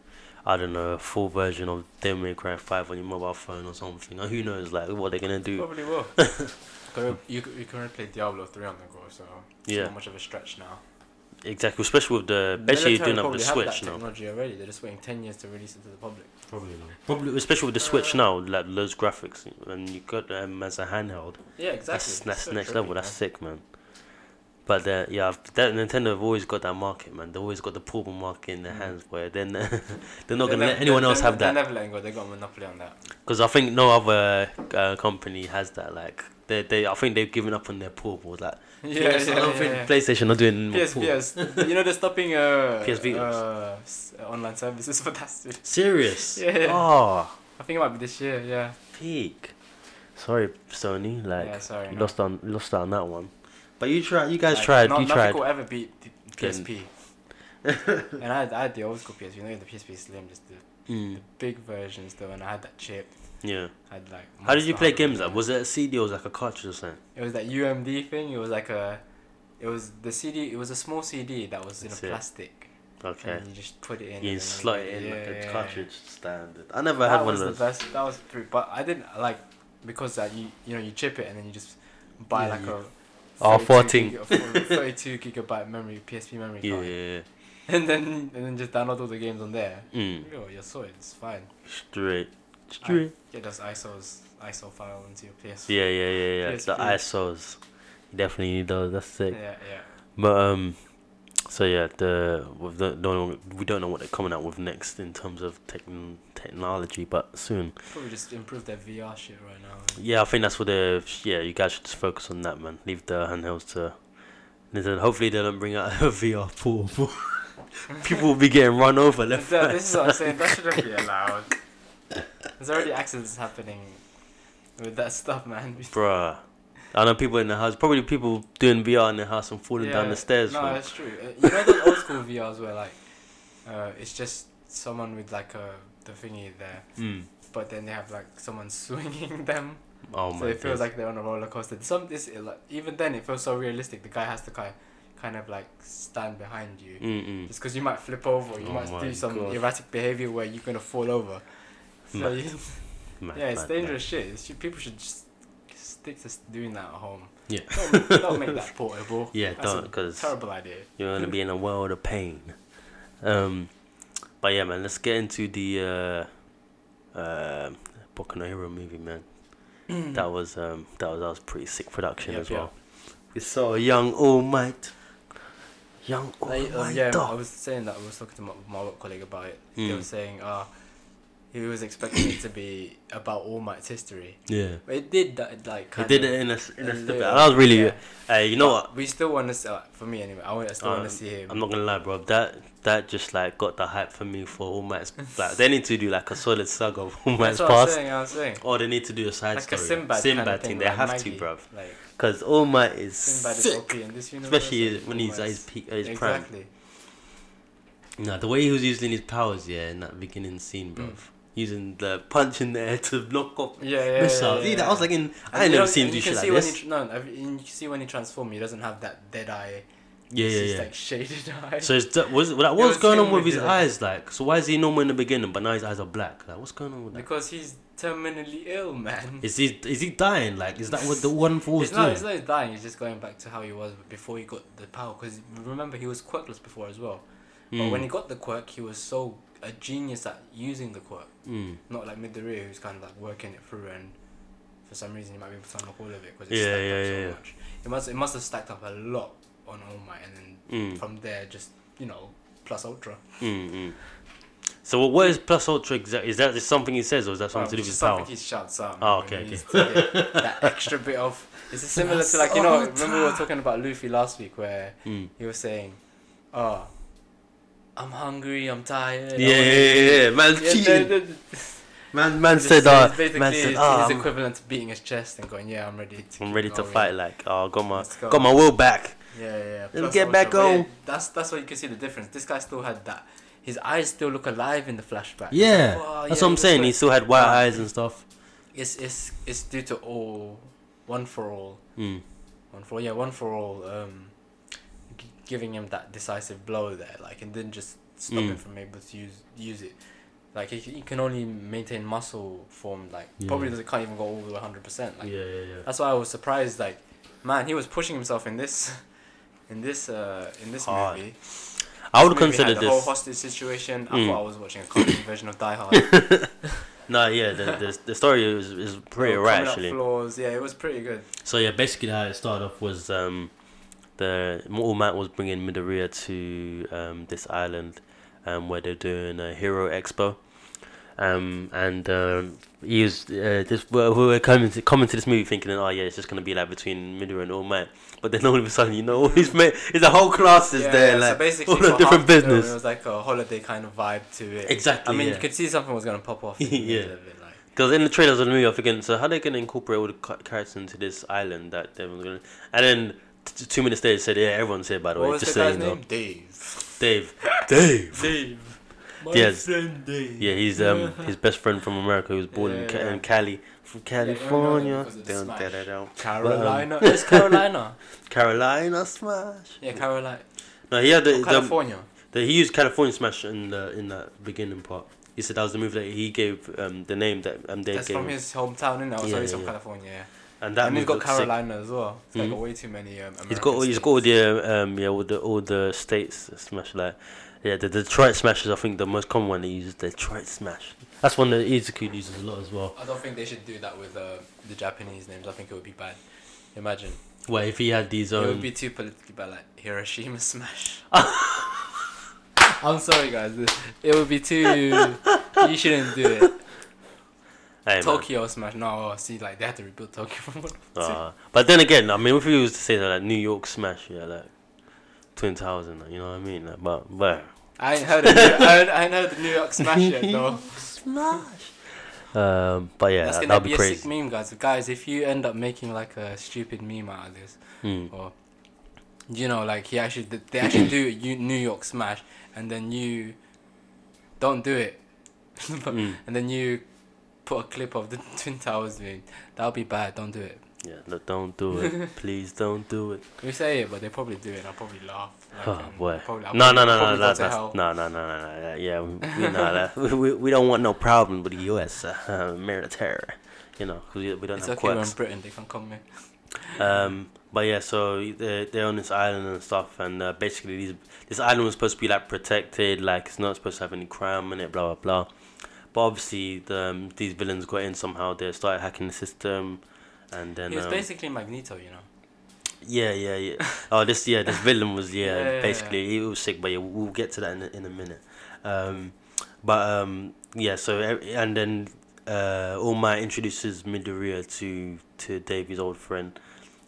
[SPEAKER 1] I don't know, a full version of Devil May Cry Five on your mobile phone or something. Or who knows, like what they're gonna do.
[SPEAKER 2] Probably will. Could- you, c- you can only play Diablo 3 on the go, so it's
[SPEAKER 1] Yeah.
[SPEAKER 2] not much of a stretch now.
[SPEAKER 1] Exactly, especially with the basically
[SPEAKER 2] Military
[SPEAKER 1] doing up the
[SPEAKER 2] probably have
[SPEAKER 1] Switch
[SPEAKER 2] that
[SPEAKER 1] now.
[SPEAKER 2] technology already. They're just waiting 10 years to release it to the public.
[SPEAKER 1] Probably not. Probably especially with the Switch now, like those graphics, and you got them as a handheld.
[SPEAKER 2] Yeah, exactly.
[SPEAKER 1] That's
[SPEAKER 2] It's
[SPEAKER 1] that's
[SPEAKER 2] so
[SPEAKER 1] next
[SPEAKER 2] trippy,
[SPEAKER 1] level.
[SPEAKER 2] man.
[SPEAKER 1] That's sick, man. But uh, yeah, I've- that Nintendo have always got that market, man. They've always got the portable market in their
[SPEAKER 2] Mm.
[SPEAKER 1] hands, where then they're not
[SPEAKER 2] They're
[SPEAKER 1] gonna let
[SPEAKER 2] nev-
[SPEAKER 1] anyone
[SPEAKER 2] they're-
[SPEAKER 1] else have
[SPEAKER 2] they're
[SPEAKER 1] that.
[SPEAKER 2] never letting go. They got a monopoly on that.
[SPEAKER 1] Because I think no other uh, company has that. Like they, they, I think they've given up on their portable. Like
[SPEAKER 2] Yeah,
[SPEAKER 1] PS,
[SPEAKER 2] yeah,
[SPEAKER 1] I don't
[SPEAKER 2] yeah,
[SPEAKER 1] think
[SPEAKER 2] yeah.
[SPEAKER 1] PlayStation are doing more
[SPEAKER 2] PS,
[SPEAKER 1] portable.
[SPEAKER 2] PS. you know they're stopping uh,
[SPEAKER 1] PS Vitas.
[SPEAKER 2] uh, s- uh, online services for that. soon.
[SPEAKER 1] Serious?
[SPEAKER 2] Yeah.
[SPEAKER 1] Oh,
[SPEAKER 2] I think it might be this year. Yeah.
[SPEAKER 1] Peak. Sorry, Sony. Like
[SPEAKER 2] yeah. Sorry.
[SPEAKER 1] you
[SPEAKER 2] no.
[SPEAKER 1] lost on lost on that one. But you tried. You guys
[SPEAKER 2] Like,
[SPEAKER 1] tried.
[SPEAKER 2] no-
[SPEAKER 1] you
[SPEAKER 2] nothing
[SPEAKER 1] tried.
[SPEAKER 2] will ever beat the PSP. and I had, I had the old school PSP. You know the PSP Slim, just the,
[SPEAKER 1] Mm.
[SPEAKER 2] the big versions though, and I had that chip.
[SPEAKER 1] Yeah.
[SPEAKER 2] I had like.
[SPEAKER 1] How did you
[SPEAKER 2] Monster
[SPEAKER 1] play
[SPEAKER 2] Hunter.
[SPEAKER 1] games? Like, was it a CD or was it like a cartridge or something?
[SPEAKER 2] It was that UMD thing. It was like a, it was the CD. It was a small CD that was in
[SPEAKER 1] That's
[SPEAKER 2] a
[SPEAKER 1] it.
[SPEAKER 2] plastic.
[SPEAKER 1] Okay.
[SPEAKER 2] And you just put it in.
[SPEAKER 1] You
[SPEAKER 2] and then
[SPEAKER 1] slot
[SPEAKER 2] was-
[SPEAKER 1] it in like
[SPEAKER 2] yeah,
[SPEAKER 1] a
[SPEAKER 2] yeah,
[SPEAKER 1] cartridge standard. I never
[SPEAKER 2] That
[SPEAKER 1] had one
[SPEAKER 2] was
[SPEAKER 1] of those.
[SPEAKER 2] the best. That was pretty. But I didn't like because that you you know you chip it and then you just buy
[SPEAKER 1] Yeah,
[SPEAKER 2] like
[SPEAKER 1] yeah.
[SPEAKER 2] a.
[SPEAKER 1] Oh,
[SPEAKER 2] 32
[SPEAKER 1] 14.
[SPEAKER 2] giga- 32 gigabyte memory, PSP memory
[SPEAKER 1] Yeah,
[SPEAKER 2] card.
[SPEAKER 1] yeah,
[SPEAKER 2] And then and then just download all the games on there.
[SPEAKER 1] yeah. Mm.
[SPEAKER 2] Yo, you saw it. It's fine.
[SPEAKER 1] Straight. Straight.
[SPEAKER 2] Yeah, just ISOs, ISO file into your PS.
[SPEAKER 1] Yeah, yeah, yeah, yeah. The
[SPEAKER 2] PSP.
[SPEAKER 1] ISOs. You definitely need those. That's sick.
[SPEAKER 2] yeah, yeah.
[SPEAKER 1] But um, so yeah, the we don't know we don't know what they're coming out with next in terms of techn technology, but soon.
[SPEAKER 2] Probably just improve their VR shit right now.
[SPEAKER 1] Yeah, I think that's what the yeah you guys should just focus on that man. Leave the handhelds to Nintendo. Hopefully they don't bring out a VR portable. People will be getting run over left.
[SPEAKER 2] That-
[SPEAKER 1] right,
[SPEAKER 2] this is what I'm
[SPEAKER 1] side.
[SPEAKER 2] saying. That shouldn't be allowed. There's already accidents happening with that stuff, man.
[SPEAKER 1] Bruh. I know people in the house, probably people doing VR in the house and falling down
[SPEAKER 2] Yeah,
[SPEAKER 1] the stairs.
[SPEAKER 2] No,
[SPEAKER 1] man.
[SPEAKER 2] that's true. Uh, You know those old school VRs where like, uh, it's just someone with like a the thingy there,
[SPEAKER 1] Mm.
[SPEAKER 2] but then they have like someone swinging them,
[SPEAKER 1] Oh
[SPEAKER 2] so
[SPEAKER 1] my
[SPEAKER 2] it feels
[SPEAKER 1] god.
[SPEAKER 2] like they're on a roller coaster. Some this it, like, even then it feels so realistic. The guy has to kind kind of like stand behind you.
[SPEAKER 1] Mm-mm.
[SPEAKER 2] Just because you might flip over, you
[SPEAKER 1] Mm. Oh
[SPEAKER 2] might
[SPEAKER 1] my
[SPEAKER 2] do some
[SPEAKER 1] God.
[SPEAKER 2] erratic behavior where you're gonna fall over. So
[SPEAKER 1] Mad,
[SPEAKER 2] you,
[SPEAKER 1] Mad,
[SPEAKER 2] yeah, it's
[SPEAKER 1] mad, mad.
[SPEAKER 2] dangerous shit. It's, should- people should just stick to s- doing that at home.
[SPEAKER 1] Yeah.
[SPEAKER 2] Don't, don't make that portable.
[SPEAKER 1] Yeah,
[SPEAKER 2] That's
[SPEAKER 1] don't,
[SPEAKER 2] a
[SPEAKER 1] 'cause-
[SPEAKER 2] terrible idea.
[SPEAKER 1] You're gonna be in a world of pain. Um, but yeah, man, let's get into the uh, uh, Boku no Hero movie, man. that was um, that was that was pretty sick production
[SPEAKER 2] Mm. Yep,
[SPEAKER 1] as well. We saw young All Might, young All
[SPEAKER 2] Like, um,
[SPEAKER 1] Might.
[SPEAKER 2] yeah, I
[SPEAKER 1] dog.
[SPEAKER 2] was saying that I was talking to my, my work colleague about it. They
[SPEAKER 1] Mm.
[SPEAKER 2] were saying, uh, he was expecting it to be about All Might's history.
[SPEAKER 1] yeah.
[SPEAKER 2] But it did that, like
[SPEAKER 1] He
[SPEAKER 2] kind
[SPEAKER 1] did
[SPEAKER 2] of,
[SPEAKER 1] it in a s- in
[SPEAKER 2] a
[SPEAKER 1] a stupid.
[SPEAKER 2] little-
[SPEAKER 1] That was really.
[SPEAKER 2] yeah.
[SPEAKER 1] Hey, you know what?
[SPEAKER 2] We still want to see, uh, for me anyway. I, wa- I still want
[SPEAKER 1] Um,
[SPEAKER 2] to see him.
[SPEAKER 1] I'm not gonna lie, bro. That that just like got the hype for me for All Might's. Like they need to do like a solid saga of All Might's
[SPEAKER 2] That's what I was
[SPEAKER 1] past.
[SPEAKER 2] saying. I was saying.
[SPEAKER 1] Or they need to do a side
[SPEAKER 2] Like a
[SPEAKER 1] story.
[SPEAKER 2] Sinbad,
[SPEAKER 1] Sinbad
[SPEAKER 2] kind of
[SPEAKER 1] thing.
[SPEAKER 2] thing.
[SPEAKER 1] They
[SPEAKER 2] like
[SPEAKER 1] have
[SPEAKER 2] Maggie,
[SPEAKER 1] to, bruv.
[SPEAKER 2] Like
[SPEAKER 1] Because All Might is
[SPEAKER 2] Sinbad is
[SPEAKER 1] sick.
[SPEAKER 2] OP in this universe.
[SPEAKER 1] Especially
[SPEAKER 2] and
[SPEAKER 1] when he's at
[SPEAKER 2] All
[SPEAKER 1] his
[SPEAKER 2] Might's-
[SPEAKER 1] peak, at his prime.
[SPEAKER 2] exactly.
[SPEAKER 1] No, the way he was using his powers, yeah, in that beginning scene, bruv.
[SPEAKER 2] Mm.
[SPEAKER 1] Using the punch in the air to knock off
[SPEAKER 2] Yeah, yeah.
[SPEAKER 1] missiles.
[SPEAKER 2] yeah,
[SPEAKER 1] See,
[SPEAKER 2] yeah,
[SPEAKER 1] that I was like, in, I
[SPEAKER 2] And
[SPEAKER 1] ain't
[SPEAKER 2] you
[SPEAKER 1] never
[SPEAKER 2] don't-
[SPEAKER 1] seen him
[SPEAKER 2] and
[SPEAKER 1] do
[SPEAKER 2] you can
[SPEAKER 1] shit
[SPEAKER 2] see
[SPEAKER 1] like
[SPEAKER 2] when
[SPEAKER 1] this.
[SPEAKER 2] He, tr- no, I've- and you can see when he transforms, he doesn't have that dead eye.
[SPEAKER 1] Yeah,
[SPEAKER 2] it's just
[SPEAKER 1] yeah, yeah.
[SPEAKER 2] like shaded eye.
[SPEAKER 1] So it's, that was like,
[SPEAKER 2] It
[SPEAKER 1] what's
[SPEAKER 2] was
[SPEAKER 1] going on
[SPEAKER 2] him
[SPEAKER 1] with
[SPEAKER 2] who
[SPEAKER 1] his
[SPEAKER 2] did it.
[SPEAKER 1] eyes? Like, so why is he normal in the beginning, but now his eyes are black? Like, what's going on with that?
[SPEAKER 2] Because he's terminally ill, man.
[SPEAKER 1] Is he is he dying? Like, is that what the one for was
[SPEAKER 2] It's not,
[SPEAKER 1] doing?
[SPEAKER 2] it's not he's dying, he's just going back to how he was before he got the power. Because remember, he was quirkless before as well. But
[SPEAKER 1] Mm,
[SPEAKER 2] when he got the quirk, he was so a genius at using the quirk.
[SPEAKER 1] mm.
[SPEAKER 2] Not like Midoriya, who's kind of like working it through, and for some reason, he might be able to unlock all of it because it's
[SPEAKER 1] Yeah,
[SPEAKER 2] stacked
[SPEAKER 1] yeah,
[SPEAKER 2] up so
[SPEAKER 1] yeah.
[SPEAKER 2] much. It must, it must have stacked up a lot on All Might, and then
[SPEAKER 1] Mm.
[SPEAKER 2] from there, just, you know, plus Ultra.
[SPEAKER 1] Mm-hmm. So what- what is plus ultra exactly? Is that just something he says, or is that something
[SPEAKER 2] Well,
[SPEAKER 1] to do
[SPEAKER 2] which
[SPEAKER 1] with
[SPEAKER 2] is
[SPEAKER 1] his
[SPEAKER 2] something
[SPEAKER 1] power?
[SPEAKER 2] he shouts out.
[SPEAKER 1] Oh,
[SPEAKER 2] when
[SPEAKER 1] okay,
[SPEAKER 2] he
[SPEAKER 1] okay.
[SPEAKER 2] needs to get that extra bit of. It's similar to like you know remember we were talking about Luffy last week where
[SPEAKER 1] Mm.
[SPEAKER 2] he was saying, "Oh, I'm hungry. I'm tired." I
[SPEAKER 1] Yeah, yeah,
[SPEAKER 2] wanna
[SPEAKER 1] yeah,
[SPEAKER 2] eat."
[SPEAKER 1] yeah, man's
[SPEAKER 2] Yeah,
[SPEAKER 1] cheating.
[SPEAKER 2] the- the-
[SPEAKER 1] Man, man
[SPEAKER 2] the-
[SPEAKER 1] said,
[SPEAKER 2] so
[SPEAKER 1] uh,
[SPEAKER 2] it's basically
[SPEAKER 1] man said,
[SPEAKER 2] his,
[SPEAKER 1] "Ah,
[SPEAKER 2] his
[SPEAKER 1] I'm-
[SPEAKER 2] equivalent to beating his chest and going, "Yeah, I'm ready to.
[SPEAKER 1] I'm
[SPEAKER 2] keep
[SPEAKER 1] ready to
[SPEAKER 2] going."
[SPEAKER 1] fight. Like, oh, I got my,
[SPEAKER 2] Let's go.
[SPEAKER 1] got my will back.
[SPEAKER 2] Yeah, yeah.
[SPEAKER 1] me
[SPEAKER 2] plus
[SPEAKER 1] get back
[SPEAKER 2] Ultra. But yeah,
[SPEAKER 1] on.
[SPEAKER 2] That's that's where you can see the difference. This guy still had that. His eyes still look alive in the flashback. It's like,
[SPEAKER 1] Yeah, that's
[SPEAKER 2] "Wow, Oh, yeah, Ah.
[SPEAKER 1] what I'm
[SPEAKER 2] he was
[SPEAKER 1] saying.
[SPEAKER 2] so-
[SPEAKER 1] He still had white
[SPEAKER 2] Yeah.
[SPEAKER 1] eyes and stuff.
[SPEAKER 2] It's it's it's due to all, one for all.
[SPEAKER 1] Mm.
[SPEAKER 2] One for yeah, one for all. Um, g- giving him that decisive blow there, like, and then just stop
[SPEAKER 1] Mm.
[SPEAKER 2] him from able to use use it. Like he, he can only maintain muscle form. Like
[SPEAKER 1] Yeah.
[SPEAKER 2] probably doesn't can't even go all the way hundred percent. Like uh,
[SPEAKER 1] yeah, yeah,
[SPEAKER 2] that's why I was surprised. Like, man, he was pushing himself in this, in this, uh, in this
[SPEAKER 1] Hard.
[SPEAKER 2] movie.
[SPEAKER 1] I would
[SPEAKER 2] This movie
[SPEAKER 1] consider
[SPEAKER 2] had the whole
[SPEAKER 1] this.
[SPEAKER 2] hostage situation. I
[SPEAKER 1] Mm.
[SPEAKER 2] thought I was watching a comedy version of Die Hard.
[SPEAKER 1] no, yeah, the, the the story is is pretty
[SPEAKER 2] They were
[SPEAKER 1] right
[SPEAKER 2] coming up
[SPEAKER 1] actually.
[SPEAKER 2] Flaws. Yeah, it was pretty good.
[SPEAKER 1] So yeah, basically how it started off was um, the Mortal Matt was bringing Midoriya to um, this island, um, where they're doing a hero expo, um, and um, he was uh, this we we were coming to coming to this movie thinking, oh yeah, it's just gonna be like between Midoriya and All Might, but then all of a sudden you know all these mate, it's a whole class is
[SPEAKER 2] yeah,
[SPEAKER 1] there
[SPEAKER 2] yeah,
[SPEAKER 1] like
[SPEAKER 2] so basically
[SPEAKER 1] all the
[SPEAKER 2] for
[SPEAKER 1] different
[SPEAKER 2] half the film,
[SPEAKER 1] business.
[SPEAKER 2] It was like a holiday kind of vibe to it.
[SPEAKER 1] Exactly,
[SPEAKER 2] I mean,
[SPEAKER 1] yeah.
[SPEAKER 2] you could see something was gonna pop off. in the
[SPEAKER 1] Yeah.
[SPEAKER 2] middle of it, like.
[SPEAKER 1] Because in the trailers of the movie, I'm thinking, so how they gonna incorporate all the ca- characters into this island that everyone's gonna? And then t- two minutes later, they said, "Yeah, everyone's here." By the
[SPEAKER 2] What
[SPEAKER 1] way,
[SPEAKER 2] was
[SPEAKER 1] just
[SPEAKER 2] the
[SPEAKER 1] so
[SPEAKER 2] guy's
[SPEAKER 1] you know,
[SPEAKER 2] name? Dave.
[SPEAKER 1] Dave. Dave.
[SPEAKER 2] Dave. My
[SPEAKER 1] Yes.
[SPEAKER 2] friend Dave.
[SPEAKER 1] Yeah, he's um his best friend from America. He was born in, Ca-
[SPEAKER 2] Yeah.
[SPEAKER 1] in Cali, from
[SPEAKER 2] everyone knows him
[SPEAKER 1] California.
[SPEAKER 2] because of the
[SPEAKER 1] Down,
[SPEAKER 2] Smash.
[SPEAKER 1] da, da, down.
[SPEAKER 2] Carolina.
[SPEAKER 1] um,
[SPEAKER 2] it's Carolina.
[SPEAKER 1] Carolina Smash.
[SPEAKER 2] Yeah, Carolina.
[SPEAKER 1] No, he had the, the
[SPEAKER 2] California.
[SPEAKER 1] The, he used California Smash in the in that beginning part. He said that was the move that he gave um, the name that um, Dave
[SPEAKER 2] That's
[SPEAKER 1] gave
[SPEAKER 2] from
[SPEAKER 1] him.
[SPEAKER 2] his hometown, and I was
[SPEAKER 1] Yeah,
[SPEAKER 2] always from
[SPEAKER 1] yeah.
[SPEAKER 2] California. Yeah.
[SPEAKER 1] and that
[SPEAKER 2] and he's
[SPEAKER 1] move
[SPEAKER 2] got
[SPEAKER 1] looks sick.
[SPEAKER 2] Carolina as well. He's
[SPEAKER 1] Mhm.
[SPEAKER 2] got way too many. Um,
[SPEAKER 1] He's got all,
[SPEAKER 2] American
[SPEAKER 1] he's got all
[SPEAKER 2] states.
[SPEAKER 1] the um, yeah all the all the states smash like yeah the Detroit Smash is I think the most common one they use Detroit Smash. That's one that Izuku uses a lot as well.
[SPEAKER 2] I don't think they should do that with uh, the Japanese names. I think it would be bad. Imagine.
[SPEAKER 1] Well, if he had these
[SPEAKER 2] It
[SPEAKER 1] own
[SPEAKER 2] would be too politically bad, like Hiroshima Smash. I'm sorry, guys. It would be too. You shouldn't do it.
[SPEAKER 1] Hey, man.
[SPEAKER 2] Tokyo Smash. No, see, like they had to rebuild Tokyo from one.
[SPEAKER 1] Uh, but then again, I mean, if you was to say that like New York Smash, yeah, like Twin Towers and that, you know what I mean. Like, but but
[SPEAKER 2] I ain't heard of New, I, ain't, I ain't heard of New York Smash yet, though.
[SPEAKER 1] Smash. Um, but yeah,
[SPEAKER 2] That's
[SPEAKER 1] that,
[SPEAKER 2] gonna
[SPEAKER 1] that'd
[SPEAKER 2] be,
[SPEAKER 1] be
[SPEAKER 2] a sick
[SPEAKER 1] crazy.
[SPEAKER 2] meme, guys. Guys, if you end up making like a stupid meme out of this,
[SPEAKER 1] Mm.
[SPEAKER 2] or you know, like he actually did- they actually do you New York Smash, and then you don't do it, But-
[SPEAKER 1] Mm.
[SPEAKER 2] and then you put a clip of the Twin Towers doing. That'll be bad. Don't do it.
[SPEAKER 1] Yeah, no, don't do it. Please don't do it.
[SPEAKER 2] We say it, but they probably do it. I'll probably laugh. like,
[SPEAKER 1] Oh
[SPEAKER 2] and
[SPEAKER 1] boy.
[SPEAKER 2] probably- I'll
[SPEAKER 1] No,
[SPEAKER 2] probably-
[SPEAKER 1] no, no, no,
[SPEAKER 2] I'll probably go
[SPEAKER 1] no,
[SPEAKER 2] to hell.
[SPEAKER 1] no, no, no, no, no, no. Yeah, we, we know that. We, we, we don't want no problem with the U.S. Uh, military. You know, 'cause we, we don't
[SPEAKER 2] It's
[SPEAKER 1] have
[SPEAKER 2] okay. We're in
[SPEAKER 1] quirks.
[SPEAKER 2] Britain. They can come here.
[SPEAKER 1] Um, but yeah, so they're, they're on this island and stuff, and uh, basically these, this island was supposed to be like protected, like it's not supposed to have any crime in it, blah blah blah. But obviously, the, um, these villains got in somehow. They started hacking the system, and then
[SPEAKER 2] He was
[SPEAKER 1] um,
[SPEAKER 2] basically Magneto, you know.
[SPEAKER 1] yeah, yeah, yeah. Oh, this yeah, this villain was yeah,
[SPEAKER 2] Yeah, yeah, yeah.
[SPEAKER 1] basically he was sick, but yeah, we'll get to that in a, in a minute. Um, but um, yeah, so e- and then uh, All Might introduces Midoriya to to Davey's old friend,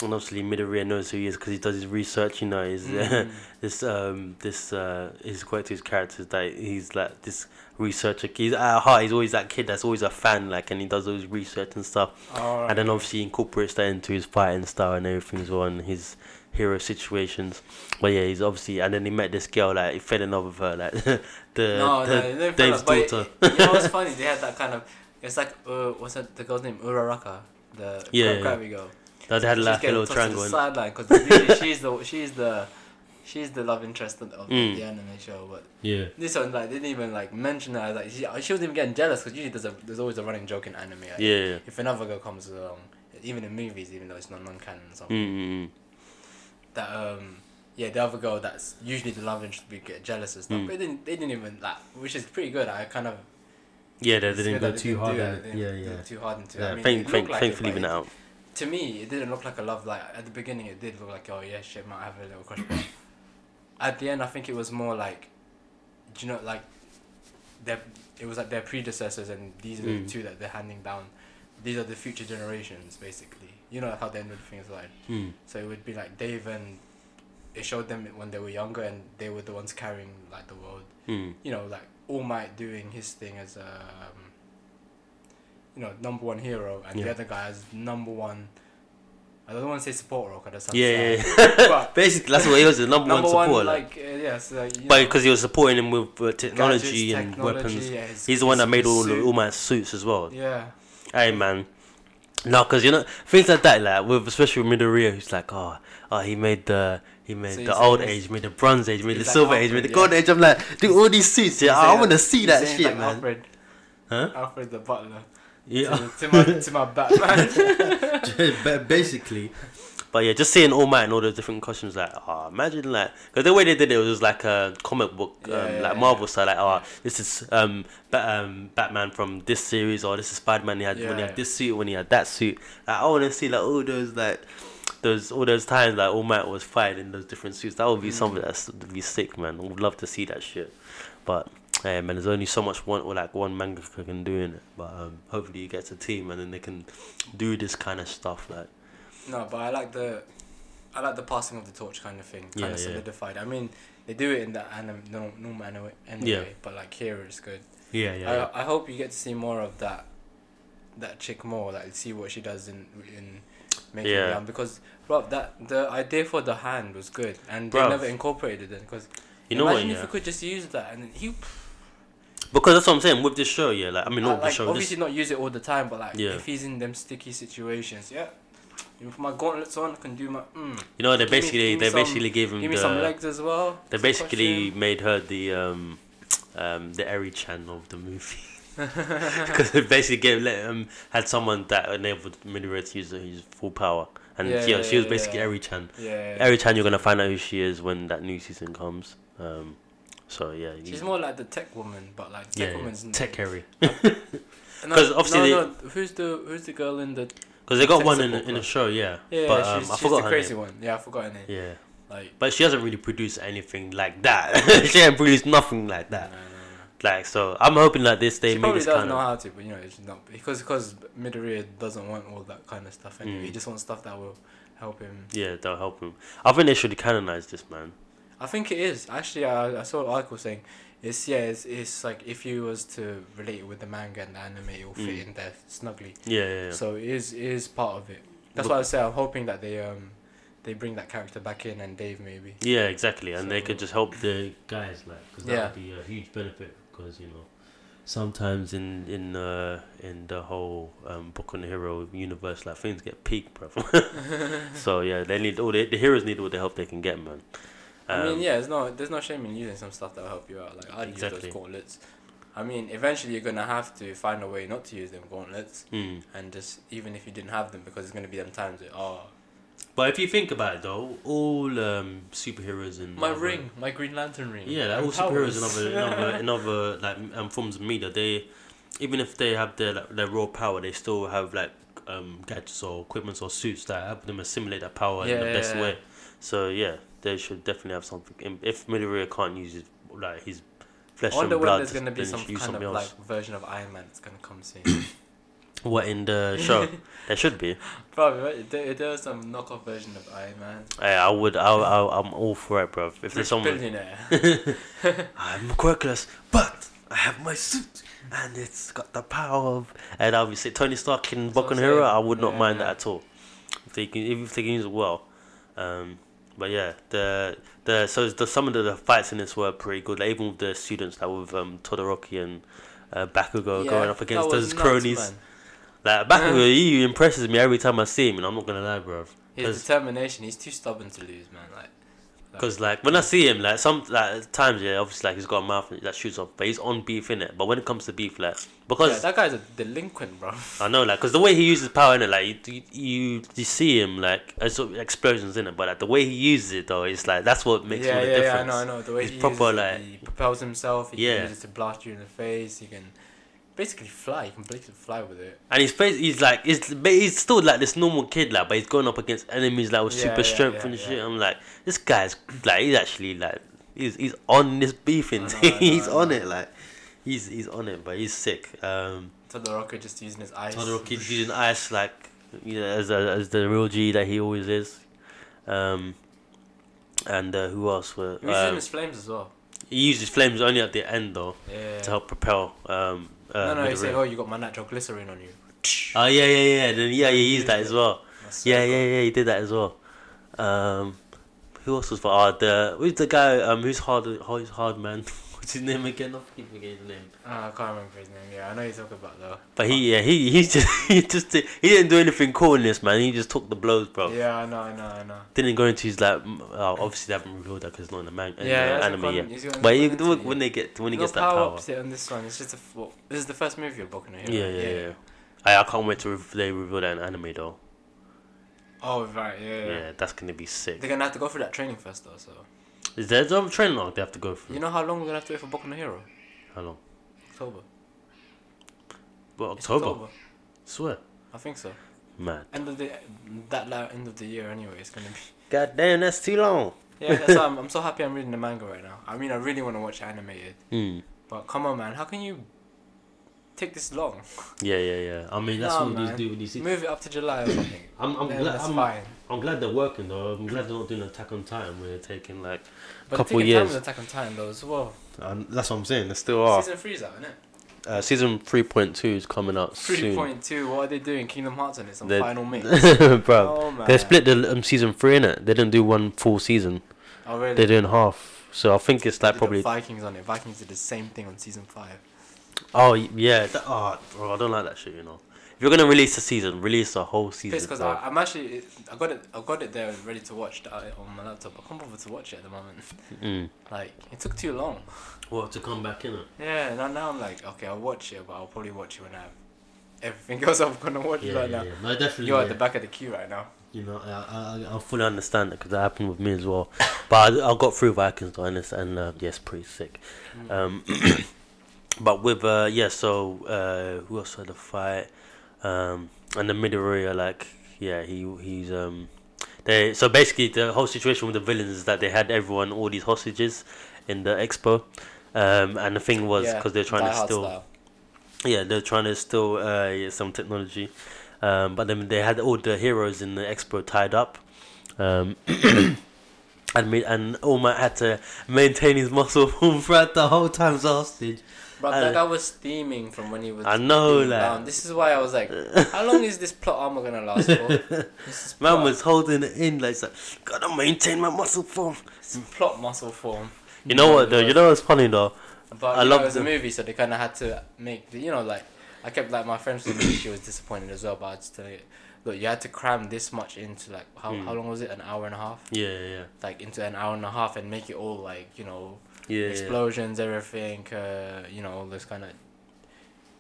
[SPEAKER 1] and obviously Midoriya knows who he is because he does his research. You know, his
[SPEAKER 2] Mm.
[SPEAKER 1] this um this uh his quite his characters that he's like this researcher. He's at heart, he's always that kid that's always a fan, like, and he does all his research and stuff.
[SPEAKER 2] Alright.
[SPEAKER 1] And then obviously incorporates that into his fighting style and everything as well and his hero situations. But yeah, he's obviously and then he met this girl like he fell in love with her like the
[SPEAKER 2] no,
[SPEAKER 1] uh, the-
[SPEAKER 2] no, they
[SPEAKER 1] Dave's
[SPEAKER 2] Dave's
[SPEAKER 1] daughter.
[SPEAKER 2] But, you know what's funny? They had that kind of. It's like uh, what's that, the girl's name? Uraraka, the
[SPEAKER 1] Yeah,
[SPEAKER 2] yeah,
[SPEAKER 1] yeah.
[SPEAKER 2] crabby girl.
[SPEAKER 1] that had
[SPEAKER 2] She's
[SPEAKER 1] like a
[SPEAKER 2] getting
[SPEAKER 1] little
[SPEAKER 2] tossed to
[SPEAKER 1] triangle.
[SPEAKER 2] the
[SPEAKER 1] in-
[SPEAKER 2] sideline because really she's the she's the she's the love interest of
[SPEAKER 1] Mm.
[SPEAKER 2] the anime show, but
[SPEAKER 1] Yeah.
[SPEAKER 2] this one like didn't even like mention her. Like she, she was even getting jealous because usually there's a there's always a running joke in anime. Like,
[SPEAKER 1] Yeah. yeah.
[SPEAKER 2] If another girl comes along, even in movies, even though it's not non-canon or something,
[SPEAKER 1] Mm, mm,
[SPEAKER 2] that um yeah the other girl that's usually the love interest would get jealous and stuff.
[SPEAKER 1] Mm.
[SPEAKER 2] But they didn't they didn't even like which is pretty good. I kind of
[SPEAKER 1] Yeah, they
[SPEAKER 2] it's
[SPEAKER 1] didn't
[SPEAKER 2] good
[SPEAKER 1] go
[SPEAKER 2] that they
[SPEAKER 1] too
[SPEAKER 2] didn't
[SPEAKER 1] hard.
[SPEAKER 2] do that,
[SPEAKER 1] in
[SPEAKER 2] they
[SPEAKER 1] it.
[SPEAKER 2] didn't
[SPEAKER 1] Yeah,
[SPEAKER 2] do
[SPEAKER 1] yeah.
[SPEAKER 2] it too hard into it.
[SPEAKER 1] Yeah,
[SPEAKER 2] I mean,
[SPEAKER 1] thank,
[SPEAKER 2] it
[SPEAKER 1] thank,
[SPEAKER 2] looked like
[SPEAKER 1] thankfully,
[SPEAKER 2] it,
[SPEAKER 1] even
[SPEAKER 2] but it-
[SPEAKER 1] out.
[SPEAKER 2] to me, it didn't look like a love like at the beginning. It did look like oh yeah, shit, might have a little crush. But at the end, I think it was more like, do you know, like, their it was like their predecessors, and these are
[SPEAKER 1] Mm.
[SPEAKER 2] the two that they're handing down. These are the future generations, basically. You know how they ended things like.
[SPEAKER 1] Mm.
[SPEAKER 2] So it would be like Dave and it showed them when they were younger, and they were the ones carrying like the world
[SPEAKER 1] Mm.
[SPEAKER 2] you know, like All Might doing his thing as um, you know, number one hero, and
[SPEAKER 1] Yeah.
[SPEAKER 2] the other guy as number one. I don't want to say support rock. I just
[SPEAKER 1] Yeah, yeah. yeah.
[SPEAKER 2] But-
[SPEAKER 1] Basically, that's what he was the number,
[SPEAKER 2] number
[SPEAKER 1] one
[SPEAKER 2] one,
[SPEAKER 1] supporter. like,
[SPEAKER 2] like uh, yeah, so like, you
[SPEAKER 1] but
[SPEAKER 2] know,
[SPEAKER 1] because he was supporting him with uh,
[SPEAKER 2] gadgets,
[SPEAKER 1] technology and
[SPEAKER 2] technology,
[SPEAKER 1] weapons,
[SPEAKER 2] yeah, his-
[SPEAKER 1] he's the one
[SPEAKER 2] his-
[SPEAKER 1] that made
[SPEAKER 2] his
[SPEAKER 1] all the,
[SPEAKER 2] suit.
[SPEAKER 1] all my suits as well.
[SPEAKER 2] Yeah,
[SPEAKER 1] Hey man, no, cause you know things like that, like with especially with Midoriya, who's like, oh, oh, he made the he made
[SPEAKER 2] So
[SPEAKER 1] the
[SPEAKER 2] he's
[SPEAKER 1] old
[SPEAKER 2] saying
[SPEAKER 1] age, made the bronze age, made the
[SPEAKER 2] he's like
[SPEAKER 1] silver age, made
[SPEAKER 2] Alfred,
[SPEAKER 1] the
[SPEAKER 2] yeah.
[SPEAKER 1] golden age. I'm like, do all these suits, yeah,
[SPEAKER 2] He's
[SPEAKER 1] I
[SPEAKER 2] saying
[SPEAKER 1] want to see
[SPEAKER 2] he's
[SPEAKER 1] that
[SPEAKER 2] saying,
[SPEAKER 1] shit,
[SPEAKER 2] like,
[SPEAKER 1] man.
[SPEAKER 2] Alfred,
[SPEAKER 1] Huh?
[SPEAKER 2] Alfred the butler.
[SPEAKER 1] Yeah,
[SPEAKER 2] To, to my to my Batman.
[SPEAKER 1] but basically. But yeah, just seeing All Might and all those different costumes, like, oh, imagine like, because the way they did it was like a comic book, um,
[SPEAKER 2] Yeah, yeah,
[SPEAKER 1] like
[SPEAKER 2] yeah.
[SPEAKER 1] Marvel style, like, oh, this is um, ba- um, Batman from this series, or this is Spider Man. He had when he
[SPEAKER 2] Yeah.
[SPEAKER 1] had this suit, when he had that suit. Like, I want to see like all those like, those all those times like All Might was fighting in those different suits. That would be
[SPEAKER 2] Mm.
[SPEAKER 1] something that's would be sick, man. I would love to see that shit. But hey, man, there's only so much one or like one manga can do in it. But um, hopefully, he gets a team and then they can do this kind of stuff, like.
[SPEAKER 2] No, but I like the, I like the passing of the torch kind of thing, kind
[SPEAKER 1] Yeah,
[SPEAKER 2] of
[SPEAKER 1] yeah.
[SPEAKER 2] solidified. I mean, they do it in the anime, no, normal anime anyway,
[SPEAKER 1] Yeah.
[SPEAKER 2] but like here it's good.
[SPEAKER 1] Yeah, yeah, yeah.
[SPEAKER 2] I, I hope you get to see more of that that chick more, like see what she does in in making
[SPEAKER 1] Yeah.
[SPEAKER 2] yeah. because bro, that the idea for the hand was good and
[SPEAKER 1] Bruv.
[SPEAKER 2] they never incorporated it because
[SPEAKER 1] You know what?
[SPEAKER 2] imagine if
[SPEAKER 1] Yeah.
[SPEAKER 2] we could just use that and he
[SPEAKER 1] Because that's what I'm saying with this show. Yeah, like I mean,
[SPEAKER 2] uh,
[SPEAKER 1] not the
[SPEAKER 2] like,
[SPEAKER 1] show. This,
[SPEAKER 2] obviously not use it all the time, but like
[SPEAKER 1] Yeah.
[SPEAKER 2] if he's in them sticky situations, yeah. With my gauntlets on, I can do my. Mm.
[SPEAKER 1] you know, they
[SPEAKER 2] give me-
[SPEAKER 1] basically
[SPEAKER 2] give me
[SPEAKER 1] they
[SPEAKER 2] some-
[SPEAKER 1] basically gave him
[SPEAKER 2] Give me
[SPEAKER 1] the
[SPEAKER 2] some legs as well.
[SPEAKER 1] they
[SPEAKER 2] Some
[SPEAKER 1] basically
[SPEAKER 2] cushion.
[SPEAKER 1] made her the um um the Eri Chan of the movie. Because they basically gave let um had someone that enabled Minora to use uh, his full power, and yeah,
[SPEAKER 2] Yeah, yeah,
[SPEAKER 1] she was
[SPEAKER 2] yeah,
[SPEAKER 1] basically
[SPEAKER 2] yeah.
[SPEAKER 1] Eri Chan.
[SPEAKER 2] Yeah.
[SPEAKER 1] Eri Chan, you're gonna find out who she is when that new season comes. Um, so yeah, you-
[SPEAKER 2] She's more like the tech woman, but like
[SPEAKER 1] yeah,
[SPEAKER 2] tech woman's
[SPEAKER 1] yeah.
[SPEAKER 2] n-
[SPEAKER 1] tech Eri.
[SPEAKER 2] no,
[SPEAKER 1] 'cause obviously
[SPEAKER 2] no, no, who's the who's the girl in the
[SPEAKER 1] Because they got
[SPEAKER 2] Tech
[SPEAKER 1] one in
[SPEAKER 2] support
[SPEAKER 1] in the
[SPEAKER 2] club.
[SPEAKER 1] show, yeah.
[SPEAKER 2] yeah?
[SPEAKER 1] but,
[SPEAKER 2] yeah,
[SPEAKER 1] um,
[SPEAKER 2] she's,
[SPEAKER 1] I
[SPEAKER 2] she's
[SPEAKER 1] forgot
[SPEAKER 2] the
[SPEAKER 1] her
[SPEAKER 2] crazy one. Yeah, I forgot her name.
[SPEAKER 1] Yeah,
[SPEAKER 2] Like
[SPEAKER 1] but she hasn't really produced anything like that. she hasn't produced nothing like that.
[SPEAKER 2] no, no, no.
[SPEAKER 1] Like so, I'm hoping that this they
[SPEAKER 2] she
[SPEAKER 1] make
[SPEAKER 2] probably
[SPEAKER 1] this
[SPEAKER 2] does
[SPEAKER 1] kind
[SPEAKER 2] know
[SPEAKER 1] of
[SPEAKER 2] how to, but you know, it's not because because Midoriya doesn't want all that kind of stuff anyway.
[SPEAKER 1] Mm.
[SPEAKER 2] He just wants stuff that will help him
[SPEAKER 1] yeah they'll help him. I think they should canonize this man.
[SPEAKER 2] I think it is actually. I, I saw an article saying it's yeah. It's, it's like if you was to relate it with the manga and the anime, it'll fit
[SPEAKER 1] Mm.
[SPEAKER 2] in there snugly.
[SPEAKER 1] Yeah, yeah, yeah.
[SPEAKER 2] So it is it is part of it. That's
[SPEAKER 1] But-
[SPEAKER 2] why I say I'm hoping that they um they bring that character back in and Dave maybe.
[SPEAKER 1] Yeah, exactly, and they
[SPEAKER 2] So-
[SPEAKER 1] could just help the guys, like, because that
[SPEAKER 2] Yeah.
[SPEAKER 1] would be a huge benefit. Because you know, sometimes in in uh, in the whole um, book on the hero universe, like things get peaked, bro. so yeah, they need all the, the heroes need all the help they can get, man.
[SPEAKER 2] I mean
[SPEAKER 1] Um,
[SPEAKER 2] yeah, there's no there's no shame in using some stuff that'll help you out. Like I'd use
[SPEAKER 1] Exactly.
[SPEAKER 2] those gauntlets. I mean, eventually you're gonna have to find a way not to use them gauntlets,
[SPEAKER 1] mm.
[SPEAKER 2] and just even if you didn't have them, because it's gonna be them times. That, oh,
[SPEAKER 1] But if you think about it, though, all um, superheroes and
[SPEAKER 2] my ring, my Green Lantern ring.
[SPEAKER 1] Yeah, like
[SPEAKER 2] and
[SPEAKER 1] all superheroes in
[SPEAKER 2] powers.
[SPEAKER 1] other, in other, in other like um, forms of media, they even if they have their like, their raw power, they still have like um, gadgets or equipments or suits that help them assimilate that power in the
[SPEAKER 2] Yeah,
[SPEAKER 1] best
[SPEAKER 2] yeah,
[SPEAKER 1] way. So yeah, they should definitely have something. And If Midoriya can't use his like his flesh
[SPEAKER 2] I wonder
[SPEAKER 1] and
[SPEAKER 2] when
[SPEAKER 1] blood,
[SPEAKER 2] there's gonna be
[SPEAKER 1] then
[SPEAKER 2] some
[SPEAKER 1] should use
[SPEAKER 2] kind of
[SPEAKER 1] something else.
[SPEAKER 2] like version of Iron Man that's gonna come soon.
[SPEAKER 1] What in the show? there should be.
[SPEAKER 2] Probably right? If there, if there was some knockoff version of Iron Man.
[SPEAKER 1] I, I would. I, I I'm all for it, bro. If
[SPEAKER 2] Rich
[SPEAKER 1] there's someone,
[SPEAKER 2] billionaire.
[SPEAKER 1] I'm quirkless, but I have my suit and it's got the power of. And obviously, Tony Stark in
[SPEAKER 2] That's what
[SPEAKER 1] Boku
[SPEAKER 2] I'm
[SPEAKER 1] no Hero,
[SPEAKER 2] saying.
[SPEAKER 1] I would not
[SPEAKER 2] Yeah,
[SPEAKER 1] mind that
[SPEAKER 2] yeah.
[SPEAKER 1] at all. If they can, if they can use it well, um, but yeah, the the so the some of the, the fights in this were pretty good. Like, even with the students, like with um, Todoroki and uh, Bakugo
[SPEAKER 2] Yeah,
[SPEAKER 1] going up
[SPEAKER 2] that
[SPEAKER 1] against
[SPEAKER 2] was
[SPEAKER 1] those
[SPEAKER 2] nuts,
[SPEAKER 1] cronies.
[SPEAKER 2] man.
[SPEAKER 1] Like Bakugo, he impresses me every time I see him, and I'm not gonna lie, bro.
[SPEAKER 2] His
[SPEAKER 1] 'Cause-
[SPEAKER 2] determination. He's too stubborn to lose, man. Like. like-
[SPEAKER 1] Because like when I see him, like some like at times, yeah, obviously like he's got a mouth that shoots off, but he's on beef in it. But when it comes to beef, like because
[SPEAKER 2] yeah, that guy's a delinquent, bro.
[SPEAKER 1] I know, like, cause the way he uses power in it, like you you, you see him like as sort of explosions in it, but like the way he uses it though, it's like that's what makes
[SPEAKER 2] yeah,
[SPEAKER 1] all the
[SPEAKER 2] yeah,
[SPEAKER 1] difference.
[SPEAKER 2] yeah. I know, I know. The way
[SPEAKER 1] He's
[SPEAKER 2] he
[SPEAKER 1] proper,
[SPEAKER 2] uses it,
[SPEAKER 1] like-
[SPEAKER 2] he propels himself. He
[SPEAKER 1] Yeah.
[SPEAKER 2] can use it to blast you in the face. He can basically fly. He can basically fly with it.
[SPEAKER 1] And his face, he's like, it's but he's still like this normal kid, like, but he's going up against enemies like with
[SPEAKER 2] Yeah,
[SPEAKER 1] super
[SPEAKER 2] yeah,
[SPEAKER 1] strength
[SPEAKER 2] yeah,
[SPEAKER 1] and
[SPEAKER 2] yeah.
[SPEAKER 1] shit. I'm like, this guy's like, he's actually like, he's he's on this beefing,
[SPEAKER 2] I know, I know,
[SPEAKER 1] he's
[SPEAKER 2] I
[SPEAKER 1] on
[SPEAKER 2] know.
[SPEAKER 1] it, like, he's he's on it, but he's sick. Um,
[SPEAKER 2] Todoroki just using his eyes.
[SPEAKER 1] Todoroki using ice like you know, as a, as the real G that he always is. Um, and uh, who else were?
[SPEAKER 2] He's
[SPEAKER 1] Um,
[SPEAKER 2] using his flames as well.
[SPEAKER 1] he used his flames only at the end though
[SPEAKER 2] Yeah.
[SPEAKER 1] to help propel. Um, uh,
[SPEAKER 2] no, no, you say,
[SPEAKER 1] Midoriya.
[SPEAKER 2] oh, you got my natural glycerin on you.
[SPEAKER 1] Oh yeah, yeah, yeah. Then yeah, he used that as well.
[SPEAKER 2] That's so
[SPEAKER 1] Yeah,
[SPEAKER 2] cool.
[SPEAKER 1] yeah, yeah. He did that as well. Um, who else was for? Oh, the who's the guy? Um, who's hard? Who's hard man? What's his name again? I keep forgetting his name.
[SPEAKER 2] Ah, I can't remember his name. Yeah, I know you're talking about though.
[SPEAKER 1] But he, yeah, he, he just, he just, did, he didn't do anything cool in this man. He just took the blows, bro.
[SPEAKER 2] Yeah, I know, I know, I know.
[SPEAKER 1] didn't go into his like m- oh, obviously they haven't revealed that because it's not in the manga yeah,
[SPEAKER 2] that's
[SPEAKER 1] uh, anime
[SPEAKER 2] what
[SPEAKER 1] yet.
[SPEAKER 2] Conan- you see what I'm
[SPEAKER 1] But you,
[SPEAKER 2] saying?
[SPEAKER 1] look, when they get when he
[SPEAKER 2] No
[SPEAKER 1] gets that power,
[SPEAKER 2] ups yet on this one. It's just a f- well, this is the first movie of Boku no Hero.
[SPEAKER 1] yeah, yeah,
[SPEAKER 2] right?
[SPEAKER 1] yeah. I, I can't wait to re- they reveal that in anime though.
[SPEAKER 2] Oh right, yeah,
[SPEAKER 1] Yeah,
[SPEAKER 2] yeah.
[SPEAKER 1] that's gonna be sick.
[SPEAKER 2] They're gonna have to go through that training first though. So
[SPEAKER 1] Is there some training arc they have to go through?
[SPEAKER 2] you know how long we're gonna have to wait for Boku no Hero?
[SPEAKER 1] How long?
[SPEAKER 2] October.
[SPEAKER 1] Well,
[SPEAKER 2] It's
[SPEAKER 1] October. swear,
[SPEAKER 2] I think so.
[SPEAKER 1] man.
[SPEAKER 2] End of the that la- end of the year anyway. It's gonna be.
[SPEAKER 1] God damn, that's too long.
[SPEAKER 2] Yeah, that's why I'm, I'm so happy I'm reading the manga right now. I mean, I really want to watch animated,
[SPEAKER 1] Mm.
[SPEAKER 2] but come on, man, how can you take this long?
[SPEAKER 1] Yeah, yeah, yeah. I mean, that's
[SPEAKER 2] Nah,
[SPEAKER 1] what these
[SPEAKER 2] man.
[SPEAKER 1] do with these.
[SPEAKER 2] Move it up to July or something.
[SPEAKER 1] I'm, I'm
[SPEAKER 2] Then
[SPEAKER 1] glad.
[SPEAKER 2] that's
[SPEAKER 1] I'm,
[SPEAKER 2] fine.
[SPEAKER 1] I'm glad they're working though. I'm glad they're not doing Attack on Titan where they're taking like.
[SPEAKER 2] But
[SPEAKER 1] couple
[SPEAKER 2] couple years.
[SPEAKER 1] years.
[SPEAKER 2] Attack on Titan though as well.
[SPEAKER 1] Um, Uh, that's what I'm saying. They still
[SPEAKER 2] Season three's out, isn't it?
[SPEAKER 1] Uh, season three point two is coming out
[SPEAKER 2] Three
[SPEAKER 1] soon.
[SPEAKER 2] point two. What are they doing? Kingdom Hearts on it. Some
[SPEAKER 1] The-
[SPEAKER 2] final mix.
[SPEAKER 1] Bro,
[SPEAKER 2] oh man.
[SPEAKER 1] they split the um, season three in it. They didn't do one full season.
[SPEAKER 2] Oh really?
[SPEAKER 1] They're doing half. So I think it's
[SPEAKER 2] They
[SPEAKER 1] like
[SPEAKER 2] did the
[SPEAKER 1] probably.
[SPEAKER 2] Vikings on it. Vikings did the same thing on season five.
[SPEAKER 1] Oh y- yeah. That, oh, bro, I don't like that shit. You know, if you're gonna release a season, release the whole season.
[SPEAKER 2] Piss, because
[SPEAKER 1] bro.
[SPEAKER 2] I'm actually I got it I got it there and ready to watch that on my laptop. I can't bother to watch it at the moment.
[SPEAKER 1] Mm.
[SPEAKER 2] Like it took too long.
[SPEAKER 1] Well, to come back in it.
[SPEAKER 2] Yeah, now now I'm like okay I'll watch it, but I'll probably watch it when I have everything else I'm gonna watch right now.
[SPEAKER 1] No, definitely.
[SPEAKER 2] You're at the back of the queue right now.
[SPEAKER 1] You know, I, I, I fully understand it because that happened with me as well. But I, I got through Vikings though, and, it's, and uh, yes, pretty sick. Um, but with uh, yeah, so uh, who else had a fight? Um, and the middle area, like yeah, he he's um, they so basically the whole situation with the villains is that they had everyone all these hostages in the expo, um, and the thing was
[SPEAKER 2] Yeah,
[SPEAKER 1] because they're trying
[SPEAKER 2] Die
[SPEAKER 1] to
[SPEAKER 2] Hard
[SPEAKER 1] still
[SPEAKER 2] style.
[SPEAKER 1] yeah, they're trying to still uh, yeah, some technology, um, but then they had all the heroes in the expo tied up, um, and me and All Might had to maintain his muscle throughout the whole time as a hostage.
[SPEAKER 2] But
[SPEAKER 1] Uh,
[SPEAKER 2] that guy was steaming from when he was.
[SPEAKER 1] I know
[SPEAKER 2] being
[SPEAKER 1] that.
[SPEAKER 2] bound. This is why I was like, how long is this plot armor gonna last for? This is
[SPEAKER 1] Man
[SPEAKER 2] plot,
[SPEAKER 1] was holding it in like, it's like gotta maintain my muscle form.
[SPEAKER 2] this is plot muscle form.
[SPEAKER 1] You know what though? You know what's funny though?
[SPEAKER 2] But
[SPEAKER 1] I
[SPEAKER 2] you know,
[SPEAKER 1] love
[SPEAKER 2] it was a
[SPEAKER 1] the-
[SPEAKER 2] movie, so they kind of had to make the, you know like I kept like my friend was she was disappointed as well, but I just tell you, look, you had to cram this much into like how
[SPEAKER 1] Mm.
[SPEAKER 2] how long was it? An hour and a half,
[SPEAKER 1] Yeah, yeah,
[SPEAKER 2] like into an hour and a half, and make it all like you know
[SPEAKER 1] yeah. yeah.
[SPEAKER 2] explosions, everything, uh, you know all this kind of,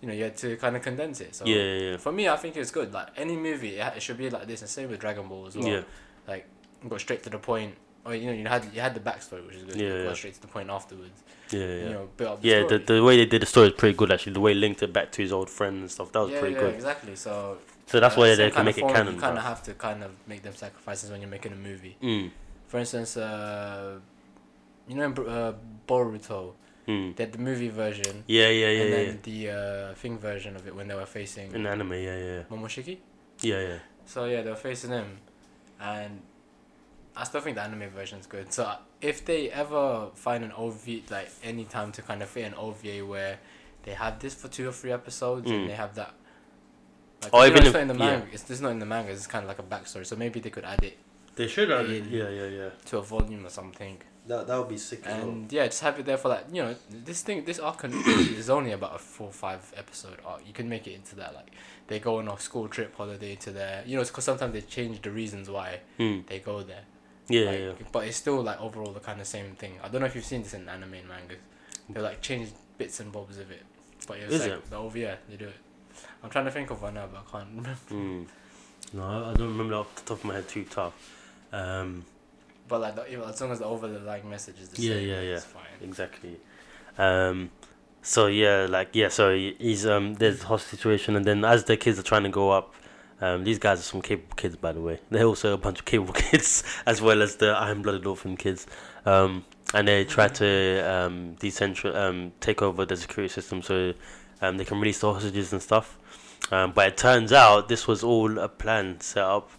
[SPEAKER 2] you know, you had to kind of condense it. So
[SPEAKER 1] Yeah, yeah,
[SPEAKER 2] for me, I think it's good. Like any movie, it, ha- it should be like this, and same with Dragon Ball as
[SPEAKER 1] yeah,
[SPEAKER 2] well.
[SPEAKER 1] yeah,
[SPEAKER 2] Like go straight to the point. Or you know you had you had the backstory, which is good.
[SPEAKER 1] Yeah,
[SPEAKER 2] Go
[SPEAKER 1] yeah.
[SPEAKER 2] straight to the point afterwards.
[SPEAKER 1] yeah, yeah.
[SPEAKER 2] You know, build up the
[SPEAKER 1] yeah,
[SPEAKER 2] story.
[SPEAKER 1] the, the way they did the story is pretty good actually. The way he linked it back to his old friend and stuff, that was
[SPEAKER 2] yeah,
[SPEAKER 1] pretty
[SPEAKER 2] yeah,
[SPEAKER 1] good.
[SPEAKER 2] exactly. So
[SPEAKER 1] So that's
[SPEAKER 2] uh,
[SPEAKER 1] why
[SPEAKER 2] same
[SPEAKER 1] they can
[SPEAKER 2] kind of
[SPEAKER 1] make it
[SPEAKER 2] form,
[SPEAKER 1] canon.
[SPEAKER 2] You kind of
[SPEAKER 1] bro.
[SPEAKER 2] have to kind of make them sacrifices when you're making a movie.
[SPEAKER 1] Mm,
[SPEAKER 2] For instance, uh, you know, in Br- uh, Boruto,
[SPEAKER 1] mm.
[SPEAKER 2] they had the movie version
[SPEAKER 1] Yeah, yeah, yeah,
[SPEAKER 2] and
[SPEAKER 1] yeah.
[SPEAKER 2] then the uh, thing version of it when they were facing
[SPEAKER 1] yeah. In anime, yeah, yeah,
[SPEAKER 2] Momoshiki.
[SPEAKER 1] yeah, yeah.
[SPEAKER 2] So yeah, they were facing him, and I still think the anime version's good. So if they ever find an OV like any time to kind of fit an OVA where they have this for two or three episodes
[SPEAKER 1] Mm.
[SPEAKER 2] and they have that. Like,
[SPEAKER 1] Or
[SPEAKER 2] you know,
[SPEAKER 1] even
[SPEAKER 2] it's
[SPEAKER 1] if-
[SPEAKER 2] not in the
[SPEAKER 1] yeah.
[SPEAKER 2] manga. It's just not in the manga. It's kind of like a backstory. So maybe they could add it
[SPEAKER 1] They should
[SPEAKER 2] add it.
[SPEAKER 1] Yeah, yeah, yeah.
[SPEAKER 2] to a volume or something.
[SPEAKER 1] That that would be sick.
[SPEAKER 2] And yeah, just have it there for like you know this thing. This arc can- is only about a four five episode arc. You can make it into that. Like they go on a school trip holiday to there. You know, because sometimes they change the reasons why
[SPEAKER 1] Mm.
[SPEAKER 2] they go there.
[SPEAKER 1] Yeah,
[SPEAKER 2] like,
[SPEAKER 1] yeah,
[SPEAKER 2] But it's still like overall the kind of same thing. I don't know if you've seen this in anime and mangas. They like change bits and bobs of it. But it was
[SPEAKER 1] Is
[SPEAKER 2] like
[SPEAKER 1] it?
[SPEAKER 2] the OVA, they do it. I'm trying to think of one now, but I can't remember.
[SPEAKER 1] yeah. Mm. No, I I don't remember off the top of my head too tough. Um,
[SPEAKER 2] But like the, as long as the overlying message is the
[SPEAKER 1] Yeah,
[SPEAKER 2] same,
[SPEAKER 1] yeah, yeah.
[SPEAKER 2] it's fine.
[SPEAKER 1] exactly. Um, so yeah, like yeah, so he- he's um there's the host situation, and then as the kids are trying to go up, um these guys are some capable kids by the way. They're also a bunch of capable kids as well as the Iron Blooded Orphan kids. Um, and they try to um decentral um take over the security system so um they can release the hostages and stuff. Um, but it turns out this was all a plan set up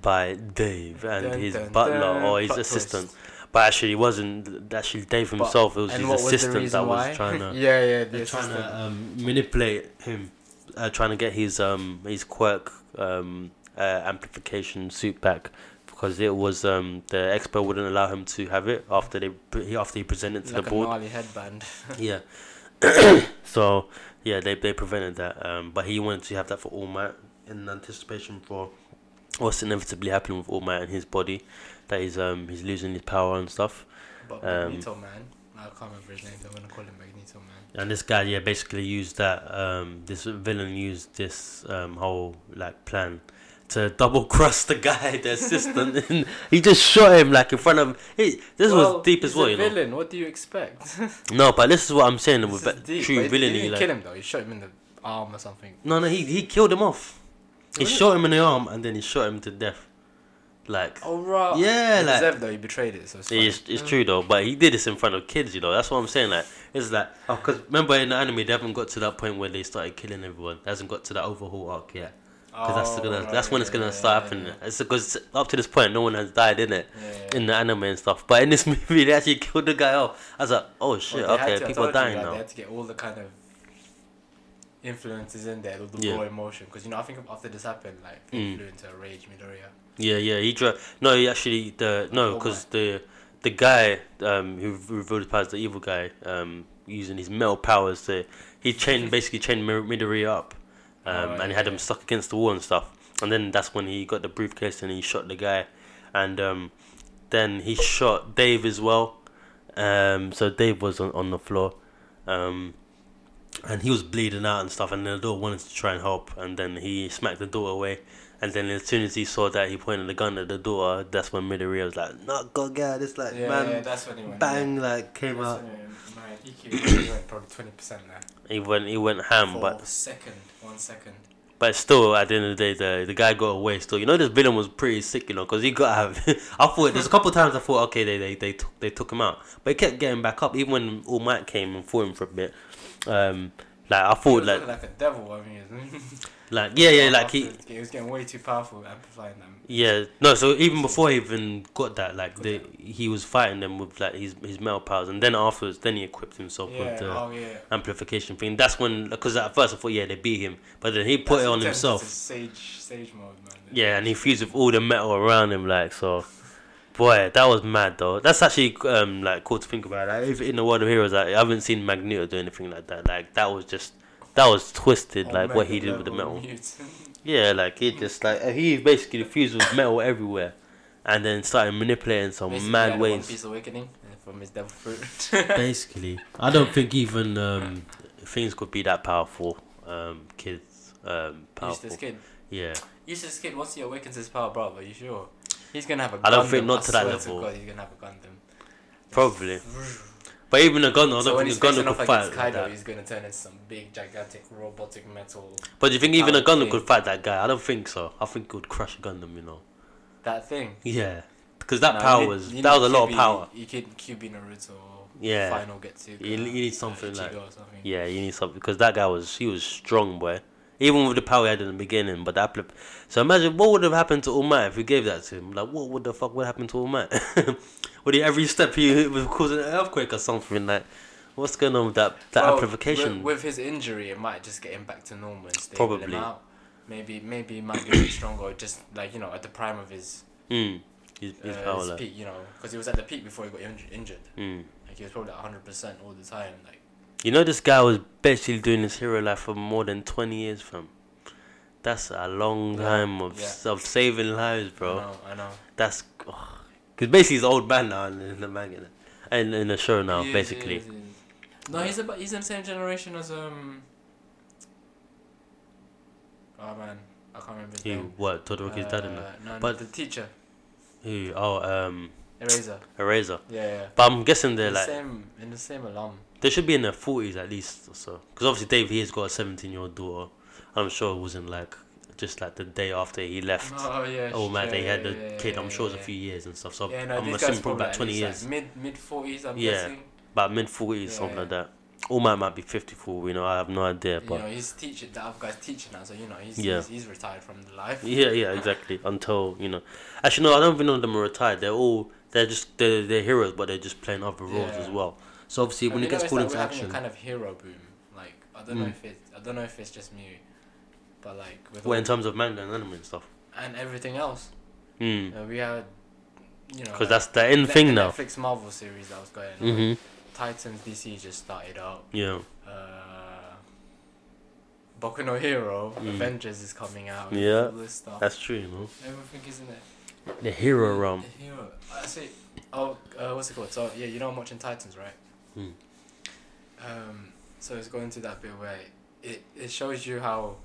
[SPEAKER 1] by Dave and
[SPEAKER 2] Dun,
[SPEAKER 1] his
[SPEAKER 2] dun,
[SPEAKER 1] butler
[SPEAKER 2] dun,
[SPEAKER 1] or his
[SPEAKER 2] plot
[SPEAKER 1] assistant.
[SPEAKER 2] twist.
[SPEAKER 1] But actually, it wasn't actually Dave himself. it was
[SPEAKER 2] and
[SPEAKER 1] his
[SPEAKER 2] what was the
[SPEAKER 1] assistant
[SPEAKER 2] reason
[SPEAKER 1] that was
[SPEAKER 2] why?
[SPEAKER 1] trying to
[SPEAKER 2] yeah, yeah, the
[SPEAKER 1] they're trying
[SPEAKER 2] assistant.
[SPEAKER 1] to um, manipulate him, uh, trying to get his um his quirk um uh, amplification suit back because it was um the expo wouldn't allow him to have it after they he after he presented to
[SPEAKER 2] like
[SPEAKER 1] the
[SPEAKER 2] a
[SPEAKER 1] board.
[SPEAKER 2] gnarly headband.
[SPEAKER 1] Yeah. so yeah, they they prevented that. Um, but he wanted to have that for All Might in anticipation for what's inevitably happening with All Might and his body, that he's um he's losing his power and stuff.
[SPEAKER 2] But
[SPEAKER 1] Um,
[SPEAKER 2] Magneto Man. I can't remember his name, so I'm going to call him Magneto Man.
[SPEAKER 1] And this guy, yeah, basically used that. Um, this villain used this um, whole like plan to double cross the guy, the assistant. and he just shot him like in front of. He, this was deep as
[SPEAKER 2] he's
[SPEAKER 1] well,
[SPEAKER 2] a
[SPEAKER 1] you know.
[SPEAKER 2] villain. What do you expect?
[SPEAKER 1] No, but this is what I'm saying
[SPEAKER 2] This
[SPEAKER 1] with
[SPEAKER 2] is
[SPEAKER 1] that
[SPEAKER 2] deep,
[SPEAKER 1] true
[SPEAKER 2] but he- He
[SPEAKER 1] villainy.
[SPEAKER 2] didn't
[SPEAKER 1] Like,
[SPEAKER 2] kill him, though. He shot him in the arm or something.
[SPEAKER 1] no, no, he he killed him off. He
[SPEAKER 2] Really?
[SPEAKER 1] shot him in the arm and then he shot him to death. Like
[SPEAKER 2] Oh right.
[SPEAKER 1] Yeah,
[SPEAKER 2] He
[SPEAKER 1] like-
[SPEAKER 2] deserved though. He betrayed it. So it's, fine.
[SPEAKER 1] It's, it's true though, but he did this in front of kids, you know. That's what I'm saying. Like, it's like, oh, because remember in the anime, they haven't got to that point where they started killing everyone. They hasn't got to that overhaul arc yet. Because that's
[SPEAKER 2] Oh,
[SPEAKER 1] gonna,
[SPEAKER 2] right,
[SPEAKER 1] that's when
[SPEAKER 2] yeah,
[SPEAKER 1] it's gonna
[SPEAKER 2] yeah,
[SPEAKER 1] start
[SPEAKER 2] yeah,
[SPEAKER 1] happening.
[SPEAKER 2] yeah.
[SPEAKER 1] It's because up to this point, no one has died in it,
[SPEAKER 2] Yeah, yeah,
[SPEAKER 1] in the anime and stuff. But in this movie, they actually killed the guy off. I was like, oh
[SPEAKER 2] Well,
[SPEAKER 1] shit,
[SPEAKER 2] they had
[SPEAKER 1] okay,
[SPEAKER 2] to- I
[SPEAKER 1] people are
[SPEAKER 2] told you,
[SPEAKER 1] dying
[SPEAKER 2] like,
[SPEAKER 1] now.
[SPEAKER 2] They had to get all the kind of influences in there, the, the
[SPEAKER 1] Yeah.
[SPEAKER 2] raw emotion. Because you know, I think after this happened, like
[SPEAKER 1] Mm.
[SPEAKER 2] influencer rage, Midoriya.
[SPEAKER 1] Yeah, yeah, he dro No, he actually the no,
[SPEAKER 2] Oh,
[SPEAKER 1] because the the guy um who revealed his powers, the evil guy, um using his metal powers to he chained basically chained Mir- Midori up, um
[SPEAKER 2] Oh,
[SPEAKER 1] and had him
[SPEAKER 2] yeah.
[SPEAKER 1] stuck against the wall and stuff. And then that's when he got the briefcase and he shot the guy, and um then he shot Dave as well. Um, so Dave was on, on the floor, um, and he was bleeding out and stuff. And the door wanted to try and help, and then he smacked the door away. And then as soon as he saw that, he pointed the gun at the door. That's when Midoriya was like, "No, God, yeah, this like
[SPEAKER 2] yeah,
[SPEAKER 1] man,
[SPEAKER 2] yeah, that's when he went.
[SPEAKER 1] bang, like
[SPEAKER 2] yeah.
[SPEAKER 1] came
[SPEAKER 2] That's
[SPEAKER 1] out."
[SPEAKER 2] when he went, Man, EQ he went probably twenty percent there.
[SPEAKER 1] He went, he went ham,
[SPEAKER 2] For
[SPEAKER 1] but
[SPEAKER 2] a second, one second.
[SPEAKER 1] but still, at the end of the day, the the guy got away. Still, you know, this villain was pretty sick, you know, because he got. I thought there's a couple times I thought, okay, they they they took, they took him out, but he kept getting back up. Even when All Might came and fought him for a bit, um, like I
[SPEAKER 2] He
[SPEAKER 1] thought,
[SPEAKER 2] was
[SPEAKER 1] like
[SPEAKER 2] looking like a devil. I mean, he was-
[SPEAKER 1] like yeah, yeah, like he.
[SPEAKER 2] Afterwards, he was getting way too powerful, amplifying them.
[SPEAKER 1] Yeah, no. So even before he even got that, like
[SPEAKER 2] Got
[SPEAKER 1] the, he was fighting them with like his his metal powers, and then afterwards, then he equipped himself
[SPEAKER 2] Yeah.
[SPEAKER 1] with the
[SPEAKER 2] oh yeah.
[SPEAKER 1] amplification thing. That's when, because at first I thought, yeah, they beat him, but then he put
[SPEAKER 2] That's
[SPEAKER 1] it on
[SPEAKER 2] intense,
[SPEAKER 1] himself.
[SPEAKER 2] it's Sage, sage mode, man.
[SPEAKER 1] Yeah, and he fused with all the metal around him, like so. Boy, that was mad though. That's actually um like cool to think about. Like, if in the world of heroes, like, I haven't seen Magneto do anything like that. Like that was just that was twisted.
[SPEAKER 2] On
[SPEAKER 1] like what he
[SPEAKER 2] Oh, mega
[SPEAKER 1] did with the
[SPEAKER 2] level,
[SPEAKER 1] metal.
[SPEAKER 2] mutant.
[SPEAKER 1] Yeah, like he just like he basically fused with metal everywhere, and then started manipulating some
[SPEAKER 2] Basically,
[SPEAKER 1] mad
[SPEAKER 2] had a One
[SPEAKER 1] ways.
[SPEAKER 2] Piece awakening uh, from his devil fruit.
[SPEAKER 1] basically, I don't think even um things could be that powerful. Um, kids, um,
[SPEAKER 2] Useless
[SPEAKER 1] powerful.
[SPEAKER 2] kid.
[SPEAKER 1] Yeah.
[SPEAKER 2] Useless kid. Once he awakens his power, bro, are you sure? He's gonna have a Gundam.
[SPEAKER 1] I don't think not to that
[SPEAKER 2] swear
[SPEAKER 1] level.
[SPEAKER 2] God, he's gonna have a Gundam.
[SPEAKER 1] Probably. But even a Gundam, I don't
[SPEAKER 2] so
[SPEAKER 1] think
[SPEAKER 2] when he's
[SPEAKER 1] a Gundam
[SPEAKER 2] facing off
[SPEAKER 1] could fight
[SPEAKER 2] against
[SPEAKER 1] like
[SPEAKER 2] Kaido,
[SPEAKER 1] that.
[SPEAKER 2] he's gonna turn into some big, gigantic, robotic metal.
[SPEAKER 1] But do you think even a
[SPEAKER 2] Power
[SPEAKER 1] Gundam
[SPEAKER 2] thing.
[SPEAKER 1] could fight that guy? I don't think so. I think it would crush a Gundam, you know.
[SPEAKER 2] That thing.
[SPEAKER 1] Yeah, because that
[SPEAKER 2] Nah, you
[SPEAKER 1] power
[SPEAKER 2] need-
[SPEAKER 1] was
[SPEAKER 2] you
[SPEAKER 1] that
[SPEAKER 2] need
[SPEAKER 1] was a lot of
[SPEAKER 2] QB
[SPEAKER 1] power.
[SPEAKER 2] You could QB Naruto. or
[SPEAKER 1] Yeah.
[SPEAKER 2] Final get to.
[SPEAKER 1] You- you need something like-
[SPEAKER 2] Or something.
[SPEAKER 1] Yeah, you need something because that guy was he was strong, boy. Even with the power he had in the beginning, but that flip. So imagine what would have happened to All Might if we gave that to him. Like, what would the fuck would happen to All Might? would he every step he hit was causing an earthquake or something? Like, what's going on with that that
[SPEAKER 2] Well,
[SPEAKER 1] amplification?
[SPEAKER 2] With, with his injury, it might just get him back to normal and stable
[SPEAKER 1] Probably.
[SPEAKER 2] him out. Maybe maybe he might be a bit stronger, or just like you know, at the prime of his,
[SPEAKER 1] mm, his,
[SPEAKER 2] uh,
[SPEAKER 1] his power,
[SPEAKER 2] his
[SPEAKER 1] like,
[SPEAKER 2] peak, you know, because he was at the peak before he got inju- injured.
[SPEAKER 1] mm.
[SPEAKER 2] Like he was probably at hundred percent all the time. Like
[SPEAKER 1] You know, this guy was basically doing his hero life for more than 20 years, fam. That's a long
[SPEAKER 2] Yeah,
[SPEAKER 1] time of,
[SPEAKER 2] yeah.
[SPEAKER 1] s of saving lives, bro.
[SPEAKER 2] I know, I know.
[SPEAKER 1] That's. Because basically, he's an old man now in, in the manga. And in the show now,
[SPEAKER 2] He is, he
[SPEAKER 1] basically.
[SPEAKER 2] is, he is. No, he's about he's in the same generation as um. Oh man, I can't remember his
[SPEAKER 1] Who?
[SPEAKER 2] name.
[SPEAKER 1] What? Todoroki's dad in
[SPEAKER 2] Uh, No,
[SPEAKER 1] But-
[SPEAKER 2] but the teacher,
[SPEAKER 1] Who? Oh, um,
[SPEAKER 2] Eraser.
[SPEAKER 1] Eraser.
[SPEAKER 2] Yeah, yeah.
[SPEAKER 1] But I'm guessing they're
[SPEAKER 2] In the
[SPEAKER 1] like.
[SPEAKER 2] same in the same alum.
[SPEAKER 1] They should be in their 40s at least or so. Because obviously, Dave, he has got a 17 year old daughter. I'm sure it wasn't like. Just like the day after he left.
[SPEAKER 2] Oh yeah.
[SPEAKER 1] Oh man,
[SPEAKER 2] yeah,
[SPEAKER 1] they had
[SPEAKER 2] yeah,
[SPEAKER 1] the
[SPEAKER 2] uh, yeah,
[SPEAKER 1] kid. I'm
[SPEAKER 2] yeah,
[SPEAKER 1] sure it's a
[SPEAKER 2] yeah.
[SPEAKER 1] few years and stuff. So
[SPEAKER 2] Yeah, no,
[SPEAKER 1] I'm
[SPEAKER 2] these
[SPEAKER 1] assuming
[SPEAKER 2] guys
[SPEAKER 1] probably
[SPEAKER 2] probably
[SPEAKER 1] about 20 years.
[SPEAKER 2] mid mid forties. I'm
[SPEAKER 1] Yeah,
[SPEAKER 2] guessing.
[SPEAKER 1] about mid forties,
[SPEAKER 2] Yeah.
[SPEAKER 1] something like that. All Might might be fifty four. You know, I have no idea,
[SPEAKER 2] you
[SPEAKER 1] but
[SPEAKER 2] know, he's teaching. The other guy's teaching now, so you know he's
[SPEAKER 1] Yeah.
[SPEAKER 2] he's, he's retired from the life.
[SPEAKER 1] yeah, yeah, exactly. Until you know, actually, no, I don't even know them are retired. They're all they're just they're, they're heroes, but they're just playing other roles
[SPEAKER 2] Yeah.
[SPEAKER 1] as well. So obviously,
[SPEAKER 2] Have
[SPEAKER 1] when
[SPEAKER 2] you
[SPEAKER 1] it gets
[SPEAKER 2] noticed
[SPEAKER 1] called
[SPEAKER 2] that
[SPEAKER 1] into
[SPEAKER 2] we're having
[SPEAKER 1] action,
[SPEAKER 2] a kind of hero boom. Like I don't know
[SPEAKER 1] Mm.
[SPEAKER 2] if it's I don't know if it's just me, but like with
[SPEAKER 1] well,
[SPEAKER 2] all-
[SPEAKER 1] in terms of manga and anime and stuff, Hmm.
[SPEAKER 2] and everything else,
[SPEAKER 1] because
[SPEAKER 2] uh, we had you know
[SPEAKER 1] that's the end thing now.
[SPEAKER 2] Netflix Marvel series that was going. on.
[SPEAKER 1] Mhm.
[SPEAKER 2] Titans DC just started up.
[SPEAKER 1] Yeah.
[SPEAKER 2] uh, Boku no Hero,
[SPEAKER 1] Mm.
[SPEAKER 2] Avengers is coming out.
[SPEAKER 1] Yeah,
[SPEAKER 2] all this stuff.
[SPEAKER 1] That's true, you know.
[SPEAKER 2] Everything is in there.
[SPEAKER 1] The hero realm.
[SPEAKER 2] The hero. I see. Oh, uh, what's it called? So yeah, you know I'm watching Titans, right?
[SPEAKER 1] Mm.
[SPEAKER 2] Um, so it's going to that bit where it, it shows you how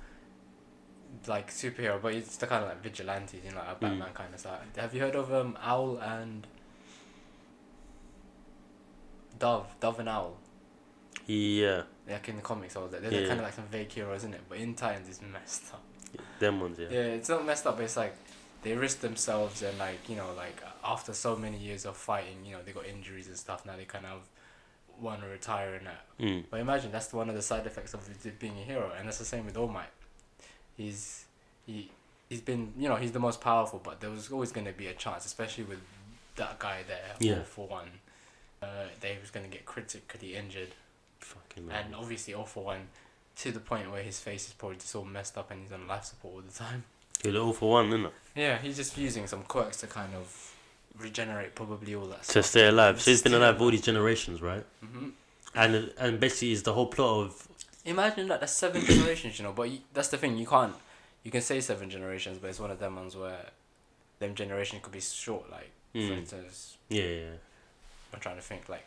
[SPEAKER 2] like superhero, but it's the kind of like vigilantes, you know,
[SPEAKER 1] Hmm.
[SPEAKER 2] like a Batman kind of stuff. Have you heard of um Owl and Dove, Dove and Owl?
[SPEAKER 1] Yeah,
[SPEAKER 2] like in the comics all that. They're
[SPEAKER 1] Yeah.
[SPEAKER 2] kind of like some vague heroes, isn't it? But in Titans, it's messed up.
[SPEAKER 1] them ones. Yeah.
[SPEAKER 2] Yeah. it's not messed up. But it's like they risked themselves and like you know like after so many years of fighting, you know they got injuries and stuff. Now they kind of want to retire and that.
[SPEAKER 1] Mm.
[SPEAKER 2] But imagine that's one of the side effects of it being a hero, and that's the same with All Might. He's he he's been you know he's the most powerful, but there was always going to be a chance, especially with that guy there
[SPEAKER 1] Yeah.
[SPEAKER 2] for one. Uh, they was going to get critically injured.
[SPEAKER 1] Fucking
[SPEAKER 2] And
[SPEAKER 1] hell.
[SPEAKER 2] obviously, all for one to the point where his face is probably just all messed up and he's on life support all the time.
[SPEAKER 1] It's all for one, isn't it?
[SPEAKER 2] Yeah, he's just using some quirks to kind of regenerate probably all that
[SPEAKER 1] To
[SPEAKER 2] stuff.
[SPEAKER 1] stay alive. So he's been alive all these generations, right?
[SPEAKER 2] hmm
[SPEAKER 1] And and basically, is the whole plot of
[SPEAKER 2] Imagine that. That's seven generations, you know. But you, that's the thing. You can't. You can say seven generations, but it's one of them ones where, them generation could be short. Like for
[SPEAKER 1] Mm.
[SPEAKER 2] instance,
[SPEAKER 1] yeah, yeah, yeah.
[SPEAKER 2] I'm trying to think like,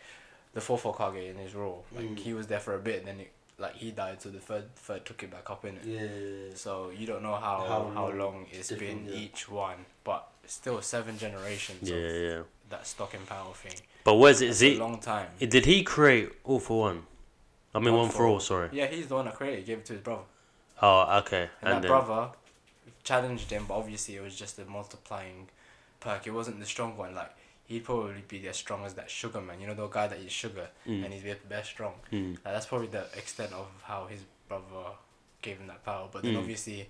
[SPEAKER 2] the fourth Hokage in his role. Like
[SPEAKER 1] Mm.
[SPEAKER 2] he was there for a bit, then it, like he died, so the third third took it back up in it.
[SPEAKER 1] yeah.
[SPEAKER 2] So you don't know how
[SPEAKER 1] How
[SPEAKER 2] how,
[SPEAKER 1] long
[SPEAKER 2] long, it's been
[SPEAKER 1] different, yeah.
[SPEAKER 2] each one, but still seven generations
[SPEAKER 1] Yeah,
[SPEAKER 2] of
[SPEAKER 1] yeah.
[SPEAKER 2] that stock and power thing.
[SPEAKER 1] But where's it?
[SPEAKER 2] That's
[SPEAKER 1] Is
[SPEAKER 2] a
[SPEAKER 1] it?
[SPEAKER 2] long time?
[SPEAKER 1] Did he create all for one? I mean,
[SPEAKER 2] One
[SPEAKER 1] one,
[SPEAKER 2] for
[SPEAKER 1] for all.
[SPEAKER 2] All.
[SPEAKER 1] Sorry.
[SPEAKER 2] Yeah, he's the one that created. it, Gave it to his brother.
[SPEAKER 1] Oh, okay.
[SPEAKER 2] And, that
[SPEAKER 1] then-
[SPEAKER 2] brother challenged him, but obviously it was just a multiplying perk. It wasn't the strong one. Like he'd probably be as strong as that sugar man. You know the guy that eats sugar
[SPEAKER 1] Mm.
[SPEAKER 2] and he's the best strong.
[SPEAKER 1] Mm.
[SPEAKER 2] Like, that's probably the extent of how his brother gave him that power. But then
[SPEAKER 1] Mm.
[SPEAKER 2] obviously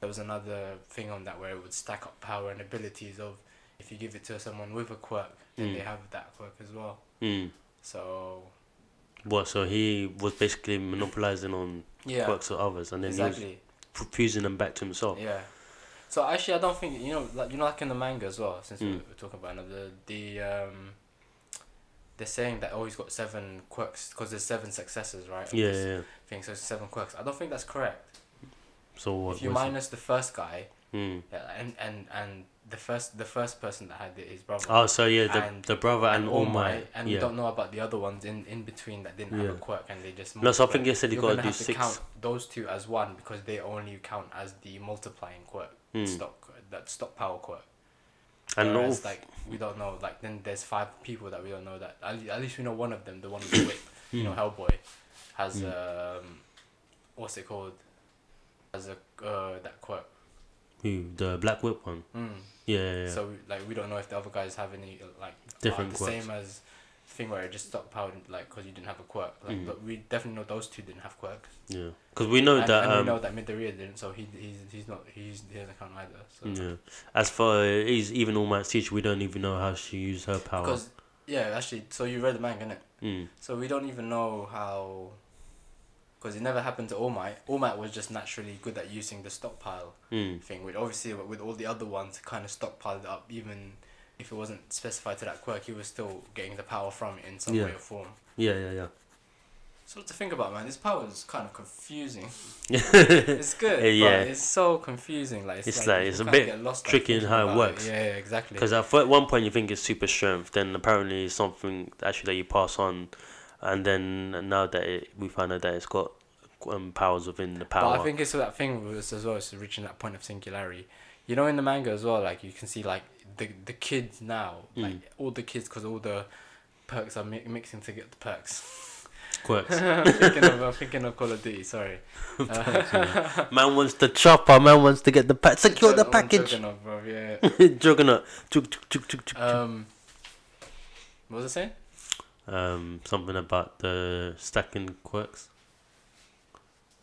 [SPEAKER 2] there was another thing on that where it would stack up power and abilities of if you give it to someone with a quirk, then
[SPEAKER 1] Mm.
[SPEAKER 2] they have that quirk as well.
[SPEAKER 1] Mm.
[SPEAKER 2] So
[SPEAKER 1] What? So he was basically monopolizing on
[SPEAKER 2] yeah,
[SPEAKER 1] quirks of others, and then he
[SPEAKER 2] exactly.
[SPEAKER 1] was f- fusing them back to himself.
[SPEAKER 2] Yeah. So actually, I don't think you know, like you know, like in the manga as well. Since we
[SPEAKER 1] Mm.
[SPEAKER 2] we're talking about another, the um, they're saying that oh, he's got seven quirks because there's seven successes, right? of
[SPEAKER 1] Yeah, yeah.
[SPEAKER 2] this
[SPEAKER 1] yeah.
[SPEAKER 2] Thing so it's seven quirks. I don't think that's correct.
[SPEAKER 1] So what?
[SPEAKER 2] if you
[SPEAKER 1] was it?
[SPEAKER 2] minus the first guy,
[SPEAKER 1] Mm.
[SPEAKER 2] yeah, and and and the first the first person that had it is brother.
[SPEAKER 1] Oh, so yeah, the
[SPEAKER 2] And-
[SPEAKER 1] the brother and, All Might.
[SPEAKER 2] and we
[SPEAKER 1] yeah.
[SPEAKER 2] don't know about the other ones in, in between that didn't have a
[SPEAKER 1] Yeah.
[SPEAKER 2] quirk and they just
[SPEAKER 1] No, so I
[SPEAKER 2] multiplied.
[SPEAKER 1] think you said you
[SPEAKER 2] You're
[SPEAKER 1] gotta
[SPEAKER 2] gonna
[SPEAKER 1] do
[SPEAKER 2] have to
[SPEAKER 1] six.
[SPEAKER 2] count those two as one because they only count as the multiplying quirk
[SPEAKER 1] Mm.
[SPEAKER 2] stock that stock power quirk
[SPEAKER 1] And all,
[SPEAKER 2] Whereas, like we don't know, like then there's five people that we don't know that at, le- at least we know one of them, the one with the whip, you
[SPEAKER 1] Hmm.
[SPEAKER 2] know, Hellboy, has um, what's it called? Has a uh, that quirk.
[SPEAKER 1] who, Hmm, the Black Whip one.
[SPEAKER 2] Mm.
[SPEAKER 1] Yeah, yeah, yeah.
[SPEAKER 2] So we, like we don't know if the other guys have any uh, like are
[SPEAKER 1] Different
[SPEAKER 2] the
[SPEAKER 1] quirks.
[SPEAKER 2] same as thing where it just stockpiled like because you didn't have a quirk. Like,
[SPEAKER 1] Mm.
[SPEAKER 2] but we definitely know those two didn't have quirks.
[SPEAKER 1] yeah. Because we know
[SPEAKER 2] and,
[SPEAKER 1] that.
[SPEAKER 2] and
[SPEAKER 1] um,
[SPEAKER 2] we know that Midoriya didn't, so he he's he's not he's, he doesn't count either. So.
[SPEAKER 1] Yeah. As far as even All Might's teacher, we don't even know how she used her power.
[SPEAKER 2] Because yeah, actually, so you read the manga, innit?
[SPEAKER 1] mm.
[SPEAKER 2] So we don't even know how, because it never happened to All Might. All Might was just naturally good at using the stockpile
[SPEAKER 1] Mm.
[SPEAKER 2] thing, which obviously with with all the other ones kind of stockpiled up. Even if it wasn't specified to that quirk, he was still getting the power from it in some
[SPEAKER 1] Yeah.
[SPEAKER 2] way or form.
[SPEAKER 1] Yeah, yeah, yeah.
[SPEAKER 2] So to think about, man, this power is kind of confusing.
[SPEAKER 1] yeah,
[SPEAKER 2] It's good,
[SPEAKER 1] Yeah.
[SPEAKER 2] but it's so confusing. Like it's,
[SPEAKER 1] It's
[SPEAKER 2] like,
[SPEAKER 1] like-
[SPEAKER 2] you
[SPEAKER 1] it's a
[SPEAKER 2] kinda
[SPEAKER 1] bit
[SPEAKER 2] get lost, like,
[SPEAKER 1] tricky in
[SPEAKER 2] thinking
[SPEAKER 1] how it
[SPEAKER 2] about
[SPEAKER 1] works.
[SPEAKER 2] Yeah, yeah, exactly.
[SPEAKER 1] Because at one point you think it's super strength, then apparently it's something actually that you pass on, and then now that it, we find out that it's got um, powers within the power.
[SPEAKER 2] But I think it's that thing with us as well. It's reaching that point of singularity. You know, in the manga as well, like you can see, like the the kids now, like
[SPEAKER 1] Mm.
[SPEAKER 2] all the kids, because all the perks are mi- mixing to get the perks.
[SPEAKER 1] Quirks.
[SPEAKER 2] I'm, thinking of, I'm thinking of Call of Duty. Sorry. Uh,
[SPEAKER 1] man wants the chopper. Man wants to get the pack. Secure the
[SPEAKER 2] that's what I'm
[SPEAKER 1] package.
[SPEAKER 2] thinking of, bruv, yeah.
[SPEAKER 1] Juggernaut. Tuk, tuk, tuk, tuk, tuk.
[SPEAKER 2] Um, what was I saying?
[SPEAKER 1] Um, something about the stacking quirks.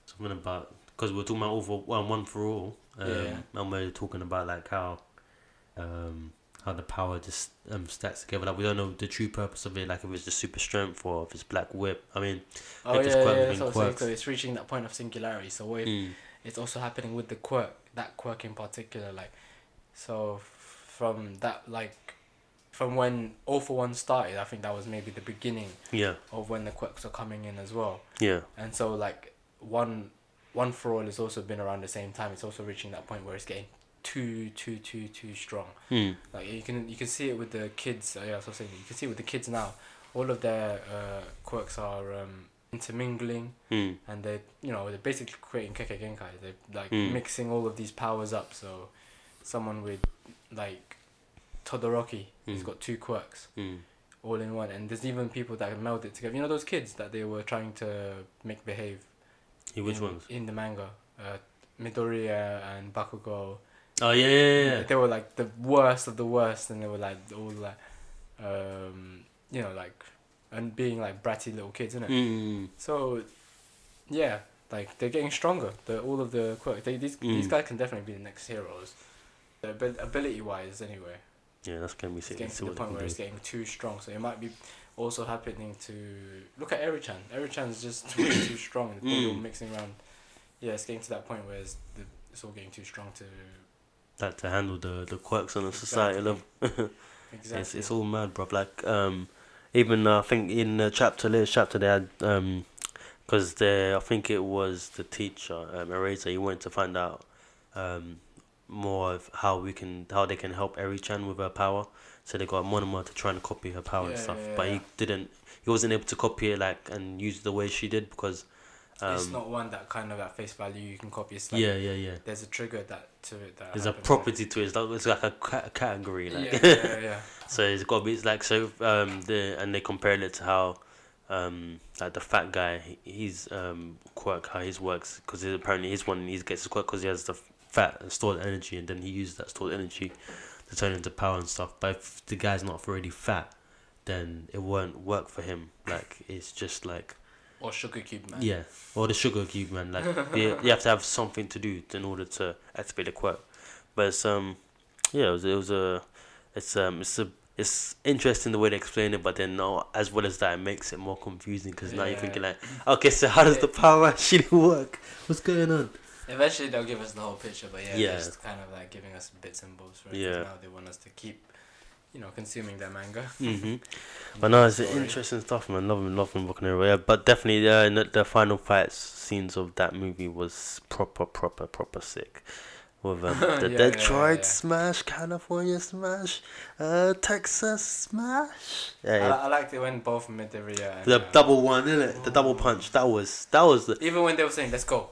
[SPEAKER 1] Something about because we're talking about all for one, one for all. Um,
[SPEAKER 2] Yeah.
[SPEAKER 1] And we're talking about like how, um, how the power just um stacks together. Like we don't know the true purpose of it. Like if it's just super strength or if it's black whip. I mean,
[SPEAKER 2] Oh
[SPEAKER 1] it's
[SPEAKER 2] yeah,
[SPEAKER 1] quirk
[SPEAKER 2] yeah,
[SPEAKER 1] within
[SPEAKER 2] that's what I was saying.
[SPEAKER 1] quirks.
[SPEAKER 2] So it's reaching that point of singularity. So what if
[SPEAKER 1] mm,
[SPEAKER 2] it's also happening with the quirk that quirk in particular like so f- from that like from when all for one started i think that was maybe the beginning
[SPEAKER 1] yeah,
[SPEAKER 2] of when the quirks are coming in as well
[SPEAKER 1] yeah,
[SPEAKER 2] and so like one one for all has also been around the same time it's also reaching that point where it's getting too too too too strong
[SPEAKER 1] mm,
[SPEAKER 2] like you can you can see it with the kids uh, yeah so saying you can see it with the kids now all of their uh, quirks are um, intermingling
[SPEAKER 1] mm,
[SPEAKER 2] and they you know they're basically creating Kekkei Genkai. They're like
[SPEAKER 1] Mm.
[SPEAKER 2] mixing all of these powers up. So someone with like Todoroki, he's
[SPEAKER 1] Mm.
[SPEAKER 2] got two quirks
[SPEAKER 1] mm.
[SPEAKER 2] all in one, and there's even people that meld it together. You know those kids that they were trying to make behave.
[SPEAKER 1] Yeah, which
[SPEAKER 2] in,
[SPEAKER 1] ones?
[SPEAKER 2] in the manga? Uh, Midoriya and Bakugo.
[SPEAKER 1] Oh yeah, yeah, yeah.
[SPEAKER 2] They were like the worst of the worst, and they were like all like, um, you know, like, and being like bratty little kids, innit?
[SPEAKER 1] Mm,
[SPEAKER 2] So, yeah, like they're getting stronger. The all of the quirk, they, these these
[SPEAKER 1] Mm.
[SPEAKER 2] guys can definitely be the next heroes. The abil- ability wise, anyway,
[SPEAKER 1] yeah, that's gonna be
[SPEAKER 2] it's
[SPEAKER 1] sick.
[SPEAKER 2] getting
[SPEAKER 1] Let's see
[SPEAKER 2] to the
[SPEAKER 1] what they
[SPEAKER 2] point
[SPEAKER 1] can
[SPEAKER 2] where
[SPEAKER 1] do.
[SPEAKER 2] it's getting too strong. So it might be also happening to look at Erichan. Erichan's just way too strong and
[SPEAKER 3] Mm.
[SPEAKER 2] all mixing around. Yeah, it's getting to that point where it's, the, it's all getting too strong to
[SPEAKER 1] Like to handle the the quirks on a society level.
[SPEAKER 2] exactly.
[SPEAKER 1] It's, it's all mad, bro. Like, um, even uh, I think in the chapter, latest chapter, they had, um, because the I think it was the teacher, um, Eraser. He wanted to find out, um, more of how we can, how they can help Eri Chan with her power. So they got Monoma to try and copy her power and
[SPEAKER 2] Yeah,
[SPEAKER 1] stuff,
[SPEAKER 2] yeah,
[SPEAKER 1] but
[SPEAKER 2] yeah.
[SPEAKER 1] he didn't. He wasn't able to copy it like and use it the way she did because, um,
[SPEAKER 2] it's not one that kind of at face value you can copy. It's like
[SPEAKER 1] yeah, yeah, yeah.
[SPEAKER 2] there's a trigger that to it that
[SPEAKER 1] There's a
[SPEAKER 2] happens.
[SPEAKER 1] property to it. It's like, it's like a, ca- a category, like.
[SPEAKER 2] Yeah, yeah, yeah.
[SPEAKER 1] So it's got to be it's like so um the and they compared it to how um like the fat guy he- he's um quirk how his works because apparently his one he gets his quirk because he has the f- fat and stored energy and then he uses that stored energy to turn into power and stuff. But if the guy's not already fat, then it won't work for him. Like it's just like
[SPEAKER 2] Or sugar cube man.
[SPEAKER 1] yeah, or the sugar cube man. Like you, you have to have something to do in order to activate the quirk. But it's, um, yeah, it was, it was a, it's um, it's a, it's interesting the way they explain it. But then now, as well as that, it makes it more confusing because now you're
[SPEAKER 2] Yeah.
[SPEAKER 1] thinking like, okay, so how does the power actually work? What's going on?
[SPEAKER 2] Eventually they'll give us the whole picture, but yeah,
[SPEAKER 1] Yeah.
[SPEAKER 2] they're just kind of like giving us bits and bobs for it. 'cause
[SPEAKER 1] Yeah.
[SPEAKER 2] Now they want us to keep, you know, consuming their manga.
[SPEAKER 1] hmm But no, it's
[SPEAKER 2] Sorry.
[SPEAKER 1] interesting stuff, man. Loving, loving Rock and Roll. Yeah, but definitely uh, in the, the final fight scenes of that movie was proper, proper, proper sick. With um, the
[SPEAKER 2] Yeah,
[SPEAKER 1] Detroit
[SPEAKER 2] yeah, yeah.
[SPEAKER 1] Smash, California Smash, uh, Texas Smash. Yeah, yeah.
[SPEAKER 2] I, I liked it when both mid the rear. and,
[SPEAKER 1] the
[SPEAKER 2] uh,
[SPEAKER 1] double one, innit? The double punch. That was that was the,
[SPEAKER 2] Even when they were saying "Let's go,"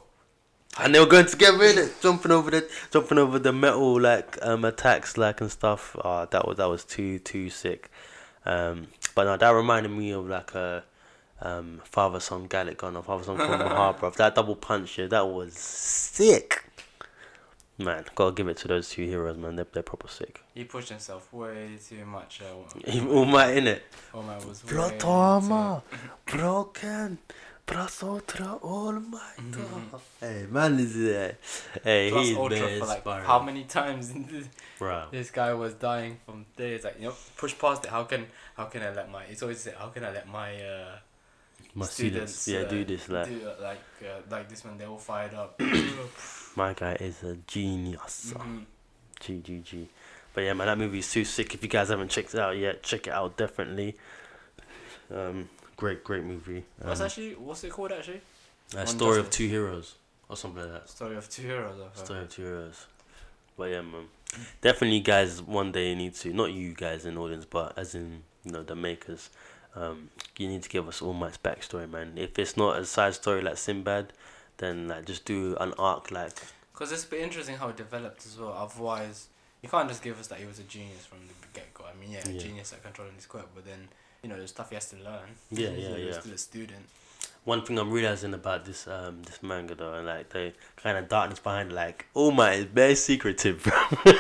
[SPEAKER 1] and they were going together, innit? Jumping over the jumping over the metal like um attacks like and stuff. Ah, that was that was too too sick. Um, but no, that reminded me of like a um father son Gallic gun or father son called Mahar, bruv. That double punch, yeah, that was sick. Man, gotta give it to those two heroes, man. They're, they're proper sick.
[SPEAKER 2] he pushed himself way too much. Uh,
[SPEAKER 1] Even All Might in it.
[SPEAKER 2] oh my, was way
[SPEAKER 1] Blood
[SPEAKER 2] too-
[SPEAKER 1] armor, broken, plus ultra almighty. Hey, man is there. Hey,
[SPEAKER 2] Mm-hmm. Plus
[SPEAKER 1] he's
[SPEAKER 2] ultra
[SPEAKER 1] been
[SPEAKER 2] for like
[SPEAKER 1] inspiring.
[SPEAKER 2] how many times this-
[SPEAKER 1] Bruh.
[SPEAKER 2] this guy was dying from there? It's like you know, push past it. How can how can I let my? It's always like, how can I let my uh,
[SPEAKER 1] My
[SPEAKER 2] students,
[SPEAKER 1] students, yeah,
[SPEAKER 2] uh,
[SPEAKER 1] do this. Like,
[SPEAKER 2] do, uh, like uh, like this one? They're all fired up. Mm-hmm.
[SPEAKER 1] my guy is a genius.
[SPEAKER 2] Mhm.
[SPEAKER 1] G G G. But yeah, man, that movie is too sick. If you guys haven't checked it out yet, check it out definitely. Um, great, great movie. Um,
[SPEAKER 2] What's actually what's it called actually?
[SPEAKER 1] a
[SPEAKER 2] one
[SPEAKER 1] story of
[SPEAKER 2] doesn't-
[SPEAKER 1] two heroes or something like that.
[SPEAKER 2] Story of two heroes. I've heard.
[SPEAKER 1] Story of two heroes. But yeah, man, definitely, guys. One day you need to, not you guys in the audience, but as in you know the makers. Um, you need to give us All Might's backstory, man. If it's not a side story like Sinbad, then like just do an arc like
[SPEAKER 2] Because it's been interesting how it developed as well. Otherwise, you can't just give us that he was a genius from the get go. I mean, yeah, a
[SPEAKER 1] Yeah.
[SPEAKER 2] genius at controlling his quirk, but then, you know, there's stuff he has to learn.
[SPEAKER 1] Yeah,
[SPEAKER 2] He's
[SPEAKER 1] yeah, yeah.
[SPEAKER 2] Still a student.
[SPEAKER 1] one thing I'm realizing about this um this manga though, and like the kind of darkness behind, it, like oh my, it's very secretive. bro.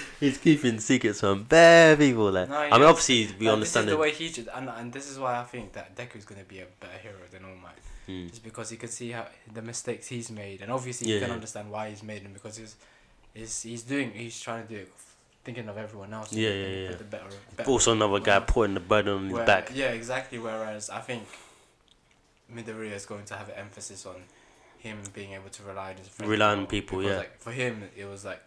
[SPEAKER 1] He's keeping secrets from bare people. Like
[SPEAKER 2] No,
[SPEAKER 1] I
[SPEAKER 2] yeah.
[SPEAKER 1] mean, obviously we
[SPEAKER 2] Like,
[SPEAKER 1] understand
[SPEAKER 2] This is
[SPEAKER 1] that.
[SPEAKER 2] the way he did, and, and this is why I think that Deku's going to be a better hero than All Might.
[SPEAKER 1] Mm.
[SPEAKER 2] Just because you can see how the mistakes he's made, and obviously
[SPEAKER 1] Yeah,
[SPEAKER 2] you can
[SPEAKER 1] yeah.
[SPEAKER 2] understand why he's made them because he's, he's, he's doing, he's trying to do it, thinking of everyone else.
[SPEAKER 1] Yeah,
[SPEAKER 2] and-
[SPEAKER 1] yeah,
[SPEAKER 2] and
[SPEAKER 1] yeah.
[SPEAKER 2] The better,
[SPEAKER 1] But
[SPEAKER 2] better
[SPEAKER 1] Also, another guy
[SPEAKER 2] Well,
[SPEAKER 1] putting the burden on his
[SPEAKER 2] Where-
[SPEAKER 1] back.
[SPEAKER 2] Yeah, exactly. Whereas I think Midoriya is going to have an emphasis on him being able to rely on his friends.
[SPEAKER 1] Rely on
[SPEAKER 2] more,
[SPEAKER 1] people,
[SPEAKER 2] because,
[SPEAKER 1] yeah.
[SPEAKER 2] Like, for him, it was like,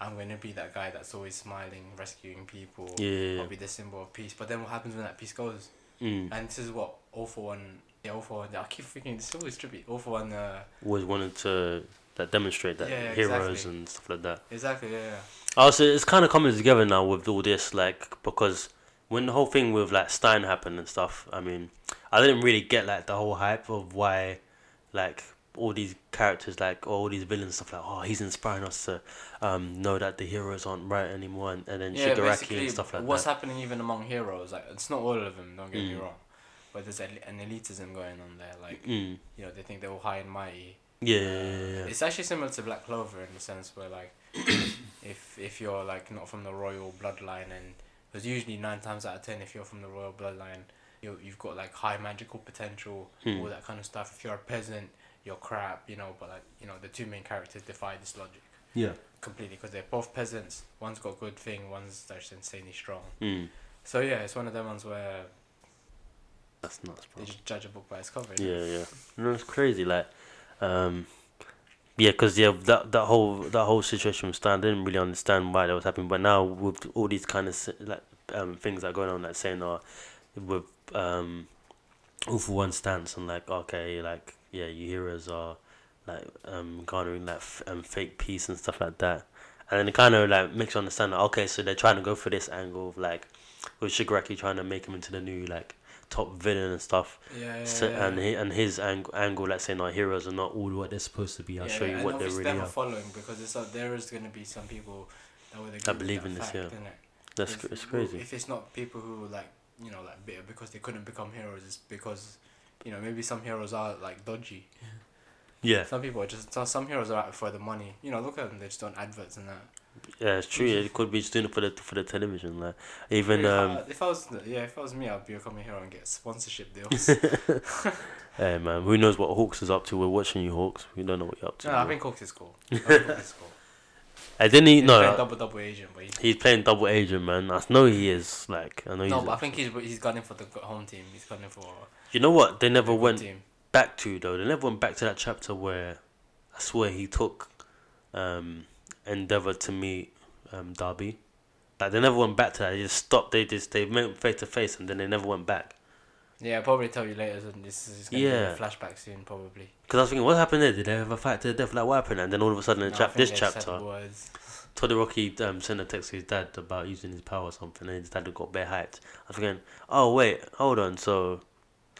[SPEAKER 2] I'm going to be that guy that's always smiling, rescuing people.
[SPEAKER 1] Yeah, yeah,
[SPEAKER 2] I'll be the symbol of peace. But then what happens when that peace goes?
[SPEAKER 1] yeah. Mm.
[SPEAKER 2] And this is what All For One. Yeah, All For One. I keep thinking this is always trippy. All For One. Uh,
[SPEAKER 1] Hmm. always wanted to like, demonstrate that
[SPEAKER 2] Yeah,
[SPEAKER 1] heroes
[SPEAKER 2] exactly.
[SPEAKER 1] and stuff like that.
[SPEAKER 2] exactly, yeah, yeah.
[SPEAKER 1] Also, Oh, it's kind of coming together now with all this, like because when the whole thing with like Stein happened and stuff, I mean, I didn't really get like the whole hype of why, like all these characters, like all these villains, stuff like oh he's inspiring us to um, know that the heroes aren't right anymore, and, and then
[SPEAKER 2] yeah,
[SPEAKER 1] Shigaraki
[SPEAKER 2] basically,
[SPEAKER 1] and stuff like
[SPEAKER 2] what's
[SPEAKER 1] that.
[SPEAKER 2] happening even among heroes? Like, it's not all of them, don't get me
[SPEAKER 1] Mm.
[SPEAKER 2] wrong. But there's el- an elitism going on there. Like,
[SPEAKER 1] Mm.
[SPEAKER 2] you know, they think they're all high and mighty.
[SPEAKER 1] Yeah,
[SPEAKER 2] Uh,
[SPEAKER 1] yeah, yeah, yeah.
[SPEAKER 2] It's actually similar to Black Clover in the sense where like, if if you're like not from the royal bloodline and because usually nine times out of ten if you're from the royal bloodline, you you've got like high magical potential,
[SPEAKER 1] Hmm.
[SPEAKER 2] all that kind of stuff. If you're a peasant, you're crap, you know. But like you know, the two main characters defy this logic
[SPEAKER 1] yeah.
[SPEAKER 2] completely because they're both peasants. One's got a good thing, one's just insanely strong.
[SPEAKER 1] Mm.
[SPEAKER 2] So yeah, it's one of them ones where
[SPEAKER 1] That's nuts, bro.
[SPEAKER 2] They just judge a book by its cover. innit?
[SPEAKER 1] Yeah, yeah. No, it's crazy. Like, um, yeah, because yeah, that that whole that whole situation with Stan, I didn't really understand why that was happening. But now with all these kind of si- like um things that are going on, like saying, "Oh, with um, all for one stance," and like, okay, like yeah, your heroes are like um garnering like f- um fake peace and stuff like that. And then it kind of like makes you understand that okay, so they're trying to go for this angle of like with Shigaraki trying to make him into the new like top villain and stuff.
[SPEAKER 2] Yeah, yeah,
[SPEAKER 1] So,
[SPEAKER 2] yeah.
[SPEAKER 1] and he, and his ang- angle, let's say, our heroes are not all what they're supposed to be. I'll
[SPEAKER 2] yeah,
[SPEAKER 1] show
[SPEAKER 2] yeah,
[SPEAKER 1] you
[SPEAKER 2] and
[SPEAKER 1] what they
[SPEAKER 2] obviously
[SPEAKER 1] really
[SPEAKER 2] never
[SPEAKER 1] are.
[SPEAKER 2] following because it's not, there is going to be some people that would agree with
[SPEAKER 1] believe
[SPEAKER 2] that
[SPEAKER 1] in this,
[SPEAKER 2] fact,
[SPEAKER 1] yeah.
[SPEAKER 2] innit?
[SPEAKER 1] That's
[SPEAKER 2] if,
[SPEAKER 1] cr- it's crazy.
[SPEAKER 2] If it's not people who like you know like bitter because they couldn't become heroes, it's because you know maybe some heroes are like dodgy.
[SPEAKER 1] Yeah,
[SPEAKER 2] Some people are just so- some heroes are out for the money. You know, look at them; they just don't adverts and that.
[SPEAKER 1] yeah, it's true. It could be just doing it for the for the television, like even
[SPEAKER 2] if,
[SPEAKER 1] um,
[SPEAKER 2] I, if I was yeah, if I was me, I'd become a hero and get sponsorship deals.
[SPEAKER 1] hey man, who knows what Hawks is up to? We're watching you, Hawks. We don't know what you're up to.
[SPEAKER 2] no, I think Hawks is cool. I think Hawks is cool.
[SPEAKER 1] I didn't he,
[SPEAKER 2] He's playing
[SPEAKER 1] no.
[SPEAKER 2] double double agent, but he's,
[SPEAKER 1] He's playing double agent, man. I know he is. Like I know
[SPEAKER 2] no,
[SPEAKER 1] he's.
[SPEAKER 2] but I think he's he's gunning for the home team. He's gunning for
[SPEAKER 1] you know what? They never
[SPEAKER 2] the home
[SPEAKER 1] went
[SPEAKER 2] team.
[SPEAKER 1] back to though. They never went back to that chapter where I swear he took um Endeavour to meet um Darby. Like they never went back to that. They just stopped. They just they met face to face and then they never went back.
[SPEAKER 2] Yeah, I'll probably tell you later. so This is going to
[SPEAKER 1] Yeah.
[SPEAKER 2] be a flashback soon, probably.
[SPEAKER 1] Because I was thinking, what happened there? Did they ever fight to the death? Like what happened? And then all of a sudden, in
[SPEAKER 2] No, I
[SPEAKER 1] chap-
[SPEAKER 2] think
[SPEAKER 1] this
[SPEAKER 2] they just had
[SPEAKER 1] chapter,
[SPEAKER 2] words.
[SPEAKER 1] Todoroki um, sent a text to his dad about using his power or something, and his dad got bare hyped. I was thinking, oh wait, hold on, so.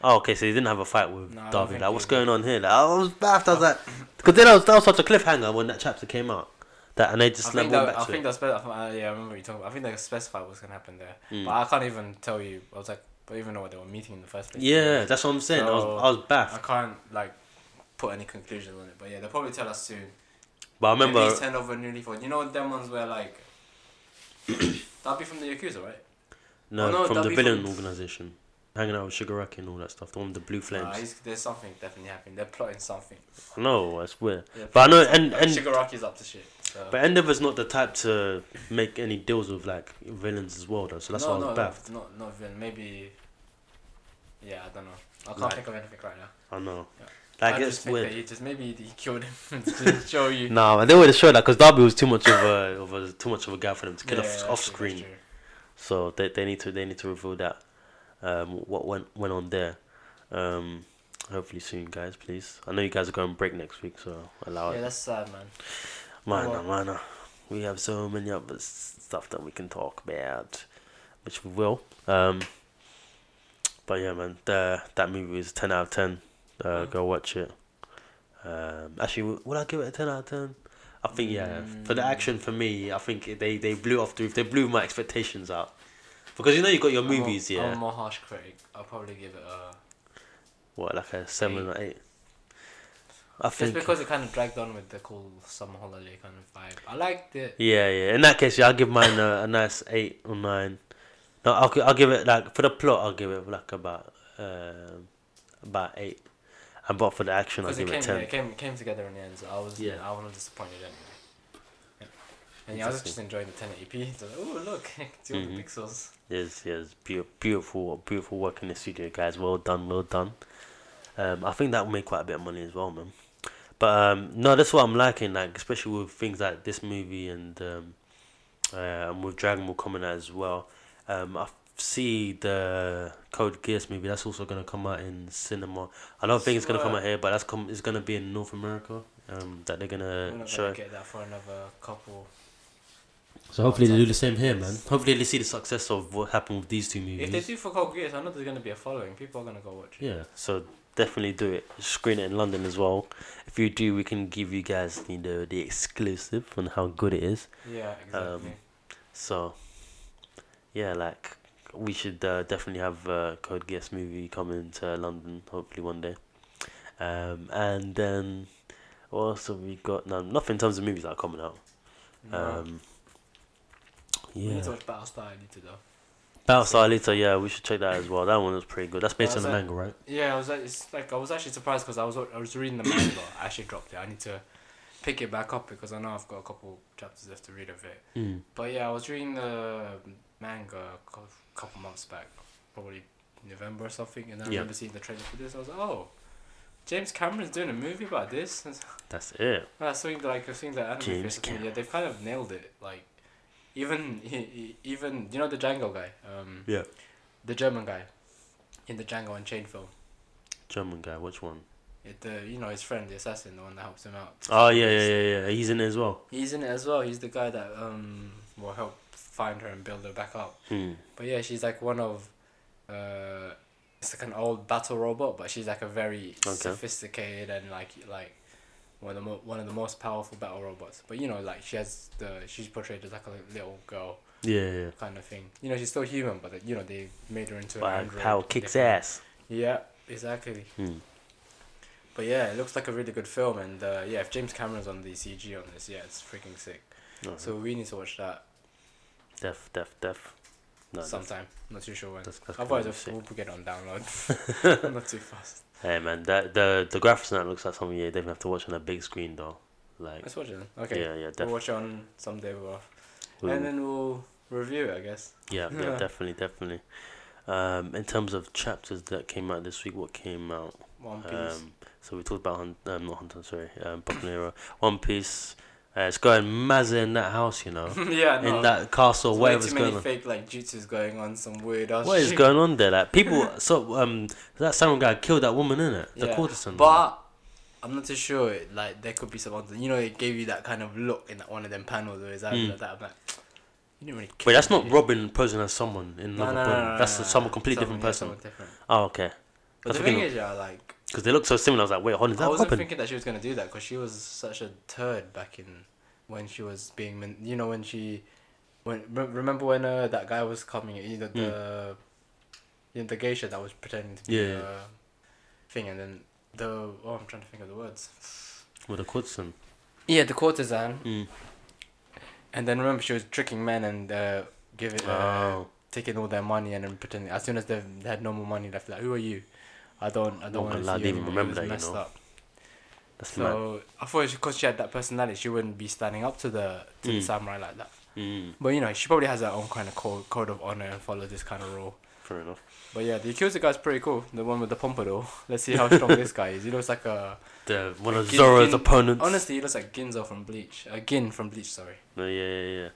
[SPEAKER 1] Oh, okay, so he didn't have a fight with
[SPEAKER 2] No, I don't
[SPEAKER 1] Darby.
[SPEAKER 2] think
[SPEAKER 1] Like,
[SPEAKER 2] he
[SPEAKER 1] what's
[SPEAKER 2] did.
[SPEAKER 1] going on here? Like, I was baffed. I was like, because then I was, that was such a cliffhanger when that chapter came out, that and they
[SPEAKER 2] I
[SPEAKER 1] just like went
[SPEAKER 2] think, that, I
[SPEAKER 1] back
[SPEAKER 2] think
[SPEAKER 1] to it.
[SPEAKER 2] that's better. Uh, yeah, I remember what you talking about. I think they specified what's gonna happen there,
[SPEAKER 1] Mm.
[SPEAKER 2] but I can't even tell you. I was like, I don't even know what they were meeting in the first place.
[SPEAKER 1] Yeah, that's what I'm saying. I was, I was
[SPEAKER 2] I
[SPEAKER 1] baffed.
[SPEAKER 2] can't like put any conclusions on it. But yeah, they'll probably tell us soon.
[SPEAKER 1] But I
[SPEAKER 2] Maybe
[SPEAKER 1] remember,
[SPEAKER 2] he's turned over a new leaf. or- You know them ones where like that'd be from the yakuza, right?
[SPEAKER 1] no,
[SPEAKER 2] Oh, no,
[SPEAKER 1] from the
[SPEAKER 2] Darby
[SPEAKER 1] villain
[SPEAKER 2] from-
[SPEAKER 1] organization, hanging out with Shigaraki and all that stuff. The one with the blue
[SPEAKER 2] Nah,
[SPEAKER 1] flames.
[SPEAKER 2] he's- there's something definitely happening. They're plotting something.
[SPEAKER 1] I know, I swear.
[SPEAKER 2] They're
[SPEAKER 1] But I know,
[SPEAKER 2] plotting
[SPEAKER 1] and-
[SPEAKER 2] something. Like, Shigaraki's up to shit. So.
[SPEAKER 1] But Endeavor's not the type to make any deals with like villains as well, though. So that's
[SPEAKER 2] no,
[SPEAKER 1] why I was
[SPEAKER 2] no,
[SPEAKER 1] baffed.
[SPEAKER 2] Not not villain. Maybe. Yeah, I don't know. I can't
[SPEAKER 1] Like-
[SPEAKER 2] think of anything right now.
[SPEAKER 1] I know.
[SPEAKER 2] Yeah.
[SPEAKER 1] Like
[SPEAKER 2] I
[SPEAKER 1] it's
[SPEAKER 2] just think
[SPEAKER 1] weird.
[SPEAKER 2] That he just maybe he killed him to show you.
[SPEAKER 1] Nah, man, they would have showed that because Darby was too much of a, of a too much of a guy for them to kill
[SPEAKER 2] Yeah,
[SPEAKER 1] off,
[SPEAKER 2] yeah,
[SPEAKER 1] off
[SPEAKER 2] that's true, that's
[SPEAKER 1] screen.
[SPEAKER 2] true.
[SPEAKER 1] So they, they need to they need to reveal that um, what went went on there. Um, hopefully soon, guys. Please, I know you guys are going on break next week, so allow
[SPEAKER 2] Yeah,
[SPEAKER 1] it.
[SPEAKER 2] that's sad, man.
[SPEAKER 1] Mana,
[SPEAKER 2] Well-
[SPEAKER 1] mana. We have so many other s- stuff that we can talk about, which we will. Um, but yeah, man, the, that movie is 10 out of 10. Uh,
[SPEAKER 2] Mm.
[SPEAKER 1] Go watch it. Um, actually, w- would I give it a 10 out of 10? I think, yeah. For the
[SPEAKER 2] Mm.
[SPEAKER 1] action, for me, I think it- they, they blew off the roof. They blew my expectations out. Because you know you got your
[SPEAKER 2] I'm a-
[SPEAKER 1] movies, yeah.
[SPEAKER 2] I'm a more harsh critic. I'll probably give it a.
[SPEAKER 1] what, like a 7 or 8? I
[SPEAKER 2] Just
[SPEAKER 1] think.
[SPEAKER 2] because it kind of dragged on with the cool summer holiday kind of vibe. I liked it.
[SPEAKER 1] Yeah, yeah. In that case, yeah, I'll give mine a, a nice eight or nine. No, I'll, gi- I'll give it like for the plot, I'll give it like about um, about eight, and but for the action, I'll
[SPEAKER 2] Because it
[SPEAKER 1] give it
[SPEAKER 2] came, yeah,
[SPEAKER 1] ten.
[SPEAKER 2] it came, it came together in the end, so I was
[SPEAKER 1] Yeah.
[SPEAKER 2] I wasn't disappointed anyway. Yeah. And yeah, I was just
[SPEAKER 1] Interesting.
[SPEAKER 2] enjoying the 1080p. It's like, oh look, it's all
[SPEAKER 1] Mhm.
[SPEAKER 2] the pixels.
[SPEAKER 1] Yes, yes, beau- beautiful, beautiful work in the studio, guys. Well done, well done. Um, I think that will make quite a bit of money as well, man. But um, no, that's what I'm liking, like especially with things like this movie and um, uh, and with Dragon Ball coming out as well. Um, I f- see the Code Geass movie. That's also gonna come out in cinema. I don't think it's gonna come out
[SPEAKER 2] Swear.
[SPEAKER 1] here, but that's come. It's gonna be in North America. Um, that they're
[SPEAKER 2] We're
[SPEAKER 1] gonna
[SPEAKER 2] not
[SPEAKER 1] show.
[SPEAKER 2] gonna get that for another couple.
[SPEAKER 1] So hopefully they do the same here, man. Hopefully they see the success of what happened with these two movies.
[SPEAKER 2] If they do for Cold Geass, I know there's gonna be a following. People are gonna go watch it.
[SPEAKER 1] Yeah, so definitely do it. Screen it in London as well. If you do, we can give you guys you know the exclusive on how good it is.
[SPEAKER 2] Yeah, exactly.
[SPEAKER 1] So, yeah, like we should uh, definitely have uh, Code Geass movie coming to London hopefully one day. Um, and then what else have we got? No, nothing in terms of movies that are coming out.
[SPEAKER 2] No.
[SPEAKER 1] Um,
[SPEAKER 2] We need to
[SPEAKER 1] yeah,
[SPEAKER 2] watch Battlestar Alita though.
[SPEAKER 1] Battlestar Alita. Yeah, we should check that as well. That one was pretty good. That's based on
[SPEAKER 2] How's
[SPEAKER 1] the
[SPEAKER 2] that?
[SPEAKER 1] manga, right?
[SPEAKER 2] Yeah, I was like, it's like I was actually surprised because I was I was reading the manga. I actually dropped it. I need to pick it back up because I know I've got a couple chapters left to read of it.
[SPEAKER 1] Mm.
[SPEAKER 2] But yeah, I was reading the manga a cou- couple months back, probably November or something, and I
[SPEAKER 1] Yeah.
[SPEAKER 2] remember seeing the trailer for this. I was like, oh, James Cameron's doing a movie about this. And so-
[SPEAKER 1] That's it.
[SPEAKER 2] and I was seeing the, like I was seeing the anime
[SPEAKER 1] James
[SPEAKER 2] face, I was thinking, yeah,
[SPEAKER 1] Cameron.
[SPEAKER 2] they've kind of nailed it. Like, even he, he- even you know the Django guy, um,
[SPEAKER 1] Yeah.
[SPEAKER 2] the German guy, in the Django Unchained film,
[SPEAKER 1] German guy, which one?
[SPEAKER 2] it, the you know his friend, the assassin, the one that helps him out.
[SPEAKER 1] Oh yeah, yeah, yeah, yeah. He's in it as well.
[SPEAKER 2] He's in it as well. He's the guy that um will help find her and build her back up.
[SPEAKER 1] Hmm.
[SPEAKER 2] But yeah, she's like one of, uh, it's like an old battle robot, but she's like a very
[SPEAKER 1] Okay.
[SPEAKER 2] sophisticated and like like one of the mo- one of the most powerful battle robots. But you know, like she has the she's portrayed as like a little girl
[SPEAKER 1] Yeah, yeah. yeah.
[SPEAKER 2] kind of thing. You know, she's still human, but like, you know they made her into an
[SPEAKER 1] Wow,
[SPEAKER 2] android.
[SPEAKER 1] power kicks
[SPEAKER 2] They-
[SPEAKER 1] ass.
[SPEAKER 2] Yeah, exactly.
[SPEAKER 1] Hmm.
[SPEAKER 2] But yeah, it looks like a really good film, and uh, yeah, if James Cameron's on the CG on this, yeah, it's freaking sick.
[SPEAKER 1] No,
[SPEAKER 2] So we need to watch that
[SPEAKER 1] def, def, def. No, that's-
[SPEAKER 2] sometime. Not too sure when.
[SPEAKER 1] that's- that's gonna
[SPEAKER 2] Otherwise,
[SPEAKER 1] be
[SPEAKER 2] I'll-
[SPEAKER 1] sick.
[SPEAKER 2] we'll get it on download. not too fast.
[SPEAKER 1] Hey man, that the the graphics and that looks like something you definitely have to watch on a big screen though. Like
[SPEAKER 2] Let's watch it then. Okay.
[SPEAKER 1] yeah, yeah,
[SPEAKER 2] We'll
[SPEAKER 1] definitely.
[SPEAKER 2] watch on someday we're off. And then we'll review it, I guess.
[SPEAKER 1] yeah, yeah, definitely, definitely. Um, in terms of chapters that came out this week, what came out?
[SPEAKER 2] One Piece.
[SPEAKER 1] Um, so we talked about Hun- um, not Hunter, sorry, um, Popular Hero, One Piece. Uh, it's going mazza in that house, you know,
[SPEAKER 2] yeah, no.
[SPEAKER 1] in that castle,
[SPEAKER 2] There's way
[SPEAKER 1] whatever's
[SPEAKER 2] too many
[SPEAKER 1] going on.
[SPEAKER 2] fake like jutsus going on, some weird ass
[SPEAKER 1] What is
[SPEAKER 2] Oh, shit.
[SPEAKER 1] going on there? Like people, so um, that samurai guy killed that woman in it, the
[SPEAKER 2] Yeah.
[SPEAKER 1] courtesan.
[SPEAKER 2] But I'm not too sure. Like there could be some other you know, it gave you that kind of look in that one of them panels or is that
[SPEAKER 1] Mm.
[SPEAKER 2] like that I'm like you didn't really
[SPEAKER 1] Wait, that's
[SPEAKER 2] care,
[SPEAKER 1] not
[SPEAKER 2] did you?
[SPEAKER 1] Robin posing as someone in
[SPEAKER 2] No,
[SPEAKER 1] another
[SPEAKER 2] no, no,
[SPEAKER 1] book.
[SPEAKER 2] no, no,
[SPEAKER 1] that's
[SPEAKER 2] no,
[SPEAKER 1] a, some
[SPEAKER 2] no.
[SPEAKER 1] completely different
[SPEAKER 2] Someone- yeah,
[SPEAKER 1] person.
[SPEAKER 2] someone different.
[SPEAKER 1] Oh, okay.
[SPEAKER 2] But
[SPEAKER 1] That's
[SPEAKER 2] the
[SPEAKER 1] what
[SPEAKER 2] thing
[SPEAKER 1] people-
[SPEAKER 2] is, yeah, like
[SPEAKER 1] Because they look so similar. I was like, wait, hold on, is
[SPEAKER 2] I
[SPEAKER 1] that
[SPEAKER 2] wasn't
[SPEAKER 1] Robin?
[SPEAKER 2] thinking that she was gonna do that because she was such a turd back in when she was being, men- you know, when she, when re- remember when uh, that guy was coming, you know, the, you know, the geisha that was pretending to be
[SPEAKER 1] Hmm. Yeah, yeah.
[SPEAKER 2] uh, thing, and then the oh, I'm trying to think of the words.
[SPEAKER 1] With a courtesan.
[SPEAKER 2] Yeah, the courtesan,
[SPEAKER 1] Mm.
[SPEAKER 2] and then remember she was tricking men and uh, giving, uh,
[SPEAKER 1] Oh.
[SPEAKER 2] taking all their money and then pretending as soon as they they had no more money left, like who are you? I don't, I
[SPEAKER 1] Not
[SPEAKER 2] don't want
[SPEAKER 1] gonna
[SPEAKER 2] to
[SPEAKER 1] lie, I
[SPEAKER 2] see you
[SPEAKER 1] didn't even
[SPEAKER 2] anymore." It
[SPEAKER 1] remember
[SPEAKER 2] was
[SPEAKER 1] that, you
[SPEAKER 2] messed
[SPEAKER 1] know.
[SPEAKER 2] up.
[SPEAKER 1] That's mad.
[SPEAKER 2] So I thought because she had that personality, she wouldn't be standing up to the to the
[SPEAKER 1] Mm.
[SPEAKER 2] samurai like that.
[SPEAKER 1] Mm,
[SPEAKER 2] But you know, she probably has her own kind of code, code of honor and follows this kind of rule.
[SPEAKER 1] fair enough.
[SPEAKER 2] But yeah, the accuser guy's pretty cool. The one with the pompadour. Let's see how strong this guy is. He looks like a
[SPEAKER 1] The, one of
[SPEAKER 2] Gin-
[SPEAKER 1] Zoro's
[SPEAKER 2] Gin-
[SPEAKER 1] opponents.
[SPEAKER 2] honestly, he looks like Ginzo from Bleach. Uh, Gin from Bleach, sorry.
[SPEAKER 1] No, yeah, yeah, yeah.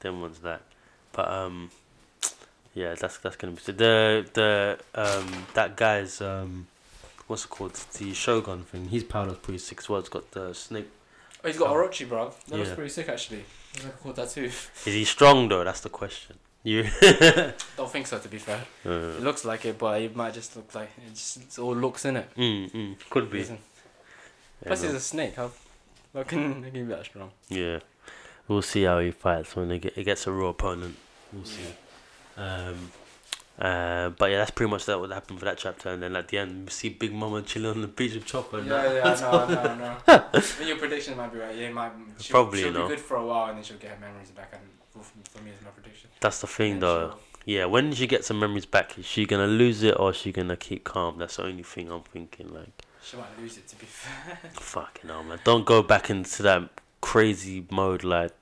[SPEAKER 1] Them ones that. But, um, yeah, that's that's going to be. so The, the, um, that guy's, um, what's it called? The Shogun thing. His power is pretty sick as well. It's got the snake.
[SPEAKER 2] Oh, he's got
[SPEAKER 1] Oh.
[SPEAKER 2] Orochi, bro. That looks
[SPEAKER 1] Yeah.
[SPEAKER 2] pretty sick actually. It's like a cool tattoo.
[SPEAKER 1] Is he strong, though? That's the question. You.
[SPEAKER 2] Don't think so, to be fair. It
[SPEAKER 1] Uh,
[SPEAKER 2] looks like it, but it might just look like it just it's all looks in it.
[SPEAKER 1] mm, mm, could be. Yeah,
[SPEAKER 2] Plus,
[SPEAKER 1] no.
[SPEAKER 2] he's a snake. How, how can he be that strong?
[SPEAKER 1] Yeah, we'll see how he fights when he, get, he gets a real opponent. We'll see. Um, uh, but yeah, that's pretty much that what happened for that chapter. And then at the end, we see Big Mama chilling on the beach with Chopper. and
[SPEAKER 2] Yeah,
[SPEAKER 1] that.
[SPEAKER 2] yeah, no, no, no. I think your prediction might be right. Yeah, it might. She'll,
[SPEAKER 1] Probably,
[SPEAKER 2] she'll
[SPEAKER 1] no.
[SPEAKER 2] be good for a while, and then she'll get her memories back. And for, for me, it's my prediction.
[SPEAKER 1] That's the thing,
[SPEAKER 2] And
[SPEAKER 1] though. Yeah, when she gets her memories back, is she gonna lose it or is she gonna keep calm? That's the only thing I'm thinking. Like,
[SPEAKER 2] She might lose it. To be fair.
[SPEAKER 1] fucking hell, man, don't go back into that crazy mode. Like,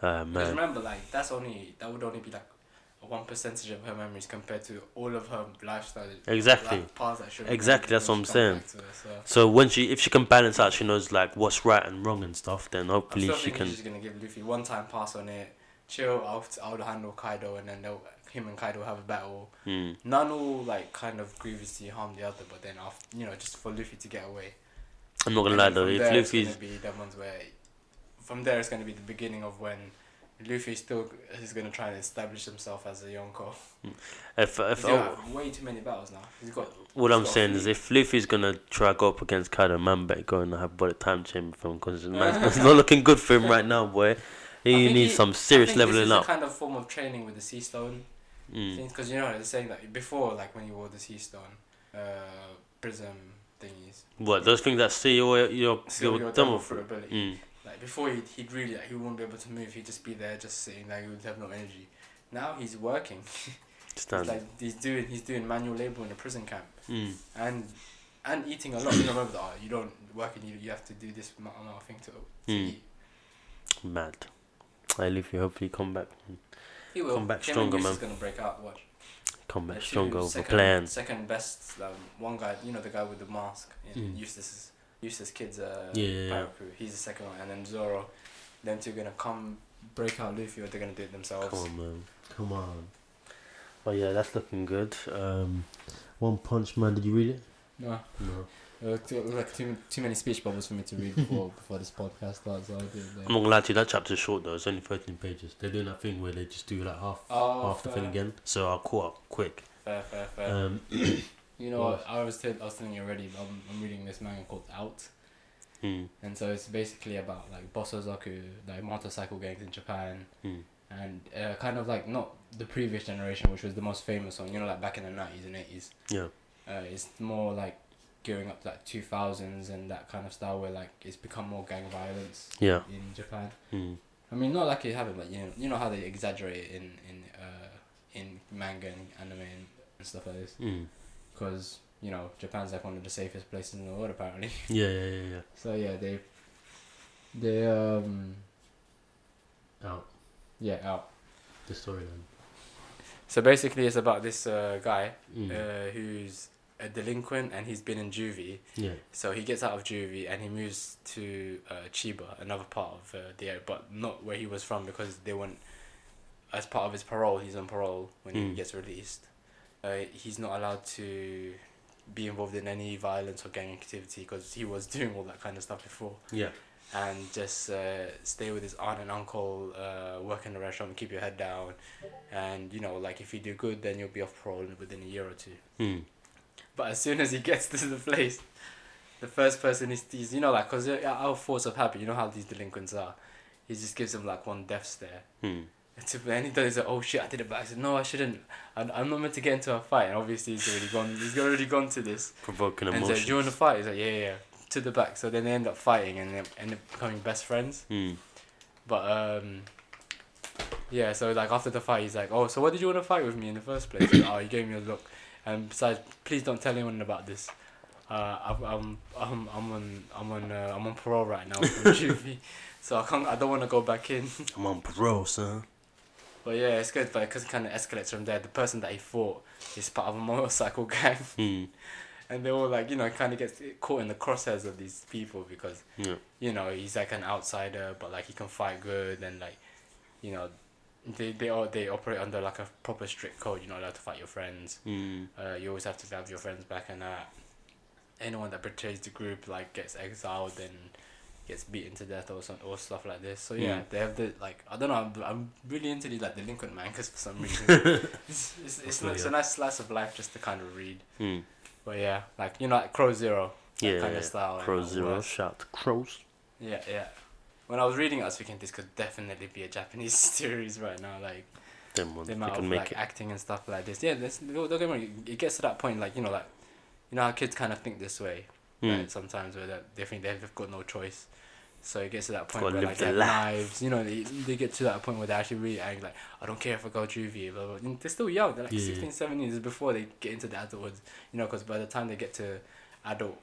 [SPEAKER 1] uh,
[SPEAKER 2] Because
[SPEAKER 1] man,
[SPEAKER 2] remember, like that's only that would only be like a one percentage of her memories compared to all of her lifestyle.
[SPEAKER 1] Exactly.
[SPEAKER 2] Like, paths that she'll
[SPEAKER 1] Exactly,
[SPEAKER 2] remember
[SPEAKER 1] that's
[SPEAKER 2] when
[SPEAKER 1] what
[SPEAKER 2] she
[SPEAKER 1] I'm
[SPEAKER 2] comes back to her, so.
[SPEAKER 1] so when she, if she can balance out, she knows like what's right and wrong and stuff. Then
[SPEAKER 2] I'm
[SPEAKER 1] hopefully
[SPEAKER 2] still
[SPEAKER 1] she
[SPEAKER 2] thinking
[SPEAKER 1] can.
[SPEAKER 2] she's gonna give Luffy one time pass on it. Chill. I'll I'll handle Kaido, and then they'll him and Kaido have a battle.
[SPEAKER 1] Mm.
[SPEAKER 2] None will like kind of grievously harm the other, but then after you know just for Luffy to get away.
[SPEAKER 1] I'm not gonna
[SPEAKER 2] And
[SPEAKER 1] lie
[SPEAKER 2] then
[SPEAKER 1] though,
[SPEAKER 2] from
[SPEAKER 1] if
[SPEAKER 2] there, it's
[SPEAKER 1] Luffy's
[SPEAKER 2] gonna be the ones where, from there it's gonna be the beginning of when Luffy still is gonna try and establish himself as a Yonko.
[SPEAKER 1] if if
[SPEAKER 2] He's gonna
[SPEAKER 1] oh,
[SPEAKER 2] have way too many battles now. He's got.
[SPEAKER 1] what
[SPEAKER 2] he's
[SPEAKER 1] I'm
[SPEAKER 2] got
[SPEAKER 1] saying is
[SPEAKER 2] three.
[SPEAKER 1] if Luffy's gonna try go up against Kaido, man, better go and have bullet time chamber for him because it's not looking good for him right now, boy.
[SPEAKER 2] I
[SPEAKER 1] He
[SPEAKER 2] think
[SPEAKER 1] needs
[SPEAKER 2] he-
[SPEAKER 1] some serious
[SPEAKER 2] I think
[SPEAKER 1] leveling
[SPEAKER 2] this is
[SPEAKER 1] up.
[SPEAKER 2] A kind of form of training with the Sea Stone
[SPEAKER 1] Mm.
[SPEAKER 2] because you know they're saying that before, like when you wore the Sea Stone, uh, prism thingies,
[SPEAKER 1] What those things that see your your
[SPEAKER 2] still
[SPEAKER 1] your
[SPEAKER 2] your
[SPEAKER 1] demo
[SPEAKER 2] double
[SPEAKER 1] for?
[SPEAKER 2] ability.
[SPEAKER 1] Mm.
[SPEAKER 2] Like before, he'd, he'd really like he wouldn't be able to move. He'd just be there, just sitting there. He would have no energy. Now he's working. He's
[SPEAKER 1] Stand.
[SPEAKER 2] like he's doing he's doing manual labor in a prison camp
[SPEAKER 1] Mm.
[SPEAKER 2] and and eating a lot. You know, remember that oh, you don't work and you, you have to do this amount amount of thing to, to
[SPEAKER 1] Mm.
[SPEAKER 2] eat.
[SPEAKER 1] Mad. Hey Luffy, hopefully you come back.
[SPEAKER 2] He will.
[SPEAKER 1] Come back
[SPEAKER 2] Him and
[SPEAKER 1] stronger,
[SPEAKER 2] Yusu's
[SPEAKER 1] man.
[SPEAKER 2] gonna break out. Watch.
[SPEAKER 1] come
[SPEAKER 2] They're
[SPEAKER 1] back
[SPEAKER 2] two
[SPEAKER 1] stronger with a
[SPEAKER 2] second-
[SPEAKER 1] plan.
[SPEAKER 2] Second best, um, one guy, you know, the guy with the mask, in
[SPEAKER 1] Mm.
[SPEAKER 2] Eustace, Eustace Kid's uh,
[SPEAKER 1] Yeah, yeah, yeah.
[SPEAKER 2] pirate crew. He's the second one, and then Zoro. Them two gonna come break out Luffy, or they're gonna do it themselves.
[SPEAKER 1] Come on, man.
[SPEAKER 3] Come on.
[SPEAKER 1] But yeah, that's looking good. Um,
[SPEAKER 3] One Punch Man, did you read it?
[SPEAKER 2] No,
[SPEAKER 3] No.
[SPEAKER 2] it looked, it looked like too, too many speech bubbles for me to read before before this podcast starts. I'll do it
[SPEAKER 1] I'm not gonna lie to you, that chapter's short though. It's only 13 pages. They're doing that thing where they just do like half,
[SPEAKER 2] Oh,
[SPEAKER 1] half the thing
[SPEAKER 2] fair.
[SPEAKER 1] again. So I caught up quick.
[SPEAKER 2] Fair, fair, fair.
[SPEAKER 1] Um,
[SPEAKER 2] you know, what? I was tell I was telling you already. I'm, I'm reading this manga called Out.
[SPEAKER 1] hmm,
[SPEAKER 2] And so it's basically about like Bosozoku, like motorcycle gangs in Japan,
[SPEAKER 1] hmm.
[SPEAKER 2] and uh, kind of like not the previous generation, which was the most famous one, you know, like back in the 90s and 80s.
[SPEAKER 1] Yeah.
[SPEAKER 2] Uh, it's more like gearing up to like 2000s and that kind of style where like it's become more gang violence
[SPEAKER 1] Yeah.
[SPEAKER 2] in Japan.
[SPEAKER 1] Hmm.
[SPEAKER 2] I mean, not like it happened, but you know, you know how they exaggerate it in, in, uh, in manga and anime and, and stuff like this.
[SPEAKER 1] Hmm.
[SPEAKER 2] Because, you know, Japan's like one of the safest places in the world apparently.
[SPEAKER 1] Yeah, yeah, yeah, yeah.
[SPEAKER 2] So yeah, they, they um,
[SPEAKER 1] Out
[SPEAKER 2] yeah out.
[SPEAKER 1] the storyline.
[SPEAKER 2] So basically, it's about this uh, guy
[SPEAKER 1] Mm.
[SPEAKER 2] uh, who's a delinquent and he's been in juvie.
[SPEAKER 1] yeah.
[SPEAKER 2] So he gets out of juvie and he moves to uh, Chiba, another part of uh, the area, but not where he was from because they went as part of his parole. He's on parole when he
[SPEAKER 1] Mm.
[SPEAKER 2] gets released. Uh, he's not allowed to be involved in any violence or gang activity because he was doing all that kind of stuff before.
[SPEAKER 1] Yeah.
[SPEAKER 2] and just uh, stay with his aunt and uncle, uh, work in the restaurant, keep your head down, and you know, like if you do good, then you'll be off parole within a year or two.
[SPEAKER 1] Hmm.
[SPEAKER 2] But as soon as he gets to the place, the first person he sees, you know, like because our force of habit, you know how these delinquents are, he just gives them like one death stare.
[SPEAKER 1] Hmm.
[SPEAKER 2] To and he does it. Oh shit! I did it, but I said no. I shouldn't. I'm, I'm not meant to get into a fight. And obviously, he's already gone. He's already gone to this.
[SPEAKER 1] Provoking
[SPEAKER 2] And so, do
[SPEAKER 1] emotions.
[SPEAKER 2] you want to fight? He's like, yeah, yeah, yeah. To the back. So then they end up fighting, and they end up becoming best friends.
[SPEAKER 1] Hmm.
[SPEAKER 2] But um, yeah. So like after the fight, he's like, "Oh, so what did you want to fight with me in the first place?" oh, you gave me a look. And besides, please don't tell anyone about this. Uh, I've- I'm I'm I'm on I'm on uh, I'm on parole right now from juvie, so I can't I don't want to go back in.
[SPEAKER 1] I'm on parole, son.
[SPEAKER 2] But yeah, it's good, but because it kind of escalates from there. The person that he fought is part of a motorcycle gang,
[SPEAKER 1] Hmm.
[SPEAKER 2] and they all like you know kind of gets caught in the crosshairs of these people because
[SPEAKER 1] Yeah.
[SPEAKER 2] you know he's like an outsider but like he can fight good and like you know they they all they operate under like a proper strict code you're not allowed to fight your friends
[SPEAKER 1] Hmm.
[SPEAKER 2] uh, you always have to have your friends back and that anyone that betrays the group like gets exiled and gets beaten to death or some or stuff like this so yeah
[SPEAKER 1] Mm.
[SPEAKER 2] they have the like i don't know i'm, I'm really into the like the lincoln man because for some reason it's, it's, it's,
[SPEAKER 1] Yeah.
[SPEAKER 2] it's a nice slice of life just to kind of read
[SPEAKER 1] Hmm.
[SPEAKER 2] but yeah like you know like crow zero that
[SPEAKER 1] Yeah.
[SPEAKER 2] kind
[SPEAKER 1] yeah.
[SPEAKER 2] of style and
[SPEAKER 1] Crow
[SPEAKER 2] all
[SPEAKER 1] Zero.
[SPEAKER 2] that.
[SPEAKER 1] Shout to Crows.
[SPEAKER 2] Yeah, yeah. When I was reading it, I was thinking this could definitely be a Japanese series right now. Like
[SPEAKER 1] Them ones.
[SPEAKER 2] the
[SPEAKER 1] They
[SPEAKER 2] amount
[SPEAKER 1] can
[SPEAKER 2] of
[SPEAKER 1] make
[SPEAKER 2] like
[SPEAKER 1] it.
[SPEAKER 2] acting and stuff like this. Yeah, this, don't get me wrong. It gets to that point, like you know, like you know how kids kind of think this way
[SPEAKER 1] Hmm.
[SPEAKER 2] right, sometimes, where they- they think they've got no choice. So it gets to that point
[SPEAKER 1] Gotta
[SPEAKER 2] where
[SPEAKER 1] live
[SPEAKER 2] like
[SPEAKER 1] the
[SPEAKER 2] they have
[SPEAKER 1] life.
[SPEAKER 2] knives, you know, they, they get to that point where they're actually really angry, like I don't care if I go juvie, blah blah. blah. And they're still young. They're like
[SPEAKER 1] Yeah.
[SPEAKER 2] sixteen, seventeen 16, 17 is before they get into the adulthood, you know, because by the time they get to adulthood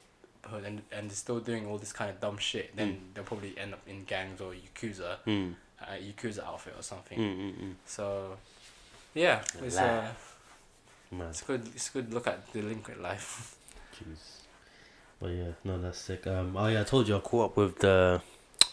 [SPEAKER 2] and and they're still doing all this kind of dumb shit, then they'll probably end up in gangs or yakuza,
[SPEAKER 1] Hmm.
[SPEAKER 2] uh, yakuza outfit or something.
[SPEAKER 1] Hmm. Hmm. Hmm.
[SPEAKER 2] So, yeah,
[SPEAKER 1] The
[SPEAKER 2] it's uh,
[SPEAKER 1] Man.
[SPEAKER 2] it's good. It's good. Look at delinquent life.
[SPEAKER 1] Jeez. But yeah, no, that's sick. Um, oh yeah, I told you I caught up with the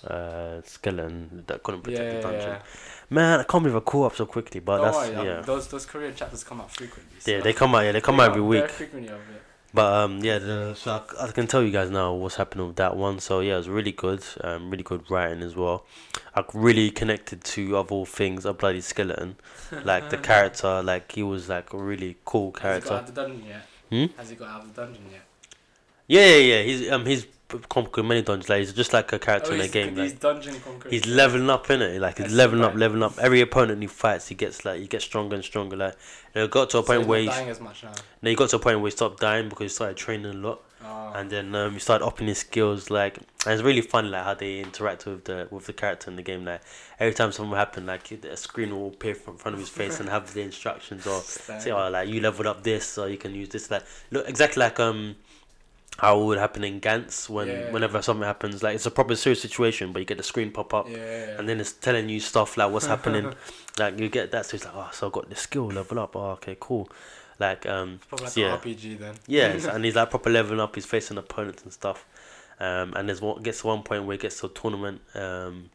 [SPEAKER 1] uh, skeleton that couldn't protect
[SPEAKER 2] yeah,
[SPEAKER 1] the
[SPEAKER 2] yeah,
[SPEAKER 1] dungeon.
[SPEAKER 2] yeah.
[SPEAKER 1] Man, I can't believe I caught up so quickly. But
[SPEAKER 2] Don't
[SPEAKER 1] that's
[SPEAKER 2] worry,
[SPEAKER 1] yeah,
[SPEAKER 2] um, Those those Korean chapters come out frequently.
[SPEAKER 1] yeah.
[SPEAKER 2] so-
[SPEAKER 1] They come out. Yeah, they come
[SPEAKER 2] They
[SPEAKER 1] out every week.
[SPEAKER 2] very frequently of it.
[SPEAKER 1] But um, yeah. The, so I c- I, can tell you guys now what's happening with that one. So yeah, it was really good. Um, really good writing as well. I c- really connected to of all things a bloody skeleton, like the character. Like he was like a really cool
[SPEAKER 2] Has he got out
[SPEAKER 1] character.
[SPEAKER 2] of the dungeon yet?
[SPEAKER 1] Hmm?
[SPEAKER 2] Has he got out of the dungeon yet?
[SPEAKER 1] Yeah, yeah, yeah. He's um, he's conquered many dungeons. Like he's just like a character
[SPEAKER 2] oh,
[SPEAKER 1] in a
[SPEAKER 2] he's,
[SPEAKER 1] game.
[SPEAKER 2] he's
[SPEAKER 1] like,
[SPEAKER 2] dungeon conquerors.
[SPEAKER 1] He's leveling up in it, like he's
[SPEAKER 2] That's
[SPEAKER 1] leveling up,
[SPEAKER 2] right.
[SPEAKER 1] leveling up. Every opponent he fights, he gets like he gets stronger and stronger. Like and it got to a
[SPEAKER 2] So
[SPEAKER 1] point
[SPEAKER 2] he's
[SPEAKER 1] where
[SPEAKER 2] not
[SPEAKER 1] he,
[SPEAKER 2] dying as much now.
[SPEAKER 1] no, he got to a point where he stopped dying because he started training a lot,
[SPEAKER 2] Oh.
[SPEAKER 1] and then um, he started upping his skills. Like and it's really fun, like how they interact with the with the character in the game. Like every time something happened, like a screen will appear from in front of his face and have the instructions or say, oh, like you leveled up this, so you can use this. Like look exactly like um how it would happen in Gantz when
[SPEAKER 2] Yeah.
[SPEAKER 1] whenever something happens. Like it's a proper serious situation, but you get the screen pop up
[SPEAKER 2] yeah, yeah.
[SPEAKER 1] and then it's telling you stuff like what's happening. like you get that, so it's like, oh, so I got this skill level up. Oh, okay, cool. Like um,
[SPEAKER 2] It's probably like
[SPEAKER 1] so yeah,
[SPEAKER 2] an RPG then.
[SPEAKER 1] yes, and he's like proper leveling up. He's facing opponents and stuff. Um, and there's one gets to one point where he gets to a tournament um,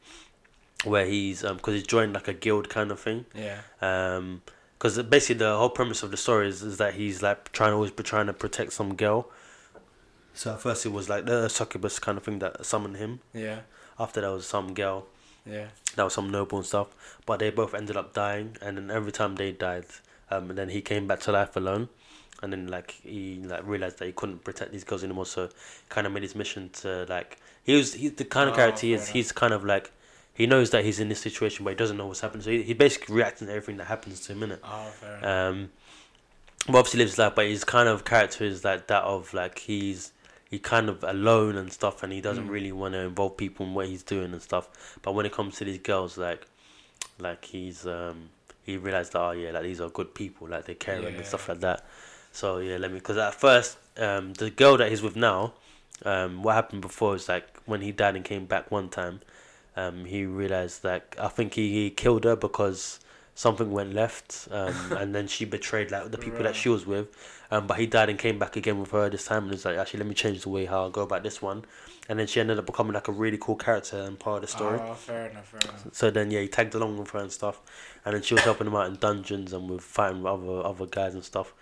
[SPEAKER 1] where he's because he's joined like a guild kind of thing.
[SPEAKER 2] Yeah.
[SPEAKER 1] Um 'cause because basically the whole premise of the story is, is that he's like trying always be trying to protect some girl. So at first it was like the succubus kind of thing that summoned him.
[SPEAKER 2] Yeah.
[SPEAKER 1] After that was some girl
[SPEAKER 2] Yeah.
[SPEAKER 1] that was some noble and stuff. But they both ended up dying, and then every time they died, um, and then he came back to life alone, and then like he like realized that he couldn't protect these girls anymore, so kind of made his mission to like he was he's the kind of
[SPEAKER 2] Oh,
[SPEAKER 1] character he
[SPEAKER 2] fair
[SPEAKER 1] is.
[SPEAKER 2] enough.
[SPEAKER 1] He's kind of like he knows that he's in this situation, but he doesn't know what's happened. So he, he basically reacts to everything that happens to him, innit?
[SPEAKER 2] Oh, fair enough.
[SPEAKER 1] Um, but obviously lives his life, but his kind of character is like that of like he's he kind of alone and stuff, and he doesn't
[SPEAKER 2] Mm.
[SPEAKER 1] really want to involve people in what he's doing and stuff. But when it comes to these girls, like like he's um he realized that oh yeah, like these are good people, like they care and
[SPEAKER 2] Yeah.
[SPEAKER 1] stuff like that. So yeah, let me because at first um the girl that he's with now, um what happened before is like when he died and came back one time, um he realized like I think he, he killed her because something went left um and then she betrayed like the people that
[SPEAKER 2] Right.
[SPEAKER 1] she was with. Um, but he died and came back again with her this time and was like, actually, let me change the way how I go about this one. And then she ended up becoming like a really cool character and part of the story.
[SPEAKER 2] Oh, fair enough. Fair enough.
[SPEAKER 1] So then, yeah, he tagged along with her and stuff, and then she was helping him out in dungeons and with fighting with other other guys and stuff.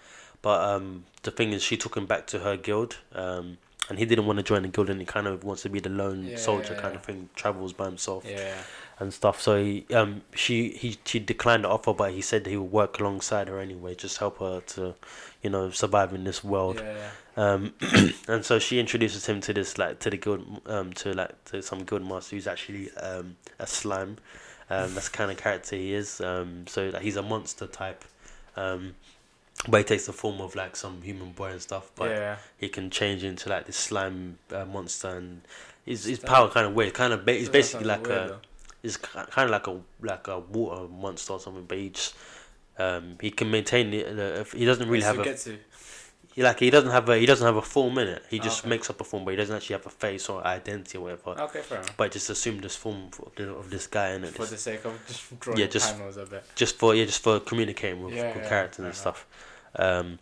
[SPEAKER 1] But um, the thing is, she took him back to her guild, um, and he didn't want to join the guild, and he kind of wants to be the lone
[SPEAKER 2] Yeah,
[SPEAKER 1] soldier
[SPEAKER 2] yeah,
[SPEAKER 1] kind
[SPEAKER 2] yeah.
[SPEAKER 1] of thing. Travels by himself
[SPEAKER 2] Yeah.
[SPEAKER 1] and stuff. So he, um, she he she declined the offer, but he said he would work alongside her anyway, just help her to, you know, survive in this world.
[SPEAKER 2] Yeah.
[SPEAKER 1] Um, and so she introduces him to this like to the guild um to like to some guild master who's actually um a slime, um that's the kind of character he is um so like, he's a monster type, um, but he takes the form of like some human boy and stuff but
[SPEAKER 2] yeah.
[SPEAKER 1] he can change into like this slime uh, monster and his his
[SPEAKER 2] That-
[SPEAKER 1] power kind of weird kind of ba- it's
[SPEAKER 2] Doesn't
[SPEAKER 1] basically
[SPEAKER 2] sound
[SPEAKER 1] like
[SPEAKER 2] weird,
[SPEAKER 1] a
[SPEAKER 2] though.
[SPEAKER 1] it's kind of like a like a water monster or something but he just um he can maintain it uh, if- he doesn't really
[SPEAKER 2] It's
[SPEAKER 1] have a
[SPEAKER 2] Sugetsu.
[SPEAKER 1] he, like he doesn't have a he doesn't have a form in it. He just
[SPEAKER 2] Okay.
[SPEAKER 1] makes up a form, but he doesn't actually have a face or identity or whatever.
[SPEAKER 2] Okay, fair enough.
[SPEAKER 1] But just assume this form of, the, of this guy in it,
[SPEAKER 2] For the sake of just drawing
[SPEAKER 1] Yeah, just-
[SPEAKER 2] panels a bit.
[SPEAKER 1] just for yeah, just for communicating with,
[SPEAKER 2] Yeah,
[SPEAKER 1] with
[SPEAKER 2] yeah,
[SPEAKER 1] characters
[SPEAKER 2] fair
[SPEAKER 1] and
[SPEAKER 2] enough.
[SPEAKER 1] stuff. Um,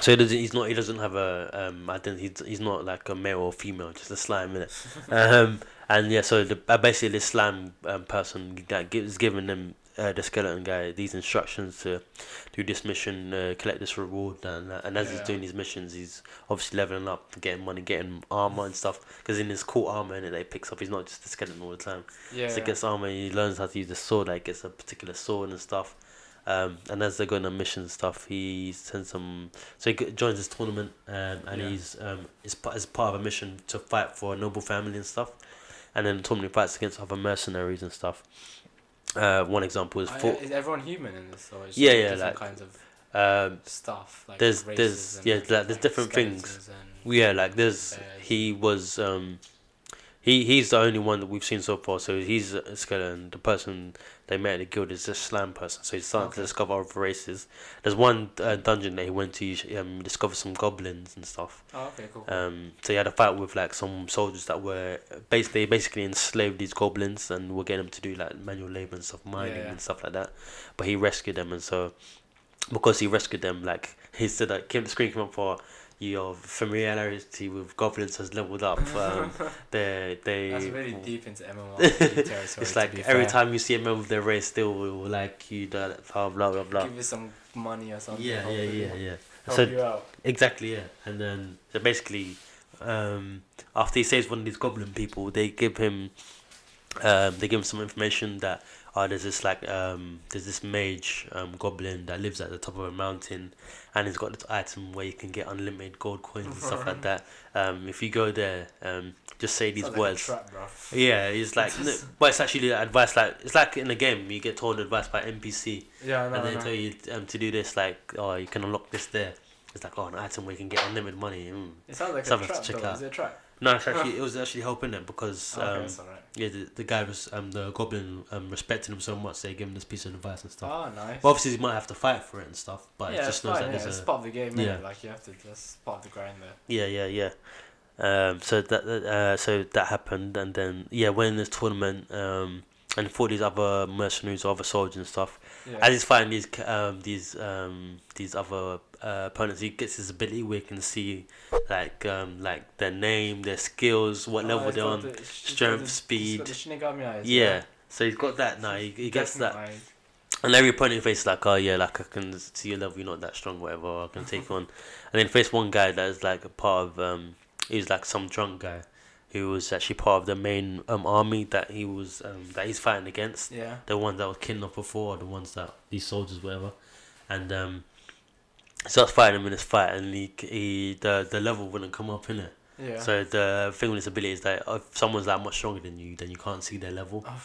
[SPEAKER 1] so he doesn't, he's not he doesn't have a um identity. He's- He's not like a male or female, just a slime in it. um, and yeah, so the, uh, basically this slime um, person that gives giving them uh, the skeleton guy these instructions to do this mission, uh, collect this reward, and that. and as he's
[SPEAKER 2] Yeah.
[SPEAKER 1] doing his missions, he's obviously leveling up, getting money, getting armor and stuff. Because in his cool armor, and that he picks up, he's not just a skeleton all the time.
[SPEAKER 2] Yeah.
[SPEAKER 1] So he gets armor, he learns how to use the sword, like gets a particular sword and stuff. Um, and as they're going on mission and stuff, he sends some. So he g- joins this tournament, um, and
[SPEAKER 2] Yeah.
[SPEAKER 1] he's um, is part as part of a mission to fight for a noble family and stuff. And then the tournament fights against other mercenaries and stuff. Uh, one example is
[SPEAKER 2] I-
[SPEAKER 1] for
[SPEAKER 2] is everyone human in this? Or is
[SPEAKER 1] Yeah,
[SPEAKER 2] there
[SPEAKER 1] yeah,
[SPEAKER 2] Different
[SPEAKER 1] like-
[SPEAKER 2] kinds of
[SPEAKER 1] um,
[SPEAKER 2] stuff. Like
[SPEAKER 1] There's-
[SPEAKER 2] races
[SPEAKER 1] there's-
[SPEAKER 2] and,
[SPEAKER 1] yeah, like, there's different things.
[SPEAKER 2] skeletons And,
[SPEAKER 1] yeah, like there's
[SPEAKER 2] Bears.
[SPEAKER 1] he was um, he he's the only one that we've seen so far. So he's uh, a skeleton. The person they met in the guild is this slam person. So he's starting to
[SPEAKER 2] Okay.
[SPEAKER 1] discover other races. There's one uh, dungeon that he went to um discover some goblins and stuff.
[SPEAKER 2] oh, okay, cool. cool.
[SPEAKER 1] Um, so he had a fight with like some soldiers that were basically basically enslaved these goblins and were getting them to do like manual labor and stuff, mining
[SPEAKER 2] Yeah.
[SPEAKER 1] and stuff like that. But he rescued them, and so because he rescued them, like he said that came the screen came up for your familiarity with goblins has leveled up. Um, they they
[SPEAKER 2] That's really deep into MMORPG territory.
[SPEAKER 1] It's
[SPEAKER 2] to
[SPEAKER 1] like
[SPEAKER 2] be
[SPEAKER 1] every
[SPEAKER 2] fair.
[SPEAKER 1] time you see a member of their race, still will like you da- blah blah blah blah.
[SPEAKER 2] Give you some money or something.
[SPEAKER 1] Yeah, yeah,
[SPEAKER 2] hopefully.
[SPEAKER 1] yeah, yeah.
[SPEAKER 2] Help
[SPEAKER 1] So
[SPEAKER 2] you out.
[SPEAKER 1] Exactly, yeah. And then so basically, um, after he saves one of these goblin people, they give him, um, they give him some information that oh, there's this like um, there's this mage um, goblin that lives at the top of a mountain, and he's got this item where you can get unlimited gold coins and stuff like that. Um, if you go there, um, just say these
[SPEAKER 2] Sounds like a
[SPEAKER 1] words.
[SPEAKER 2] trap, bro.
[SPEAKER 1] yeah, it's like, no, but it's actually advice. Like it's like in the game, you get told advice by NPC
[SPEAKER 2] Yeah, no,
[SPEAKER 1] and they
[SPEAKER 2] no.
[SPEAKER 1] tell you um, to do this, like, oh, you can unlock this there. It's like, oh, an item where you can get unlimited money. Mm.
[SPEAKER 2] It sounds like
[SPEAKER 1] Something
[SPEAKER 2] a
[SPEAKER 1] to
[SPEAKER 2] trap,
[SPEAKER 1] check
[SPEAKER 2] though.
[SPEAKER 1] out.
[SPEAKER 2] Is it a trap? Oh,
[SPEAKER 1] No, it's actually it was actually helping them because
[SPEAKER 2] Okay,
[SPEAKER 1] um,
[SPEAKER 2] that's alright.
[SPEAKER 1] yeah, the, the guy was um, the goblin um, respected him so much they gave him this piece of advice and stuff.
[SPEAKER 2] Oh, nice.
[SPEAKER 1] But obviously, he might have to fight for it and stuff. But it
[SPEAKER 2] yeah, it's
[SPEAKER 1] just knows
[SPEAKER 2] fine,
[SPEAKER 1] that
[SPEAKER 2] yeah,
[SPEAKER 1] there's
[SPEAKER 2] it's
[SPEAKER 1] a
[SPEAKER 2] part of the game, yeah.
[SPEAKER 1] yeah.
[SPEAKER 2] Like you have to, that's part of the grind there.
[SPEAKER 1] yeah, yeah, yeah. Um, so that that, uh, so that happened, and then yeah, when this tournament, um, and fought these other mercenaries, other soldiers and stuff.
[SPEAKER 2] Yeah.
[SPEAKER 1] As he's fighting these c- um, these um, these other uh, opponents, he gets his ability where he can see like um, like their name, their skills, what
[SPEAKER 2] Oh,
[SPEAKER 1] level
[SPEAKER 2] he's
[SPEAKER 1] they're
[SPEAKER 2] got
[SPEAKER 1] on.
[SPEAKER 2] the- he's got
[SPEAKER 1] strength,
[SPEAKER 2] the- he's
[SPEAKER 1] speed.
[SPEAKER 2] got the Shinigami eyes,
[SPEAKER 1] yeah. So he's got that now. He, he gets that.
[SPEAKER 2] Definite eyes.
[SPEAKER 1] And every opponent he faces, like, oh yeah, like I can see your level, you're not that strong, whatever. I can take you on. And then face one guy that is like a part of, um, he was like some drunk guy, who was actually part of the main um army that he was um that he's fighting against.
[SPEAKER 2] Yeah.
[SPEAKER 1] The ones that were kidnapped before, or the ones that these soldiers, whatever. And um, starts fighting him in this fight, and he he the the level wouldn't come up in it.
[SPEAKER 2] Yeah.
[SPEAKER 1] So the thing with this ability is that if someone's that much stronger than you, then you can't see their level.
[SPEAKER 2] Oh,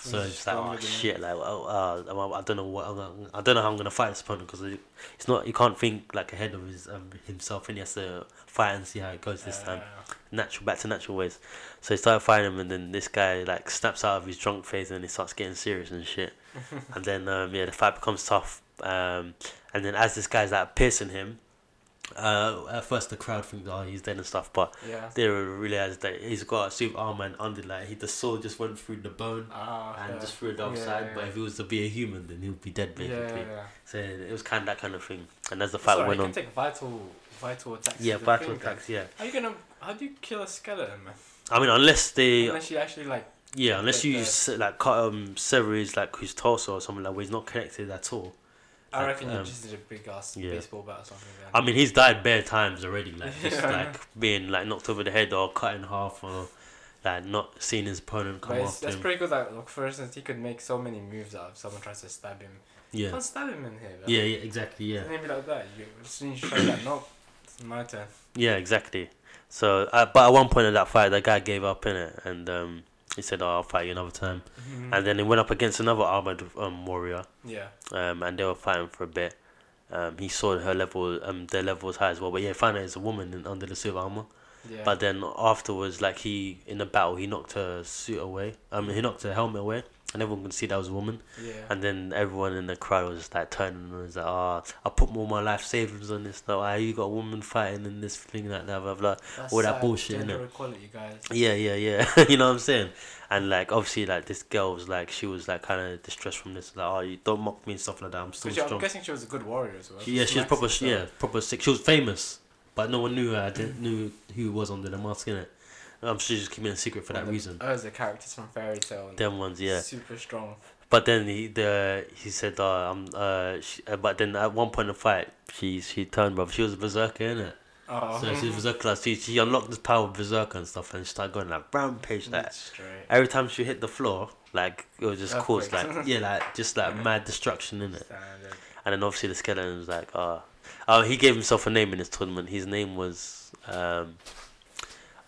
[SPEAKER 1] So
[SPEAKER 2] he's
[SPEAKER 1] it's like, oh
[SPEAKER 2] stronger than
[SPEAKER 1] shit, like, oh, uh, I- I don't know what, I'm gonna, I don't know how I'm gonna fight this opponent because it's not, he can't think like ahead of his um, himself, and he has to fight and see how it goes this time,
[SPEAKER 2] Uh,
[SPEAKER 1] natural back to natural ways. So he started fighting him, and then this guy like snaps out of his drunk phase, and he starts getting serious and shit. and then um, yeah, the fight becomes tough. Um, and then as this guy's like piercing him, uh, at first the crowd thinks, oh, he's dead and stuff, but
[SPEAKER 2] yeah.
[SPEAKER 1] they realize that he's got a suit of armor and under, like he, the sword just went through the bone
[SPEAKER 2] Ah,
[SPEAKER 1] and
[SPEAKER 2] okay.
[SPEAKER 1] just threw it
[SPEAKER 2] Yeah,
[SPEAKER 1] outside.
[SPEAKER 2] yeah,
[SPEAKER 1] But if he was to be a human, then he would be dead
[SPEAKER 2] yeah,
[SPEAKER 1] basically.
[SPEAKER 2] yeah, yeah.
[SPEAKER 1] So it was kind of that kind of thing. And as the
[SPEAKER 2] Sorry,
[SPEAKER 1] fight
[SPEAKER 2] you
[SPEAKER 1] went
[SPEAKER 2] can
[SPEAKER 1] on,
[SPEAKER 2] take vital, vital attacks.
[SPEAKER 1] yeah,
[SPEAKER 2] to the
[SPEAKER 1] battle
[SPEAKER 2] finger.
[SPEAKER 1] attacks. Yeah,
[SPEAKER 2] How you gonna? How do you kill a skeleton, man?
[SPEAKER 1] I mean, unless they,
[SPEAKER 2] Unless you actually like.
[SPEAKER 1] yeah, unless
[SPEAKER 2] like
[SPEAKER 1] you
[SPEAKER 2] the-
[SPEAKER 1] s like cut um sever his like his torso or something like where he's not connected at all.
[SPEAKER 2] I
[SPEAKER 1] Like,
[SPEAKER 2] reckon you
[SPEAKER 1] um,
[SPEAKER 2] just did a big ass
[SPEAKER 1] yeah.
[SPEAKER 2] baseball bat or something. man.
[SPEAKER 1] I mean, he's died bare times already, like just
[SPEAKER 2] Yeah.
[SPEAKER 1] like being like knocked over the head or cut in half or like not seeing his opponent
[SPEAKER 2] But
[SPEAKER 1] come
[SPEAKER 2] it's,
[SPEAKER 1] after
[SPEAKER 2] that's
[SPEAKER 1] him.
[SPEAKER 2] pretty good that, like, for instance, he could make so many moves out if someone tries to stab him.
[SPEAKER 1] yeah.
[SPEAKER 2] Can't stab him in here, man.
[SPEAKER 1] yeah, yeah, exactly, yeah.
[SPEAKER 2] And he'd be like that. You, as soon as you try that, no, it's my turn.
[SPEAKER 1] Yeah, exactly. So, uh, but at one point in that fight, that guy gave up in it, and um, he said, oh, "I'll fight you another time."
[SPEAKER 2] Mm.
[SPEAKER 1] And then he went up against another armored um, warrior,
[SPEAKER 2] yeah.
[SPEAKER 1] um, and they were fighting for a bit. Um, he saw her level, um, their level was high as well. But yeah, found out it's a woman in, under the suit of armor.
[SPEAKER 2] Yeah.
[SPEAKER 1] But then afterwards, like he in the battle, he knocked her suit away. Um, he knocked her helmet away, and everyone could see that was a woman.
[SPEAKER 2] yeah.
[SPEAKER 1] And then everyone in the crowd was just like turning and was like, "Ah, I put all my life savings on this. Now, ah, you got a woman fighting in this thing, like that, blah blah."
[SPEAKER 2] That's
[SPEAKER 1] all that
[SPEAKER 2] like
[SPEAKER 1] bullshit, innit?
[SPEAKER 2] Gender equality, guys.
[SPEAKER 1] Yeah, yeah, yeah. you know what I'm saying? And like obviously like this girl was like she was like kinda distressed from this, like, Oh you don't mock me and stuff like that, I'm still
[SPEAKER 2] Which I'm
[SPEAKER 1] strong.
[SPEAKER 2] guessing she was a good warrior as well.
[SPEAKER 1] She- yeah, she was
[SPEAKER 2] Maxis,
[SPEAKER 1] proper
[SPEAKER 2] so-
[SPEAKER 1] yeah, proper sick. She was famous. But no one knew her, I didn't knew who was under the mask innit. Um she just keeping it a secret for
[SPEAKER 2] One
[SPEAKER 1] that
[SPEAKER 2] of
[SPEAKER 1] reason.
[SPEAKER 2] The, oh, the characters from Fairy Tale. and
[SPEAKER 1] Them ones, yeah.
[SPEAKER 2] Super strong.
[SPEAKER 1] But then he the he said, uh, um, uh, she, uh, but then at one point in the fight, she she turned, brother. She was a berserker, innit?
[SPEAKER 2] Oh.
[SPEAKER 1] So she was berserker. Like, she, she unlocked this power of berserker and stuff, and she started going like rampage, like
[SPEAKER 2] straight.
[SPEAKER 1] every time she hit the floor, like it was just cause
[SPEAKER 2] Earthquakes.
[SPEAKER 1] like yeah, like just like mad destruction in it.
[SPEAKER 2] Standard.
[SPEAKER 1] And then obviously the skeleton was like, ah, oh, he gave himself a name in this tournament. His name was um,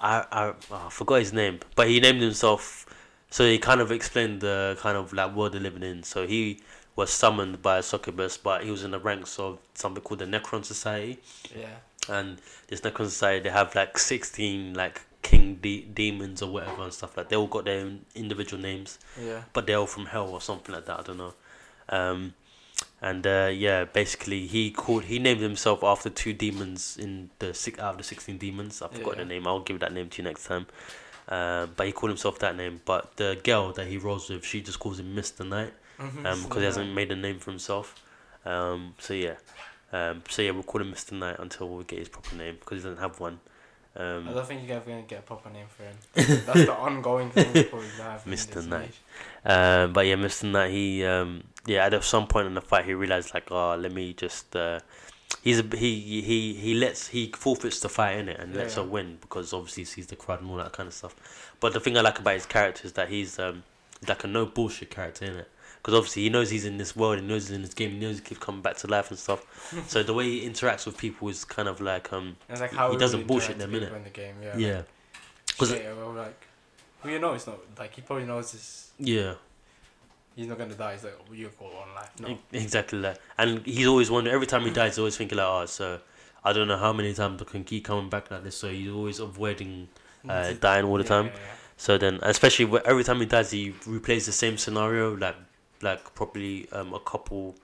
[SPEAKER 1] I I, oh, I forgot his name, but he named himself. So he kind of explained the kind of like world they're living in. So he was summoned by a succubus, but he was in the ranks of something called the Necron Society
[SPEAKER 2] Yeah.
[SPEAKER 1] and this Necron Society they have like sixteen like king de- demons or whatever and stuff like. They all got their own individual names,
[SPEAKER 2] Yeah.
[SPEAKER 1] but they're all from hell or something like that. I don't know. Um, and uh, yeah, basically he called he named himself after two demons in the six out of the sixteen demons. I forgot
[SPEAKER 2] Yeah.
[SPEAKER 1] the name. I'll give that name to you next time. Um, but he called himself that name. But the girl that he rolls with, she just calls him Mister Knight um, because he hasn't made a name for himself. Um, so yeah, um, so yeah, we'll call him Mister Knight until we get his proper name because he doesn't have one.
[SPEAKER 2] I
[SPEAKER 1] Um,
[SPEAKER 2] don't think you're ever gonna get a proper name for him. That's the ongoing thing people have. in
[SPEAKER 1] Mr.
[SPEAKER 2] this
[SPEAKER 1] Knight.
[SPEAKER 2] niche.
[SPEAKER 1] uh, but yeah, Mister Knight, he um, yeah, at some point in the fight, he realized like, oh, let me just. Uh, he's a, he he he lets he forfeits the fight in it and lets
[SPEAKER 2] Yeah.
[SPEAKER 1] her win because obviously he sees the crowd and all that kind of stuff. But the thing I like about his character is that he's um, he's like a no bullshit character in it. Because obviously he knows he's in this world, he knows he's in this game, he knows he keeps coming back to life and stuff. so the way he interacts with people is kind of like um,
[SPEAKER 2] It's like
[SPEAKER 1] He
[SPEAKER 2] how we
[SPEAKER 1] doesn't
[SPEAKER 2] would
[SPEAKER 1] bullshit
[SPEAKER 2] interact
[SPEAKER 1] them,
[SPEAKER 2] with
[SPEAKER 1] innit?
[SPEAKER 2] people in the game. Yeah.
[SPEAKER 1] Yeah,
[SPEAKER 2] Because
[SPEAKER 1] 'Cause-
[SPEAKER 2] like, well, you know, it's not like he probably knows this.
[SPEAKER 1] yeah,
[SPEAKER 2] He's not gonna die. He's like, oh, you've got one life. No.
[SPEAKER 1] e- exactly that. And he's always wondering. Every time he dies, he's always thinking like, "Oh, so I don't know how many times I can keep coming back like this." So he's always avoiding uh, dying all the
[SPEAKER 2] Yeah,
[SPEAKER 1] time.
[SPEAKER 2] yeah, yeah.
[SPEAKER 1] So then, especially wh- every time he dies, he replays the same scenario like like probably um a couple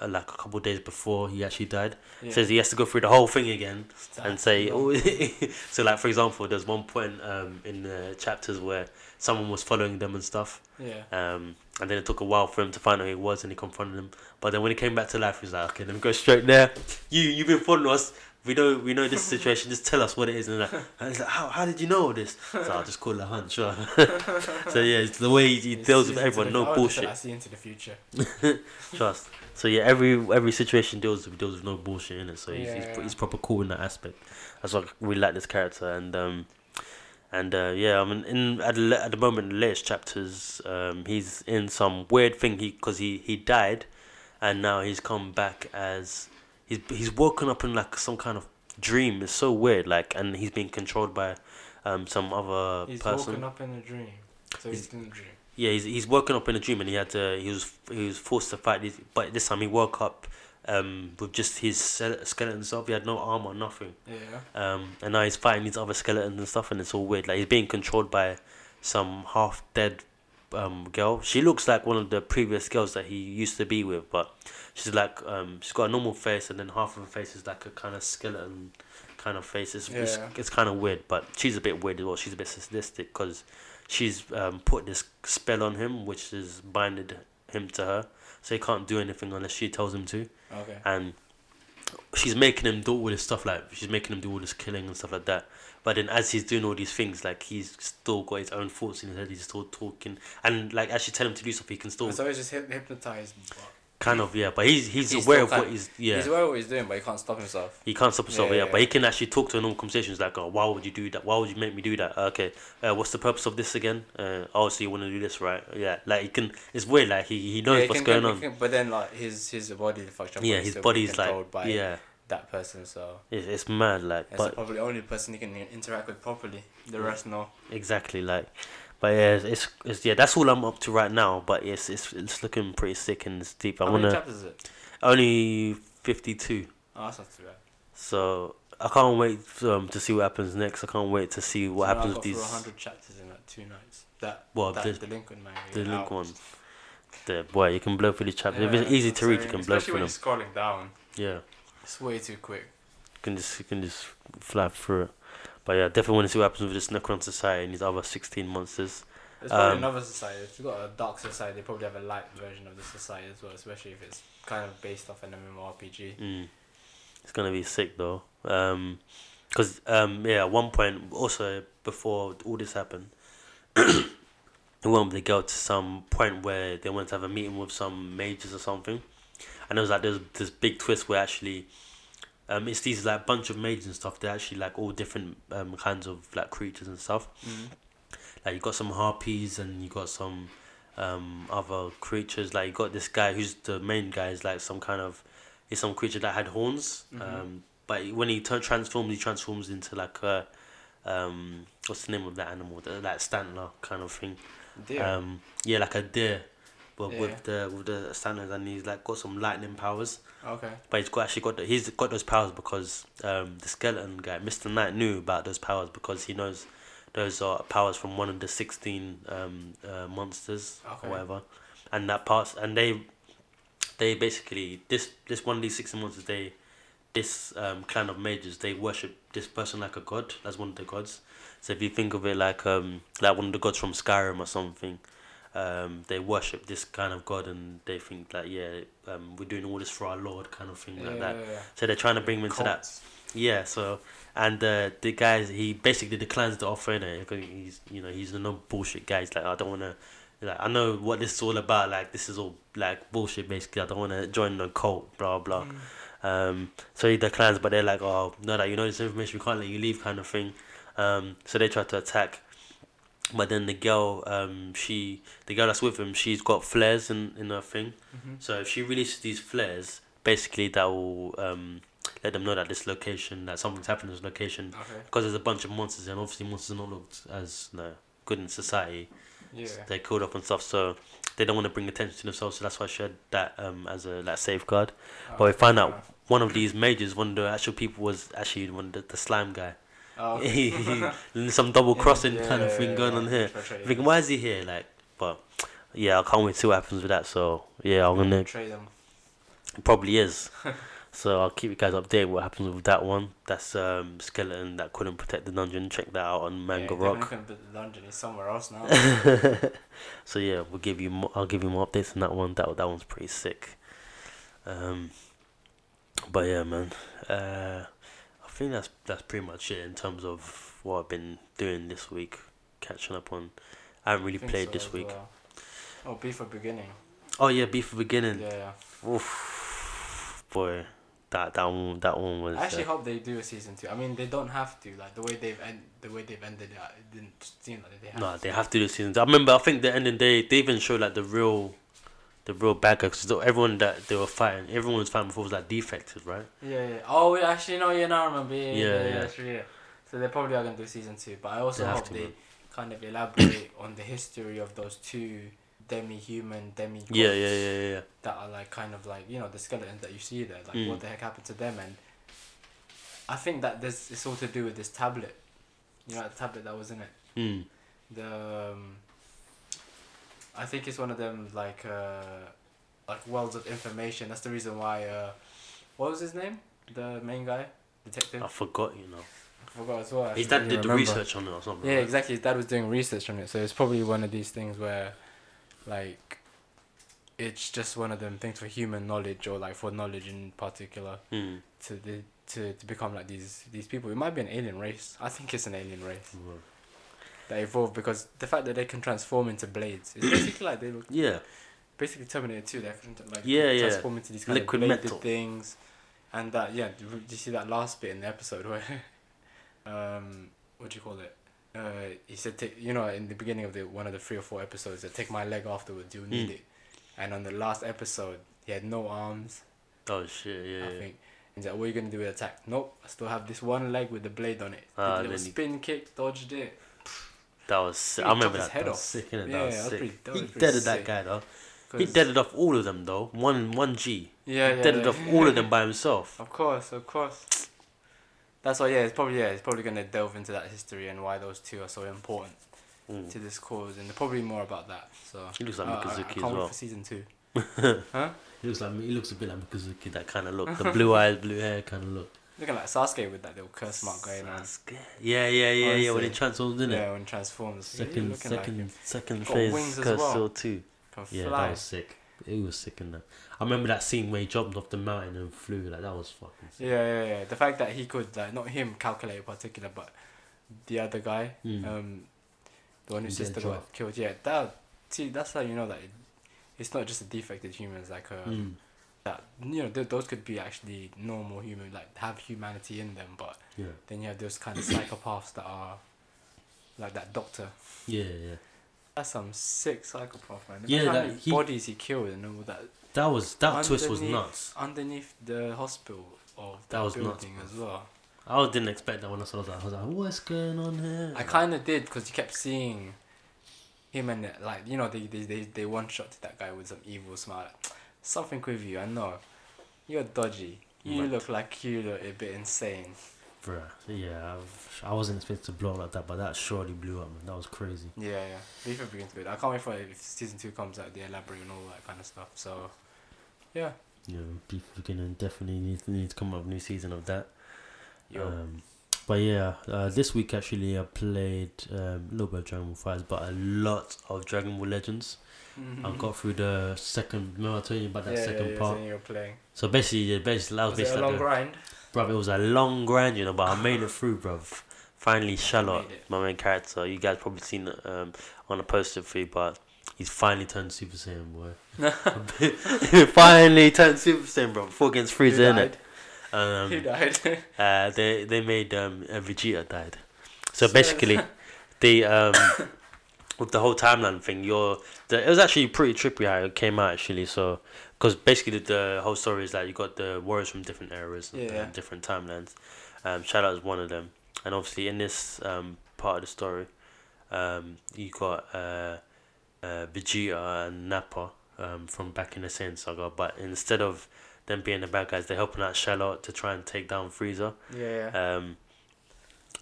[SPEAKER 1] uh, like a couple of days before he actually died.
[SPEAKER 2] Yeah.
[SPEAKER 1] Says he has to go through the whole thing again
[SPEAKER 2] That-
[SPEAKER 1] and say,
[SPEAKER 2] no.
[SPEAKER 1] oh, so like for example, there's one point um, in the chapters where someone was following them and stuff,
[SPEAKER 2] yeah.
[SPEAKER 1] um, and then it took a while for him to find out who he was, and he confronted him. But then when he came back to life, he was like, "Okay, let me go straight there. You, you've been following us. We know, we know this situation. Just tell us what it is." And, like, and he's like, "How, how did you know all this?" So I'll just call it a hunch. Sure. so yeah, it's the way he, he
[SPEAKER 2] It's-
[SPEAKER 1] deals with
[SPEAKER 2] it's
[SPEAKER 1] everyone,
[SPEAKER 2] to
[SPEAKER 1] no
[SPEAKER 2] the- I would've said
[SPEAKER 1] bullshit.
[SPEAKER 2] I see into the future.
[SPEAKER 1] Trust. So yeah, every every situation deals with deals with no bullshit in it. So he's, he's,
[SPEAKER 2] Yeah.
[SPEAKER 1] he's proper cool in that aspect. That's why I really like this character and um and uh, yeah, I mean in at, the la- at the moment in the latest chapters, um he's in some weird thing. He because he he died, and now he's come back as he's he's woken up in like some kind of dream. It's so weird. Like and he's being controlled by um some other
[SPEAKER 2] He's
[SPEAKER 1] person.
[SPEAKER 2] woken up in a dream. So he's, in a dream.
[SPEAKER 1] Yeah, he's, he's woken up in a dream and he had to, he was he was forced to fight. These, but this time he woke up um, with just his skele- skeleton self. He had no armor, nothing.
[SPEAKER 2] Yeah.
[SPEAKER 1] Um, and now he's fighting these other skeletons and stuff, and it's all weird. Like he's being controlled by some half dead um, girl. She looks like one of the previous girls that he used to be with, but she's like um, she's got a normal face, and then half of her face is like a kind of skeleton kind of face. It's it's,
[SPEAKER 2] Yeah.
[SPEAKER 1] it's kind of weird, but she's a bit weird as well. She's a bit sadistic because she's um, put this spell on him, which has binded him to her, so he can't do anything unless she tells him to
[SPEAKER 2] Okay.
[SPEAKER 1] and she's making him do all this stuff like she's making him do all this killing and stuff like that but then as he's doing all these things like he's still got his own thoughts in his head he's still talking and like as she tell him to do stuff he can still
[SPEAKER 2] So he's just hyp- hypnotized. but
[SPEAKER 1] kind of yeah but he's he's,
[SPEAKER 2] He's
[SPEAKER 1] aware
[SPEAKER 2] still
[SPEAKER 1] of what
[SPEAKER 2] kind-
[SPEAKER 1] he's yeah
[SPEAKER 2] He's aware of what he's doing, but he can't stop himself.
[SPEAKER 1] he can't stop himself yeah,
[SPEAKER 2] Yeah,
[SPEAKER 1] but
[SPEAKER 2] yeah.
[SPEAKER 1] he can actually talk to a normal conversations like oh why would you do that why would you make me do that okay uh, what's the purpose of this again uh, oh so you want to do this right yeah like he can it's weird like he, he knows
[SPEAKER 2] Yeah, he
[SPEAKER 1] what's
[SPEAKER 2] can-
[SPEAKER 1] going
[SPEAKER 2] he
[SPEAKER 1] on
[SPEAKER 2] can- but then like his his body fucked up. but
[SPEAKER 1] yeah
[SPEAKER 2] he's
[SPEAKER 1] his
[SPEAKER 2] still
[SPEAKER 1] body's like
[SPEAKER 2] controlled by
[SPEAKER 1] yeah
[SPEAKER 2] that person. So
[SPEAKER 1] it's, it's mad like
[SPEAKER 2] that's
[SPEAKER 1] but
[SPEAKER 2] probably the only person he can interact with properly. The rest no.
[SPEAKER 1] Exactly, like, but yeah, it's, it's, it's yeah. That's all I'm up to right now. But it's it's, it's looking pretty sick and it's deep. I
[SPEAKER 2] How
[SPEAKER 1] wanna
[SPEAKER 2] many chapters is it?
[SPEAKER 1] only fifty two,
[SPEAKER 2] Oh, that's not too bad.
[SPEAKER 1] so I can't wait um, to see what happens next. I can't wait to see what
[SPEAKER 2] So now
[SPEAKER 1] happens with
[SPEAKER 2] I've got through
[SPEAKER 1] these
[SPEAKER 2] 100 chapters in like two nights. That
[SPEAKER 1] Well,
[SPEAKER 2] that
[SPEAKER 1] the-
[SPEAKER 2] delinquent manga.
[SPEAKER 1] the
[SPEAKER 2] yeah,
[SPEAKER 1] link
[SPEAKER 2] uh, out.
[SPEAKER 1] ones. The boy, you can blow through the chapter. if
[SPEAKER 2] Yeah,
[SPEAKER 1] it's easy
[SPEAKER 2] that's
[SPEAKER 1] to read,
[SPEAKER 2] what
[SPEAKER 1] you
[SPEAKER 2] I'm
[SPEAKER 1] can
[SPEAKER 2] saying.
[SPEAKER 1] blow
[SPEAKER 2] Especially
[SPEAKER 1] through
[SPEAKER 2] when
[SPEAKER 1] them.
[SPEAKER 2] you're scrolling down,
[SPEAKER 1] Yeah,
[SPEAKER 2] it's way too quick.
[SPEAKER 1] you can just you can just fly through it. But yeah, definitely want to see what happens with this Necron Society and these other sixteen monsters.
[SPEAKER 2] There's probably
[SPEAKER 1] Um,
[SPEAKER 2] another society. If you've got a dark society, they probably have a light version of the society as well, especially if it's kind of based off an MMORPG.
[SPEAKER 1] Mm. It's gonna be sick though. Um 'cause cause um, yeah, at one point also before all this happened, they wanted to go to some point where they wanted to have a meeting with some mages or something, and it was like there's this big twist where actually. Um, it's these like bunch of mages and stuff. They're actually like all different um, kinds of like creatures and stuff. Like you got some harpies and you got some um, other creatures. Like you got this guy who's the main guy is like some kind of he's some creature that had horns.
[SPEAKER 2] Mhm.
[SPEAKER 1] Um, but when he tur transforms, he transforms into like a um, what's the name of that animal? The, like stantler kind of thing.
[SPEAKER 2] Dear.
[SPEAKER 1] Um, yeah, like a deer, but
[SPEAKER 2] Yeah.
[SPEAKER 1] with the with the standards, and he's like got some lightning powers.
[SPEAKER 2] okay.
[SPEAKER 1] But he's got actually got the, he's got those powers because um, the skeleton guy, Mister Knight, knew about those powers because he knows those are powers from one of the sixteen um, uh, monsters
[SPEAKER 2] Okay.
[SPEAKER 1] or whatever, and that parts and they they basically this this one of these sixteen monsters they this um, clan of mages they worship this person like a god as one of the gods. So if you think of it like um like one of the gods from Skyrim or something, um they worship this kind of god and they think like yeah um we're doing all this for our lord kind of thing like that. So they're trying to bring him into that
[SPEAKER 2] Cults.
[SPEAKER 1] yeah. So and uh, the guys he basically declines the offer innit? because he's you know he's a no bullshit guy. He's like I don't wanna like I know what this is all about. Like this is all like bullshit basically. I don't wanna join the cult. Blah blah.
[SPEAKER 2] Mm.
[SPEAKER 1] Um, so he declines, but they're like, oh, no, that you know this information, we can't let you leave, kind of thing. Um, so they try to attack, but then the girl, um, she, the girl that's with him, she's got flares in in her thing.
[SPEAKER 2] Mhm.
[SPEAKER 1] So if she releases these flares, basically that will um, let them know that this location, that something's happened in this location,
[SPEAKER 2] Mm-hmm. Okay.
[SPEAKER 1] because there's a bunch of monsters, and obviously monsters are not looked as you know, good in society.
[SPEAKER 2] Yeah.
[SPEAKER 1] They're killed off and stuff, so they don't want to bring attention to themselves. So that's why I shared that um, as a like safeguard. But we
[SPEAKER 2] Okay,
[SPEAKER 1] find
[SPEAKER 2] fair
[SPEAKER 1] out
[SPEAKER 2] enough.
[SPEAKER 1] one of these mages, one of the actual people was actually one of the, the slime guy.
[SPEAKER 2] Oh, okay.
[SPEAKER 1] Some double crossing
[SPEAKER 2] Yeah,
[SPEAKER 1] kind of thing
[SPEAKER 2] yeah,
[SPEAKER 1] going
[SPEAKER 2] yeah,
[SPEAKER 1] on here.
[SPEAKER 2] Betray, yeah.
[SPEAKER 1] Thinking, why is he here? Like, but yeah, I can't wait to see what happens with that. So yeah, I'm gonna
[SPEAKER 2] Betray them.
[SPEAKER 1] Probably is. so I'll keep you guys updated what happens with that one. That's um skeleton that couldn't protect the dungeon. Check that out on Manga Rock.
[SPEAKER 2] London is somewhere else now.
[SPEAKER 1] so yeah, we'll give you. More, I'll give you more updates on that one. That that one's pretty sick. Um, but yeah, man. Uh, I think that's that's pretty much it in terms of what I've been doing this week. Catching up on. I haven't really
[SPEAKER 2] Think
[SPEAKER 1] played
[SPEAKER 2] so
[SPEAKER 1] this
[SPEAKER 2] as
[SPEAKER 1] week.
[SPEAKER 2] well. Oh, B for beginning.
[SPEAKER 1] Oh yeah, Beef for Beginning.
[SPEAKER 2] Yeah, yeah.
[SPEAKER 1] Oof, boy, that that one that one was.
[SPEAKER 2] I actually
[SPEAKER 1] uh,
[SPEAKER 2] hope they do a season two. I mean, they don't have to. Like the way they've end, the way they've ended it, it didn't seem like they have.
[SPEAKER 1] no,
[SPEAKER 2] to.
[SPEAKER 1] they have to do seasons. I remember. I think the ending day they even showed like the real, the real bad guys. Because everyone that they were fighting, everyone was fighting before was like defected, right?
[SPEAKER 2] Yeah, yeah. Oh, yeah, actually, no, yeah, now I remember. Yeah, yeah,
[SPEAKER 1] Yeah,
[SPEAKER 2] yeah.
[SPEAKER 1] yeah.
[SPEAKER 2] that's true, yeah. So they probably are gonna do season two, but I also
[SPEAKER 1] They have
[SPEAKER 2] hope
[SPEAKER 1] to,
[SPEAKER 2] they
[SPEAKER 1] man.
[SPEAKER 2] kind of elaborate on the history of those two demi-human, demi.
[SPEAKER 1] Yeah, yeah, yeah, yeah, yeah.
[SPEAKER 2] That are like kind of like you know the skeletons that you see there. Like
[SPEAKER 1] Mm.
[SPEAKER 2] what the heck happened to them? And I think that this it's all to do with this tablet. You know, the tablet that was in it.
[SPEAKER 1] Mm.
[SPEAKER 2] the um, I think it's one of them like uh, like wells of information. That's the reason why. Uh, what was his name? The main guy, detective.
[SPEAKER 1] I forgot, you know.
[SPEAKER 2] I forgot as well. I
[SPEAKER 1] Oh. His dad
[SPEAKER 2] actually didn't
[SPEAKER 1] did the
[SPEAKER 2] remember.
[SPEAKER 1] research on it or something.
[SPEAKER 2] Yeah,
[SPEAKER 1] right?
[SPEAKER 2] exactly. His dad was doing research on it, so it's probably one of these things where, like, it's just one of them things for human knowledge or like for knowledge in particular
[SPEAKER 1] Mm.
[SPEAKER 2] to the, to to become like these these people. It might be an alien race. I think it's an alien race
[SPEAKER 1] Right.
[SPEAKER 2] that evolved because the fact that they can transform into blades is basically like they were
[SPEAKER 1] Yeah,
[SPEAKER 2] basically Terminator 2 they can t- like
[SPEAKER 1] Yeah, yeah.
[SPEAKER 2] transform into these kind
[SPEAKER 1] Liquid
[SPEAKER 2] of bladed
[SPEAKER 1] metal.
[SPEAKER 2] things and that yeah do you- do you see that last bit in the episode where um what do you call it uh he said take you know in the beginning of the one of the three or four episodes that take my leg afterwards you'll need
[SPEAKER 1] Mm.
[SPEAKER 2] it and on the last episode he had no arms
[SPEAKER 1] Oh shit! Yeah,
[SPEAKER 2] I
[SPEAKER 1] yeah.
[SPEAKER 2] think and he's like what are you gonna do with attack nope I still have this one leg with the blade on it Did
[SPEAKER 1] Ah,
[SPEAKER 2] a little
[SPEAKER 1] then he-
[SPEAKER 2] spin kick dodged it
[SPEAKER 1] that was. Sick.
[SPEAKER 2] He
[SPEAKER 1] I remember
[SPEAKER 2] chopped his
[SPEAKER 1] that.
[SPEAKER 2] head
[SPEAKER 1] that was
[SPEAKER 2] off.
[SPEAKER 1] sick, innit?
[SPEAKER 2] Yeah,
[SPEAKER 1] That was
[SPEAKER 2] that was
[SPEAKER 1] sick.
[SPEAKER 2] pretty- that
[SPEAKER 1] he
[SPEAKER 2] was pretty
[SPEAKER 1] deaded that
[SPEAKER 2] sick.
[SPEAKER 1] guy though. He
[SPEAKER 2] 'Cause-
[SPEAKER 1] deaded off all of them though. One one G.
[SPEAKER 2] yeah,
[SPEAKER 1] he
[SPEAKER 2] yeah,
[SPEAKER 1] deaded
[SPEAKER 2] yeah.
[SPEAKER 1] off all of them by himself.
[SPEAKER 2] Of course, of course. That's why, yeah, it's probably yeah, it's probably gonna delve into that history and why those two are so important
[SPEAKER 1] Mm.
[SPEAKER 2] to this cause, and probably more about that. So
[SPEAKER 1] He looks like
[SPEAKER 2] uh, I- I,
[SPEAKER 1] Mikazuki
[SPEAKER 2] can't
[SPEAKER 1] as
[SPEAKER 2] wait
[SPEAKER 1] well.
[SPEAKER 2] for season two.
[SPEAKER 3] He looks like me. He looks a bit like Mikazuki.
[SPEAKER 1] That kind of look, the blue eyes, blue hair kind of look.
[SPEAKER 2] Looking like Sasuke with that little curse mark going on.
[SPEAKER 1] Sasuke. Yeah, yeah, yeah, yeah. When
[SPEAKER 2] Honestly.
[SPEAKER 1] it transforms, didn't it?
[SPEAKER 2] Yeah, when transforms.
[SPEAKER 1] Second,
[SPEAKER 2] looking like
[SPEAKER 1] second,
[SPEAKER 2] him.
[SPEAKER 1] second
[SPEAKER 2] Got
[SPEAKER 1] phase
[SPEAKER 2] wings as
[SPEAKER 1] Curse
[SPEAKER 2] well.
[SPEAKER 1] Seal Two.
[SPEAKER 2] can
[SPEAKER 1] Yeah,
[SPEAKER 2] fly.
[SPEAKER 1] that was sick. It was sick in that. I remember that scene where he jumped off the mountain and flew. Like that was fucking. Sick.
[SPEAKER 2] yeah, yeah, yeah. The fact that he could like not him calculate in particular, but the other guy,
[SPEAKER 1] Mm.
[SPEAKER 2] um, the one whose
[SPEAKER 3] Did a
[SPEAKER 2] sister
[SPEAKER 3] job.
[SPEAKER 2] got killed. Yeah, that see, that's how you know that it, it's not just a defected humans like a.
[SPEAKER 1] Mm.
[SPEAKER 2] that you know th- those could be actually normal human like have humanity in them but
[SPEAKER 1] Yeah.
[SPEAKER 2] then you have those kind of psychopaths that are like that doctor
[SPEAKER 1] Yeah, yeah.
[SPEAKER 2] that's some sick psychopath man
[SPEAKER 1] Yeah,
[SPEAKER 2] yeah how
[SPEAKER 1] that-
[SPEAKER 2] many
[SPEAKER 1] he-
[SPEAKER 2] bodies he killed and all that
[SPEAKER 1] That was that twist was
[SPEAKER 2] Underneath-
[SPEAKER 1] nuts.
[SPEAKER 2] underneath the hospital of that,
[SPEAKER 1] That was nuts,
[SPEAKER 2] building
[SPEAKER 1] man.
[SPEAKER 2] as well
[SPEAKER 1] I was- didn't expect that when I saw that. I was like, what's going on here?
[SPEAKER 2] i kind of did because you kept seeing him and like you know they they, they, they one shot that guy with some evil smile like, something with you i know you're dodgy you
[SPEAKER 1] Mad.
[SPEAKER 2] look like you look a bit insane
[SPEAKER 1] Bruh, yeah, I've, I wasn't expecting to blow up like that, but that surely blew up, man. That was crazy.
[SPEAKER 2] Yeah, yeah. Beef it begins good. I can't wait for it if season two comes out, they elaborate and all that kind of stuff. So, yeah.
[SPEAKER 1] Yeah, Beef Beginning definitely needs, needs to come up with a new season of that.
[SPEAKER 2] Yo.
[SPEAKER 1] Um, but yeah, uh, this week actually I played um, a little bit of Dragon Ball Fighters, but a lot of Dragon Ball Legends.
[SPEAKER 2] Mm-hmm.
[SPEAKER 1] I got through the second. Remember I told you about that second part.
[SPEAKER 2] you're playing.
[SPEAKER 1] So basically, yeah, basically that was,
[SPEAKER 2] Was it a
[SPEAKER 1] basically
[SPEAKER 2] long
[SPEAKER 1] like the-
[SPEAKER 2] grind?
[SPEAKER 1] Bruv, it was a long grind, you know, but I made it through, bruv. Finally, Shalot,
[SPEAKER 2] made it.
[SPEAKER 1] my main character, you guys probably seen it um, on a poster feed, but he's finally turned Super Saiyan, boy. finally turned Super Saiyan, bro. Before against
[SPEAKER 2] Who
[SPEAKER 1] Freezer,
[SPEAKER 2] died?
[SPEAKER 1] innit?
[SPEAKER 2] Who
[SPEAKER 1] Um,
[SPEAKER 2] died?
[SPEAKER 1] uh, they, they made um, uh, Vegeta died. So
[SPEAKER 2] So-
[SPEAKER 1] basically, the um, with the whole timeline thing, you're the, it was actually pretty trippy how it came out actually. So because basically the whole story is like you got the warriors from different eras and
[SPEAKER 2] Yeah.
[SPEAKER 1] um, different timelines. Um, Shadow is one of them, and obviously in this um, part of the story, um, you got uh, uh, Vegeta and Nappa um, from back in the Saiyan saga, but instead of them being the bad guys, they're helping out Shallow to try and take down Freezer.
[SPEAKER 2] yeah.
[SPEAKER 1] Uh, Um,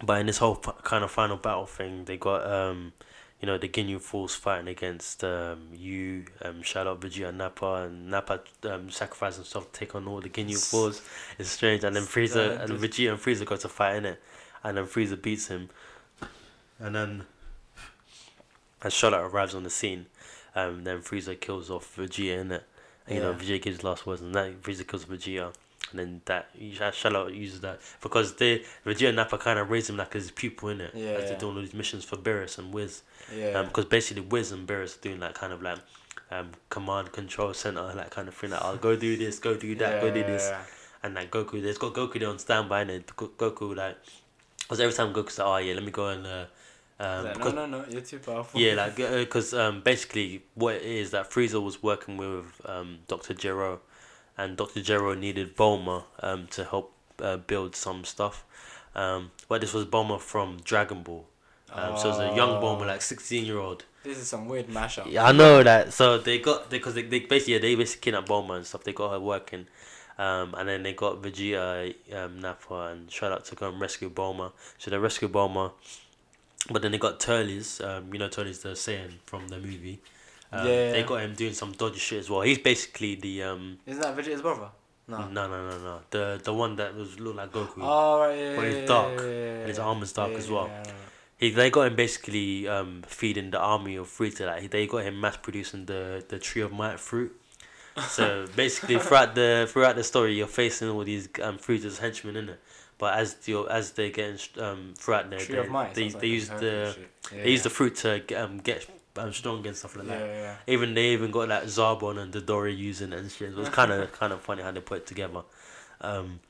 [SPEAKER 1] but in this whole p- kind of final battle thing, they got um, you know, the Guinean Force fighting against um, you, um, Charlotte Vijay and Napa, and Napa um, sacrificing himself to take on all the Guinean Force. It's strange. And then Frieza, and Vegeta and Frieza go to fight in it. And then Frieza beats him. And then as Charlotte arrives on the scene, um, then Frieza kills off Vegeta in it. And, you know,
[SPEAKER 2] Yeah.
[SPEAKER 1] Vegeta gives his last words, and that Frieza kills Vegeta. And then that Charlotte uses that because they Vegeta and Nappa kind of raise him like his pupil in it, as
[SPEAKER 2] Yeah.
[SPEAKER 1] they're doing all these missions for Beerus and Wiz
[SPEAKER 2] Yeah.
[SPEAKER 1] um, because basically Wiz and Beerus are doing that kind of like um, command control center that kind of thing like oh go do this go do that go do this
[SPEAKER 2] Yeah.
[SPEAKER 1] and like Goku there's got Goku there on standby and then Go- Goku like because every time Goku's like oh yeah let me go and uh, um,
[SPEAKER 2] Like,
[SPEAKER 1] because-
[SPEAKER 2] no, no, no, you're too powerful.
[SPEAKER 1] yeah like because um, basically what it is that Frieza was working with um, Dr. Jiro and Dr. Jiro needed Bulma um, to help uh, build some stuff um, but this was Bulma from Dragon Ball um, so it was a young Bulma
[SPEAKER 2] Oh.
[SPEAKER 1] like 16 year old
[SPEAKER 2] This is some weird mashup.
[SPEAKER 1] yeah, I know that. So they got because they, they basically yeah, they basically kidnapped Bulma and stuff. They got her working, um, and then they got Vegeta, um, Nappa, and Charlotte to go and rescue Bulma. So they rescue Bulma, but then they got Turles. Um, you know Turles the Saiyan from the movie. Um,
[SPEAKER 2] Yeah.
[SPEAKER 1] They got him doing some dodgy shit as well. He's basically the um.
[SPEAKER 2] Isn't that Vegeta's brother? No.
[SPEAKER 1] No, no, no, no. The the one that was looked like Goku.
[SPEAKER 2] Oh, right, yeah.
[SPEAKER 1] But it's
[SPEAKER 2] yeah,
[SPEAKER 1] dark.
[SPEAKER 2] yeah, yeah, yeah,
[SPEAKER 1] His
[SPEAKER 2] yeah.
[SPEAKER 1] armor's dark
[SPEAKER 2] Yeah,
[SPEAKER 1] as
[SPEAKER 2] yeah,
[SPEAKER 1] well.
[SPEAKER 2] yeah, I know.
[SPEAKER 1] He, they got him basically um, feeding the army of fruit to that. They got him mass producing the, the tree of might fruit. So basically, throughout the throughout the story, you're facing all these um, fruit as henchmen in it. But as the as they get um, throughout there,
[SPEAKER 2] Tree
[SPEAKER 1] they,
[SPEAKER 2] of Might.
[SPEAKER 1] they,
[SPEAKER 2] sounds like
[SPEAKER 1] they
[SPEAKER 2] a
[SPEAKER 1] use
[SPEAKER 2] Hercules
[SPEAKER 1] the
[SPEAKER 2] shit.
[SPEAKER 1] they
[SPEAKER 2] Yeah,
[SPEAKER 1] use
[SPEAKER 2] yeah.
[SPEAKER 1] the fruit to get, um, get um, stronger and stuff like that.
[SPEAKER 2] Yeah, yeah.
[SPEAKER 1] Even they even got like Zarbon and Dodori using it and shit. It was kind of kind of funny how they put it together. Um,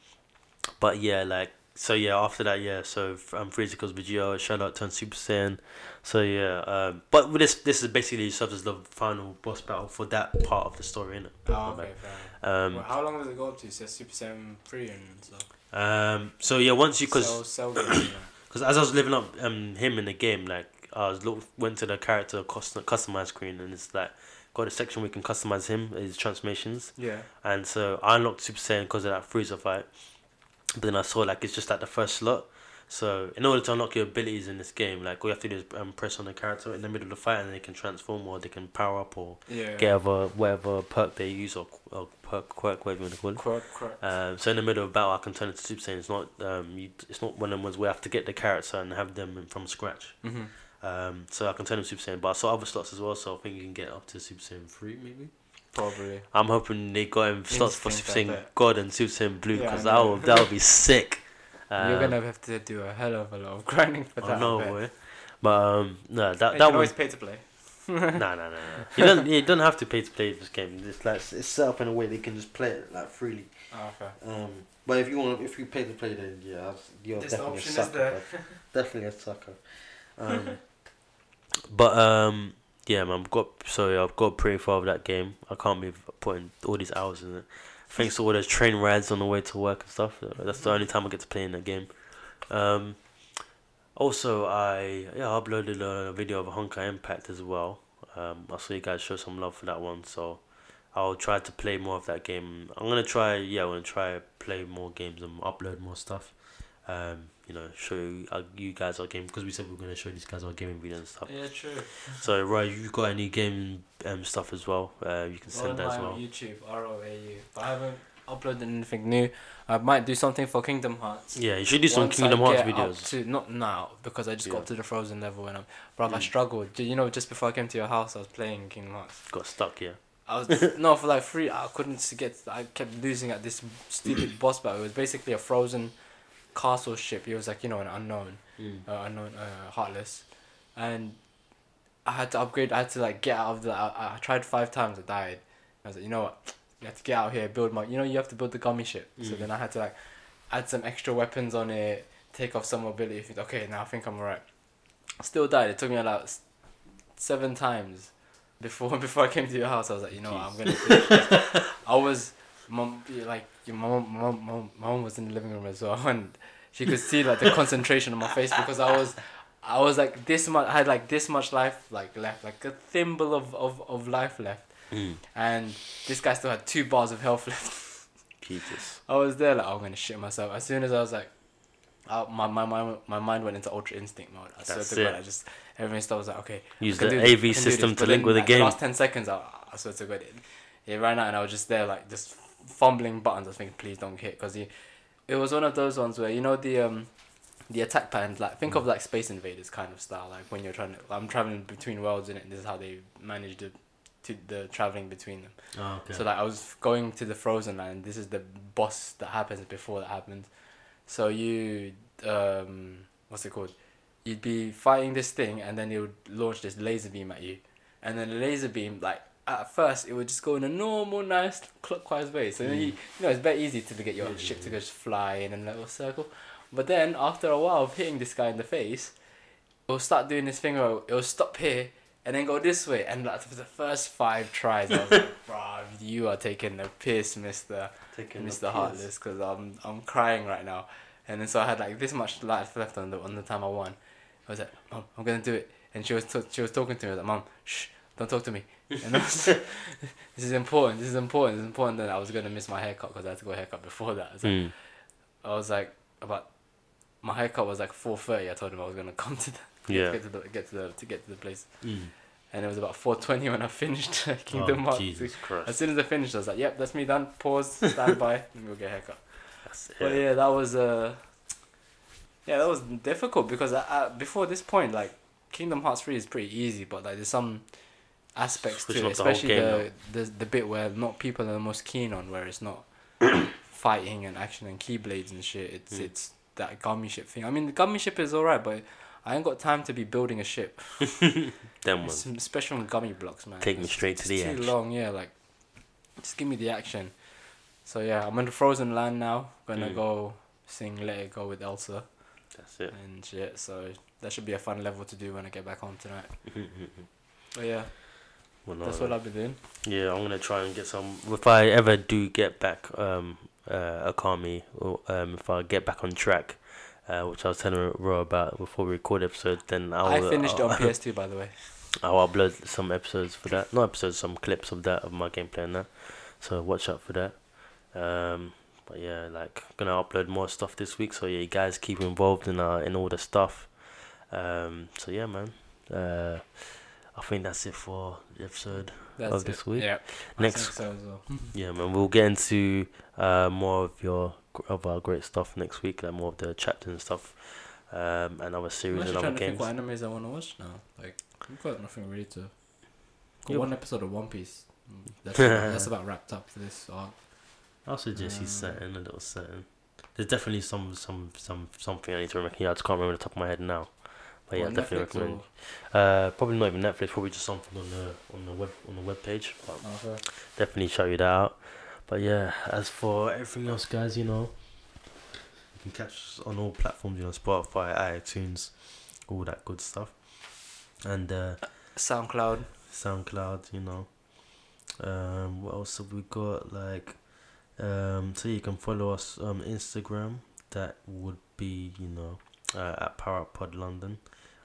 [SPEAKER 1] but yeah, like so yeah. After that, yeah. So um, Frieza goes Vegeta. Shout out turns Super Saiyan. So yeah. Um, but with this this is basically serves as the final boss battle for that part of the story, innit?
[SPEAKER 2] Oh, okay, fair.
[SPEAKER 1] Um,
[SPEAKER 2] well, how long does it go up to? It says Super Saiyan 3 and stuff.
[SPEAKER 1] um. So yeah, once you because
[SPEAKER 2] Cell- Cell Gate, you know.
[SPEAKER 1] Because as I was living up um him in the game, like I was look went to the character custom customize screen, and it's like got a section where you can customize him his transformations,
[SPEAKER 2] Yeah.
[SPEAKER 1] and so I unlocked Super Saiyan because of that Freezer fight. But then I saw like it's just like the first slot. So in order to unlock your abilities in this game, like all you have to do is um, press on the character in the middle of the fight, and they can transform or they can power up or
[SPEAKER 2] Yeah.
[SPEAKER 1] get whatever, whatever perk they use or, or perk quirk whatever you want to call it.
[SPEAKER 2] Quirk, quirk.
[SPEAKER 1] Um, so in the middle of battle, I can turn into Super Saiyan. It's not um, you, it's not one of them ones where I have to get the character and have them from scratch.
[SPEAKER 2] mm-hmm.
[SPEAKER 1] Um, so I can turn into Super Saiyan, but I saw other slots as well. So I think you can get up to Super Saiyan three, maybe.
[SPEAKER 2] Probably.
[SPEAKER 1] I'm hoping they got him slots for
[SPEAKER 2] Instinct,
[SPEAKER 1] Super
[SPEAKER 2] I
[SPEAKER 1] Saiyan
[SPEAKER 2] bet.
[SPEAKER 1] God and Super Saiyan Blue
[SPEAKER 2] Yeah, I
[SPEAKER 1] because that
[SPEAKER 2] know.
[SPEAKER 1] will that would be sick. Um,
[SPEAKER 2] You're gonna have to do a hell of a lot of grinding for that.
[SPEAKER 1] I know,
[SPEAKER 2] bet.
[SPEAKER 1] boy. But um, no,
[SPEAKER 2] Hey,
[SPEAKER 1] Oh, that
[SPEAKER 2] you
[SPEAKER 1] that
[SPEAKER 2] can always
[SPEAKER 1] was
[SPEAKER 2] pay to play.
[SPEAKER 1] no, no, no, no. You don't you don't have to pay to play this game. It's like it's set up in a way they can just play it like freely.
[SPEAKER 2] Oh, okay.
[SPEAKER 1] Um, but if you want, if you pay to play, then yeah, that's- you're
[SPEAKER 2] This
[SPEAKER 1] definitely
[SPEAKER 2] option
[SPEAKER 1] a
[SPEAKER 2] is
[SPEAKER 1] sucker.
[SPEAKER 2] there.
[SPEAKER 1] bro. definitely a sucker. Um, but um, yeah, man, I've got sorry, I've got pretty far of that game. I can't be putting all these hours in it. Thanks to all those train rides on the way to work and stuff. Uh, That's the only time I get to play in that game. Um, also, I yeah I uploaded a video of Honkai Impact as well. Um, I saw you guys show some love for that one, so I'll try to play more of that game. I'm gonna try, yeah, I'm gonna try play more games and upload more stuff. Um, you know, show you, uh, you guys our game because we said we are gonna show these guys our gaming video and stuff.
[SPEAKER 2] Yeah, true.
[SPEAKER 1] So, Roy, you got any game um stuff as well? Uh, you can send
[SPEAKER 2] On
[SPEAKER 1] that as
[SPEAKER 2] my
[SPEAKER 1] well.
[SPEAKER 2] YouTube, R O A U. But I haven't uploaded anything new. I might do something for Kingdom Hearts.
[SPEAKER 1] Yeah, you should do some
[SPEAKER 2] Once I
[SPEAKER 1] Kingdom Hearts
[SPEAKER 2] get up
[SPEAKER 1] videos.
[SPEAKER 2] To, not now because I just
[SPEAKER 1] Yeah.
[SPEAKER 2] got up to the frozen level and I'm, bro, I
[SPEAKER 1] Mm.
[SPEAKER 2] struggled. Do You know, just before I came to your house, I was playing Kingdom Hearts.
[SPEAKER 1] Got stuck, yeah.
[SPEAKER 2] I was no for like three. I couldn't s- get. I kept losing at this stupid boss battle. It was basically a frozen castle ship. It was like you know an unknown, uh, unknown, uh, heartless, and I had to upgrade. I had to like get out of the. I, I tried five times. I died. I was like, you know what? You have to get out here. Build my. You know you have to build the gummy ship. So
[SPEAKER 1] Mm.
[SPEAKER 2] then I had to like add some extra weapons on it. Take off some mobility. things. Okay, now I think I'm alright. Still died. It took me about s- seven times before before I came to your house, I was like, you know, what, I'm gonna. finish this. I was, mom, like your mom, mom, mom, mom was in the living room as well, and she could see like the concentration on my face because I was, I was like this much. I had like this much life like left, like a thimble of of, of life left,
[SPEAKER 1] Mm.
[SPEAKER 2] and this guy still had two bars of health left.
[SPEAKER 1] Jesus.
[SPEAKER 2] I was there like, oh, I'm gonna shit myself. As soon as I was like, I, my, my, my, my mind went into Ultra Instinct mode. I swear
[SPEAKER 1] That's
[SPEAKER 2] to God,
[SPEAKER 1] it.
[SPEAKER 2] I just everything stuff was like, okay,
[SPEAKER 1] Use
[SPEAKER 2] I can
[SPEAKER 1] the
[SPEAKER 2] do this,
[SPEAKER 1] AV
[SPEAKER 2] I can do this.
[SPEAKER 1] system
[SPEAKER 2] But
[SPEAKER 1] to link
[SPEAKER 2] then,
[SPEAKER 1] with the
[SPEAKER 2] like, the
[SPEAKER 1] game.
[SPEAKER 2] last ten seconds, I, I swear to God, it, it ran out, and I was just there like just fumbling buttons. I was thinking, please don't hit, because it was one of those ones where you know the um the attack patterns. Like think of like Space Invaders kind of style, like when you're trying to, I'm traveling between worlds, innit, and this is how they manage the to the traveling between them.
[SPEAKER 3] Oh, okay.
[SPEAKER 2] So like I was going to the frozen land. This is the boss that happens before that happens. So you um what's it called? You'd be fighting this thing and then it would launch this laser beam at you. And then the laser beam like at first it would just go in a normal nice clockwise way. So then you, you know it's very easy to get your
[SPEAKER 3] Yeah,
[SPEAKER 2] ship
[SPEAKER 3] yeah,
[SPEAKER 2] to go just fly in a little circle. But then after a while of hitting this guy in the face, it'll start doing this thing where it'll stop here and then go this way. And like for the first five tries, I was like, bruv, you are taking the piss, Mister
[SPEAKER 1] Taking the
[SPEAKER 2] Mister
[SPEAKER 1] piss.
[SPEAKER 2] Heartless, because I'm I'm crying right now. And then so I had like this much life left on the on the time I won. I was like, Mom, I'm gonna do it. And she was t- she was talking to me. I was like, Mom, shh, don't talk to me. And I was like, this is important. This is important. This is important. Then I was gonna miss my haircut because I had to go haircut before that. I was like,
[SPEAKER 1] Mm.
[SPEAKER 2] I was like about my haircut was like four thirty. I told him I was gonna come to the
[SPEAKER 1] Yeah.
[SPEAKER 2] get to the get to the to get to the place,
[SPEAKER 3] Mm.
[SPEAKER 2] and it was about four twenty when I finished Kingdom
[SPEAKER 3] Oh,
[SPEAKER 2] Hearts.
[SPEAKER 3] Jesus
[SPEAKER 2] As
[SPEAKER 1] Christ.
[SPEAKER 2] soon as I finished, I was like, "Yep, that's me done. Pause, stand by, and we'll get a haircut."
[SPEAKER 1] That's
[SPEAKER 2] But
[SPEAKER 1] it.
[SPEAKER 2] yeah, that was uh, yeah, that was difficult because I, I, before this point, like Kingdom Hearts three is pretty easy, but like there's some aspects
[SPEAKER 1] Switching
[SPEAKER 2] to it,
[SPEAKER 1] up the whole
[SPEAKER 2] especially
[SPEAKER 1] game
[SPEAKER 2] the, the the bit where not people are the most keen on, where it's not fighting and action and keyblades and shit. It's
[SPEAKER 1] Mm.
[SPEAKER 2] it's that gummy ship thing. I mean, the gummy ship is alright, but I ain't got time to be building a ship.
[SPEAKER 1] Them ones.
[SPEAKER 2] Some special gummy blocks, man.
[SPEAKER 1] Take me
[SPEAKER 2] It's-
[SPEAKER 1] straight
[SPEAKER 2] it's
[SPEAKER 1] to the
[SPEAKER 2] too
[SPEAKER 1] action.
[SPEAKER 2] long, yeah. Like, just give me the action. So yeah, I'm in the frozen land now. Gonna
[SPEAKER 1] Mm.
[SPEAKER 2] go sing "Let It Go" with Elsa
[SPEAKER 1] That's it.
[SPEAKER 2] and shit. So that should be a fun level to do when I get back home tonight. But yeah,
[SPEAKER 1] Well, no,
[SPEAKER 2] that's
[SPEAKER 1] no.
[SPEAKER 2] what I've been doing.
[SPEAKER 1] Yeah, I'm gonna try and get some. If I ever do get back, um, uh, Akami, or um, if I get back on track, uh, which I was telling Ro about before we record episode, then uh, I'll.
[SPEAKER 2] I finished it
[SPEAKER 1] I'll,
[SPEAKER 2] on PS2, by the way.
[SPEAKER 1] Oh, I'll upload some episodes for that. Not episodes, some clips of that of my gameplay and that. So watch out for that. Um, but yeah, like gonna upload more stuff this week. So yeah, you guys keep involved in uh in all the stuff. Um, so yeah, man. Uh, I think that's it for the episode.
[SPEAKER 2] That's
[SPEAKER 1] Of this
[SPEAKER 2] it.
[SPEAKER 1] week?
[SPEAKER 2] Yeah. I
[SPEAKER 1] Next-
[SPEAKER 2] think so as well.
[SPEAKER 1] Yeah, man. We'll get into uh, more of your of our great stuff next week, like more of the chapters and stuff, um, and other
[SPEAKER 2] I'm
[SPEAKER 1] series and
[SPEAKER 2] actually trying
[SPEAKER 1] other
[SPEAKER 2] to think
[SPEAKER 1] games.
[SPEAKER 2] what animes I want to watch now. Like, I've got nothing really to. Got
[SPEAKER 1] Yeah.
[SPEAKER 2] one episode of One Piece. Mm, That's about, that's about wrapped up for this arc.
[SPEAKER 1] I'll suggest you
[SPEAKER 2] Um,
[SPEAKER 1] certain a little certain. There's definitely some some some something I need to remember. Yeah, I just can't remember the top of my head now. But yeah,
[SPEAKER 2] On
[SPEAKER 1] definitely
[SPEAKER 2] Netflix
[SPEAKER 1] recommend.
[SPEAKER 2] or-
[SPEAKER 1] Uh, probably not even Netflix. Probably just something on the on the web on the web page. But
[SPEAKER 2] Oh, okay.
[SPEAKER 1] definitely shout you that out. But yeah, as for everything else, guys, you know, you can catch us on all platforms, you know, Spotify, iTunes, all that good stuff, and uh,
[SPEAKER 2] SoundCloud.
[SPEAKER 1] SoundCloud, you know. Um, what else have we got? Like, um, so you can follow us on Instagram. That would be, you know, uh, at Power Up Pod London,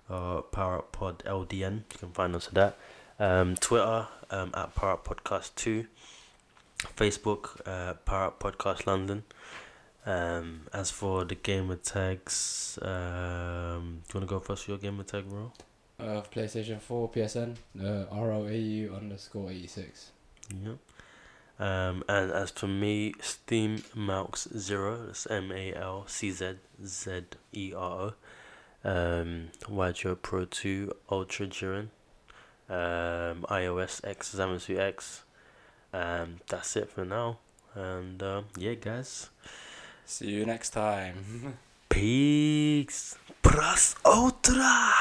[SPEAKER 1] uh, Power Up Pod LDN. You can find us at that. Um, Twitter um, at Power Up Podcast Two. Facebook uh, Power Up Podcast London. Um, as for the gamer tags, um, do you want to go first for your gamer tag, bro?
[SPEAKER 2] Uh, PlayStation 4, PSN, uh, ROAU underscore 86.
[SPEAKER 1] Yep. Um, and as for me, Steam Malx Zero, that's M A L C Z Z E R O. Um, Wajo Pro 2 Ultra Duran. Um, iOS X Zamasu X. Um, that's it for now. And um, yeah, guys.
[SPEAKER 2] See you next time.
[SPEAKER 1] oh, Peace. Pras Ultra.